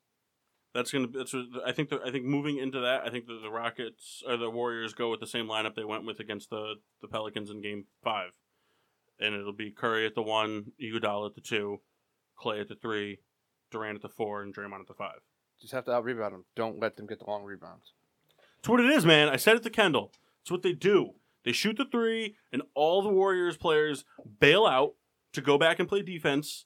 Speaker 1: That's gonna. That's. what- I think. The, I think moving into that, I think that the Rockets or the Warriors go with the same lineup they went with against the the Pelicans in Game Five, and it'll be Curry at the one, Iguodala at the two, Clay at the three, Durant at the four, and Draymond at the five.
Speaker 2: Just have to out rebound him. Don't let them get the long rebounds.
Speaker 1: It's what it is, man. I said it to Kendall. It's what they do. They shoot the three, and all the Warriors players bail out to go back and play defense.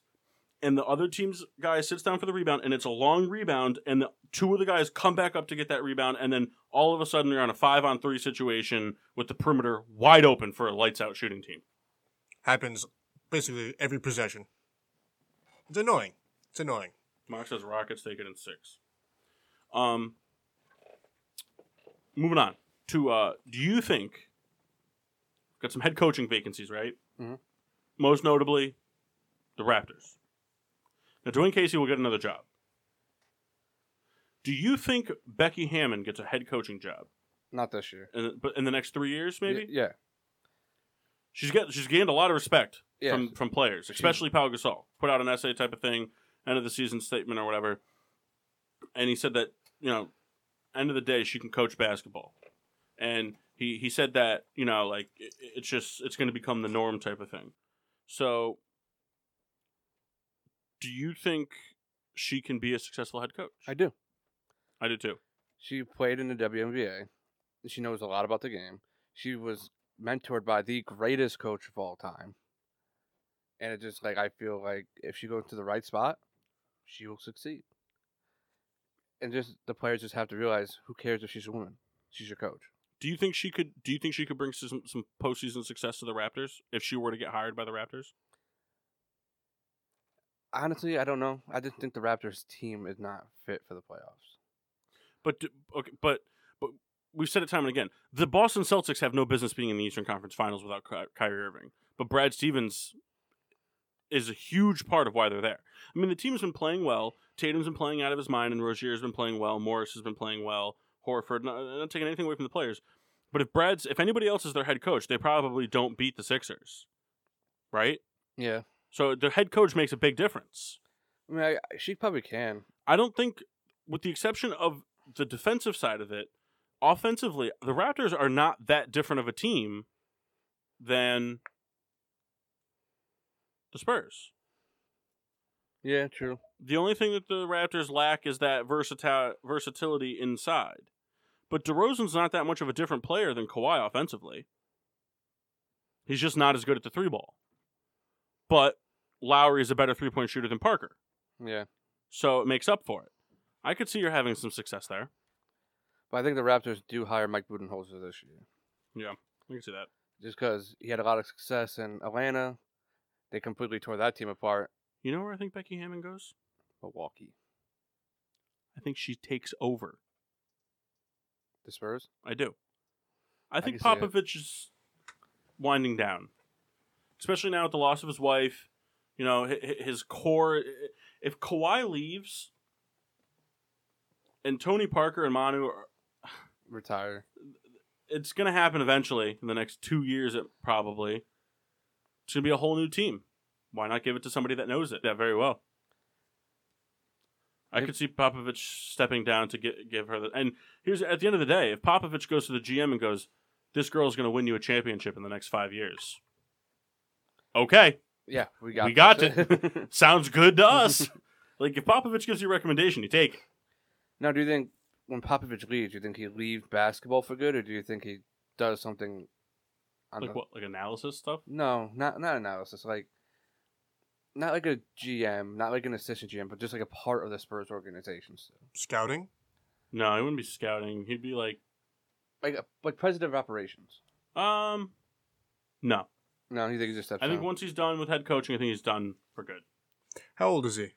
Speaker 1: And the other team's guy sits down for the rebound, and it's a long rebound. And the two of the guys come back up to get that rebound, and then all of a sudden you're on a five on three situation with the perimeter wide open for a lights out shooting team.
Speaker 4: Happens basically every possession. It's annoying. It's annoying.
Speaker 1: Mark says Rockets take it in six. Um, moving on to uh, do you think got some head coaching vacancies, right?
Speaker 2: Mhm.
Speaker 1: Most notably, the Raptors. Now, Dwayne Casey will get another job. Do you think Becky Hammond gets a head coaching job,
Speaker 2: Not this year.
Speaker 1: in, but in the next three years, maybe
Speaker 2: Y- yeah.
Speaker 1: she's got she's gained a lot of respect
Speaker 2: Yeah.
Speaker 1: from from players, especially Paul Gasol. Put out an essay type of thing, end of the season statement or whatever, and he said that you know, end of the day she can coach basketball, and he he said that you know like it, it's just it's going to become the norm type of thing. So, do you think she can be a successful head coach?
Speaker 2: I do.
Speaker 1: I do too.
Speaker 2: She played in the WNBA. She knows a lot about the game. She was mentored by the greatest coach of all time. And it just like I feel like if she goes to the right spot, she will succeed. And just the players just have to realize who cares if she's a woman? She's your coach.
Speaker 1: Do you think she could? Do you think she could bring some some postseason success to the Raptors if she were to get hired by the Raptors?
Speaker 2: Honestly, I don't know. I just think the Raptors team is not fit for the playoffs.
Speaker 1: But d- okay, but but we've said it time and again. The Boston Celtics have no business being in the Eastern Conference Finals without Ky- Kyrie Irving. But Brad Stevens is a huge part of why they're there. I mean, the team's been playing well. Tatum's been playing out of his mind, and Rozier's been playing well. Morris has been playing well. Horford, not, not taking anything away from the players. But if Brad's, if anybody else is their head coach, they probably don't beat the Sixers, right?
Speaker 2: Yeah.
Speaker 1: So their head coach makes a big difference.
Speaker 2: I mean, I, she probably can.
Speaker 1: I don't think, with the exception of the defensive side of it, offensively, the Raptors are not that different of a team than the Spurs.
Speaker 2: Yeah, true.
Speaker 1: The only thing that the Raptors lack is that versatile versatility inside. But DeRozan's not that much of a different player than Kawhi offensively. He's just not as good at the three ball. But Lowry's a better three point shooter than Parker.
Speaker 2: Yeah.
Speaker 1: So it makes up for it. I could see her having some success there.
Speaker 2: But I think the Raptors do hire Mike Budenholzer this year.
Speaker 1: I can see that.
Speaker 2: just because he had a lot of success in Atlanta. They completely tore that team apart.
Speaker 1: You know where I think Becky Hammond goes?
Speaker 2: Milwaukee,
Speaker 1: I think she takes over.
Speaker 2: the Spurs.
Speaker 1: I do. I think
Speaker 2: can see it.
Speaker 1: Popovich is winding down, especially now with the loss of his wife. You know, hi- hi- his core. If Kawhi leaves, and Tony Parker and Manu, are,
Speaker 2: Retire.
Speaker 1: it's going to happen eventually in the next two years, it probably. It's going to be a whole new team. Why not give it to somebody that knows it that very well? I
Speaker 2: Yep.
Speaker 1: could see Popovich stepping down to get, give her the. And here's at the end of the day, if Popovich goes to the GM and goes, "This girl's going to win you a championship in the next five years," okay,
Speaker 2: Yeah, we got.
Speaker 1: We got
Speaker 2: this.
Speaker 1: <laughs> sounds good to us. like if Popovich gives you a recommendation, you take it.
Speaker 2: <laughs> now, do you think when Popovich leaves, do you think he leaves basketball for good, or do you think he does something? On
Speaker 1: Like
Speaker 2: the...
Speaker 1: what? Like analysis stuff.
Speaker 2: No, not not analysis. Like, not like a GM, not like an assistant GM, but just like a part of the Spurs organization. So.
Speaker 4: Scouting.
Speaker 1: No, he wouldn't be scouting. He'd be like,
Speaker 2: Like a, like president of operations.
Speaker 1: um, no.
Speaker 2: No, he think he just steps
Speaker 1: I think
Speaker 2: down.
Speaker 1: once he's done with head coaching, I think he's done for good.
Speaker 4: How old is he?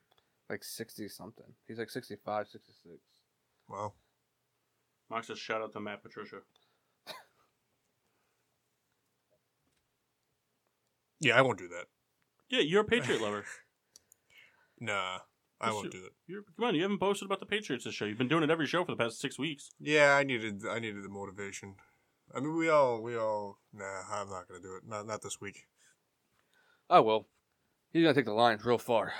Speaker 2: like sixty something. He's like 65, 66.
Speaker 4: Wow.
Speaker 1: Mox says shout out to Matt Patricia.
Speaker 4: Yeah, I won't do that.
Speaker 1: Yeah, you're a Patriot lover.
Speaker 4: Nah, I
Speaker 1: Yes,
Speaker 4: won't
Speaker 1: you-
Speaker 4: do it.
Speaker 1: You're, come on, you haven't posted about the Patriots this show. You've been doing it every show for the past six weeks.
Speaker 4: Yeah, I needed I needed the motivation. I mean, we all we all. Nah, I'm not gonna do it. Not not this week.
Speaker 2: Oh well, he's gonna take the Lions real far.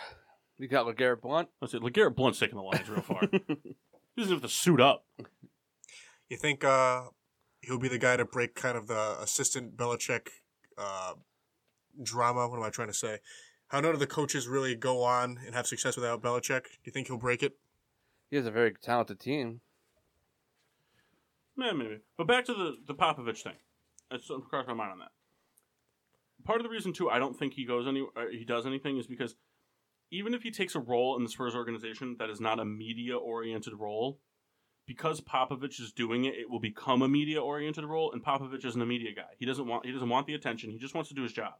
Speaker 2: We got Legarrette Blunt.
Speaker 1: Let's see, LeGarrette Blunt's taking the lines real far. he doesn't have to suit up.
Speaker 4: You think uh, he'll be the guy to break kind of the assistant Belichick uh, drama? What am I trying to say? How none of the coaches really go on and have success without Belichick. Do you think he'll break it?
Speaker 2: He has a very talented team.
Speaker 1: Yeah, maybe. But back to the, the Popovich thing. That's I'm crossing my mind on that. Part of the reason too, I don't think he goes any uh, he does anything is because even if he takes a role in the Spurs organization that is not a media oriented role, because Popovich is doing it, it will become a media oriented role. And Popovich isn't a media guy. He doesn't want he doesn't want the attention. He just wants to do his job.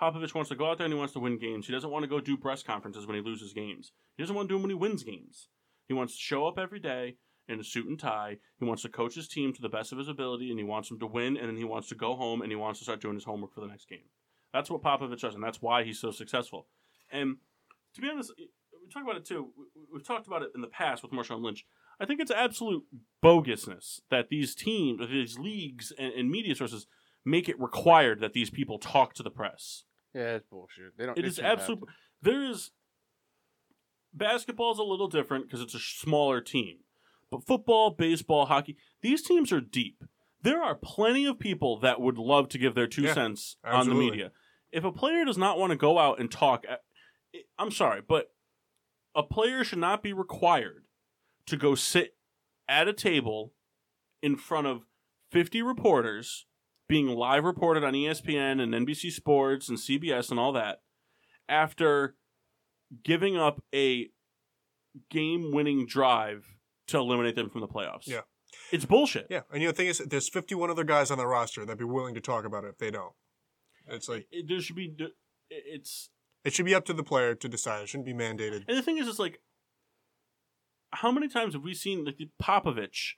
Speaker 1: Popovich wants to go out there and he wants to win games. He doesn't want to go do press conferences when he loses games. He doesn't want to do them when he wins games. He wants to show up every day in a suit and tie. He wants to coach his team to the best of his ability, and he wants them to win. And then he wants to go home and he wants to start doing his homework for the next game. That's what Popovich does, and that's why he's so successful. And to be honest, we talked about it too. We- We've talked about it in the past with Marshawn Lynch. I think it's absolute bogusness that these teams, that these leagues, and, and media sources make it required that these people talk to the press.
Speaker 2: Yeah, it's bullshit. They don't.
Speaker 1: It
Speaker 2: they
Speaker 1: is
Speaker 2: shouldn't have
Speaker 1: absolute.
Speaker 2: to.
Speaker 1: There is basketball's a little different because it's a sh- smaller team, but football, baseball, hockey, these teams are deep. There are plenty of people that would love to give their two
Speaker 4: Yeah,
Speaker 1: cents on
Speaker 4: absolutely.
Speaker 1: the media. If a player does not want to go out and talk, I- I'm sorry, but a player should not be required to go sit at a table in front of 50 reporters being live reported on E ESPN and NBC Sports and CBS and all that after giving up a game winning drive to eliminate them from the playoffs.
Speaker 4: Yeah.
Speaker 1: It's bullshit.
Speaker 4: Yeah, and you know the thing is, there's 51 other guys on the roster that'd be willing to talk about it if they don't. It's like
Speaker 1: It- there should be it- it's
Speaker 4: it should be up to the player to decide. It shouldn't be mandated.
Speaker 1: And the thing is, it's like, how many times have we seen like the Popovich,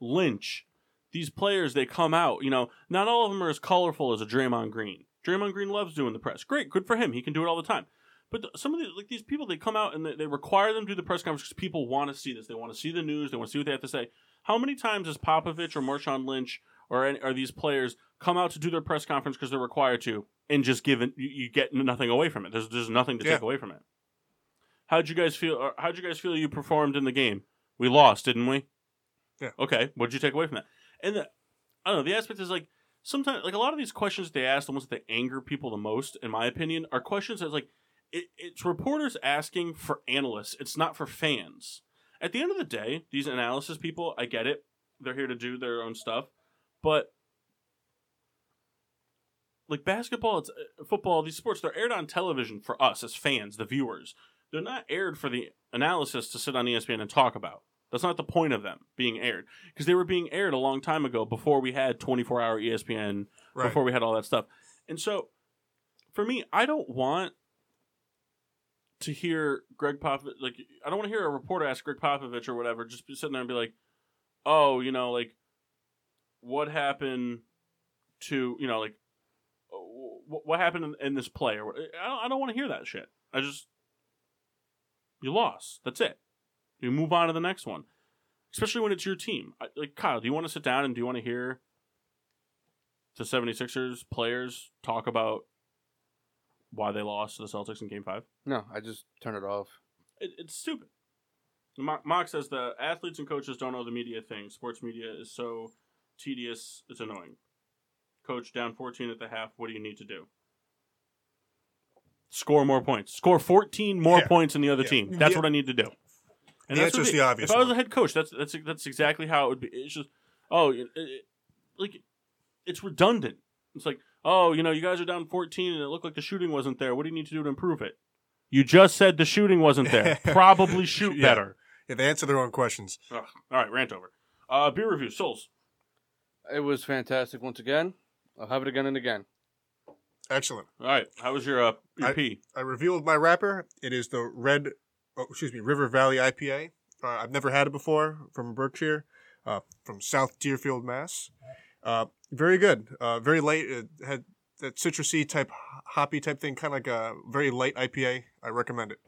Speaker 1: Lynch, these players? They come out, you know, not all of them are as colorful as a Draymond Green. Draymond Green loves doing the press. Great, good for him. He can do it all the time. But th- some of the, like these people, they come out and they, they require them to do the press conference because people want to see this. They want to see the news. They want to see what they have to say. How many times has Popovich or Marshawn Lynch or any, or these players come out to do their press conference because they're required to and just given you, you get nothing away from it. There's there's nothing to
Speaker 4: Yeah.
Speaker 1: take away from it. How'd you guys feel? Or how'd you guys feel you performed in the game? We lost, didn't we?
Speaker 4: Yeah.
Speaker 1: Okay. What'd you take away from that? And the, I don't know. The aspect is like sometimes, like a lot of these questions that they ask, the ones that they anger people the most, in my opinion, are questions that like it, it's reporters asking for analysts. It's not for fans. At the end of the day, these analysis people, I get it. They're here to do their own stuff, but like basketball, it's uh, football. These sports, they're aired on television for us as fans, the viewers they're not aired for the analysis to sit on E ESPN and talk about. That's not the point of them being aired because they were being aired a long time ago before we had 24 hour E ESPN,
Speaker 4: Right.
Speaker 1: before we had all that stuff. And so for me, I don't want to hear Greg Popovich, like, I don't want to hear a reporter ask Greg Popovich or whatever, just be sitting there and be like, oh, you know, like, what happened to, you know, like, wh- wh- what happened in, in this play? Or, wh- I don't, I don't want to hear that shit. I just, you lost. That's it. You move on to the next one, especially when it's your team. I, like Kyle, do you want to sit down and do you want to hear the 76ers players talk about why they lost to the Celtics in Game Five?
Speaker 2: No, I just turn it off.
Speaker 1: It, it's stupid. Mo- Mock says the athletes and coaches don't know the media thing. Sports media is so tedious, it's annoying. Coach down 14 at the half. What do you need to do? Score more points. Score 14 more
Speaker 4: Yeah.
Speaker 1: points than the other
Speaker 4: Yeah.
Speaker 1: team. That's
Speaker 4: Yeah.
Speaker 1: what I need to do.
Speaker 4: The
Speaker 1: that's
Speaker 4: answer
Speaker 1: what
Speaker 4: is
Speaker 1: they-
Speaker 4: the obvious
Speaker 1: If I was
Speaker 4: one.
Speaker 1: a head coach, that's that's that's exactly how it would be. It's just oh, it, it, like it's redundant. It's like oh, you know, you guys are down 14 and it looked like the shooting wasn't there. What do you need to do to improve it? You just said the shooting wasn't
Speaker 4: <laughs>
Speaker 1: there. Probably shoot
Speaker 4: Yeah.
Speaker 1: better.
Speaker 4: Yeah, they answer their own questions.
Speaker 1: Ugh. All right, rant over. Uh, beer review, Souls.
Speaker 2: It was fantastic once again. I'll have it again and again.
Speaker 4: Excellent.
Speaker 1: All right, how was your uh, your
Speaker 4: I-
Speaker 1: pee?
Speaker 4: I revealed my wrapper. It is the Red, oh, excuse me, River Valley IPA. Uh, I've never had it before from Berkshire, uh, from South Deerfield, Mass. Uh, very good. Uh, very late. It had that citrusy type, hoppy type thing, kind of like a very light IPA. I recommend it.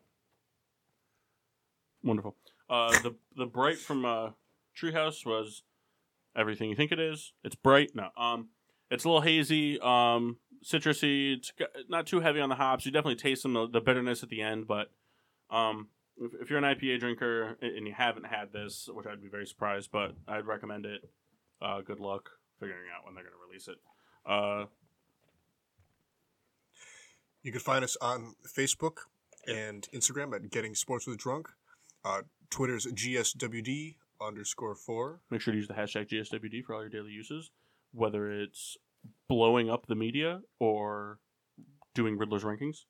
Speaker 1: Wonderful. Uh, the the bright from uh, Treehouse was everything you think it is. It's bright. No, um, it's a little hazy, um, citrusy. It's got, not too heavy on the hops. You definitely taste some of the bitterness at the end, but um, if, if you're an IPA drinker and and you haven't had this, which I'd be very surprised, but I'd recommend it. Uh, good luck figuring out when they're going to release it. Uh,
Speaker 4: You can find us on Facebook and Instagram at Getting Sports with Drunk. Uh, Twitter's GSWD underscore four.
Speaker 1: make sure to use the hashtag GSWD for all your daily uses, whether it's blowing up the media or doing Riddler's rankings.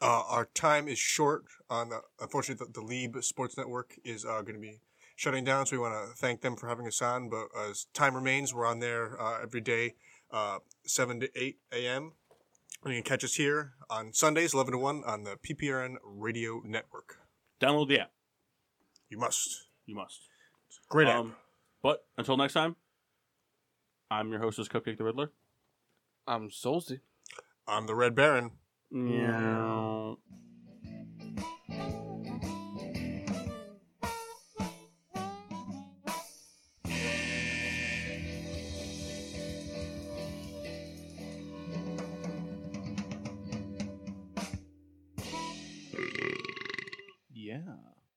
Speaker 4: Uh, our time is short. On the unfortunately, the, the Lieb Sports Network is uh, going to be shutting down, so we want to thank them for having us on. But as time remains, we're on there uh, every day, uh, seven to eight a.m. And you can catch us here on Sundays, eleven to one, on the PPRN Radio Network.
Speaker 1: download the app.
Speaker 4: You must.
Speaker 1: You must.
Speaker 4: Great app.
Speaker 1: Um, but until next time, I'm your hostess, Cupcake the Riddler.
Speaker 2: I'm Solzy.
Speaker 4: I'm the Red Baron.
Speaker 1: Yeah.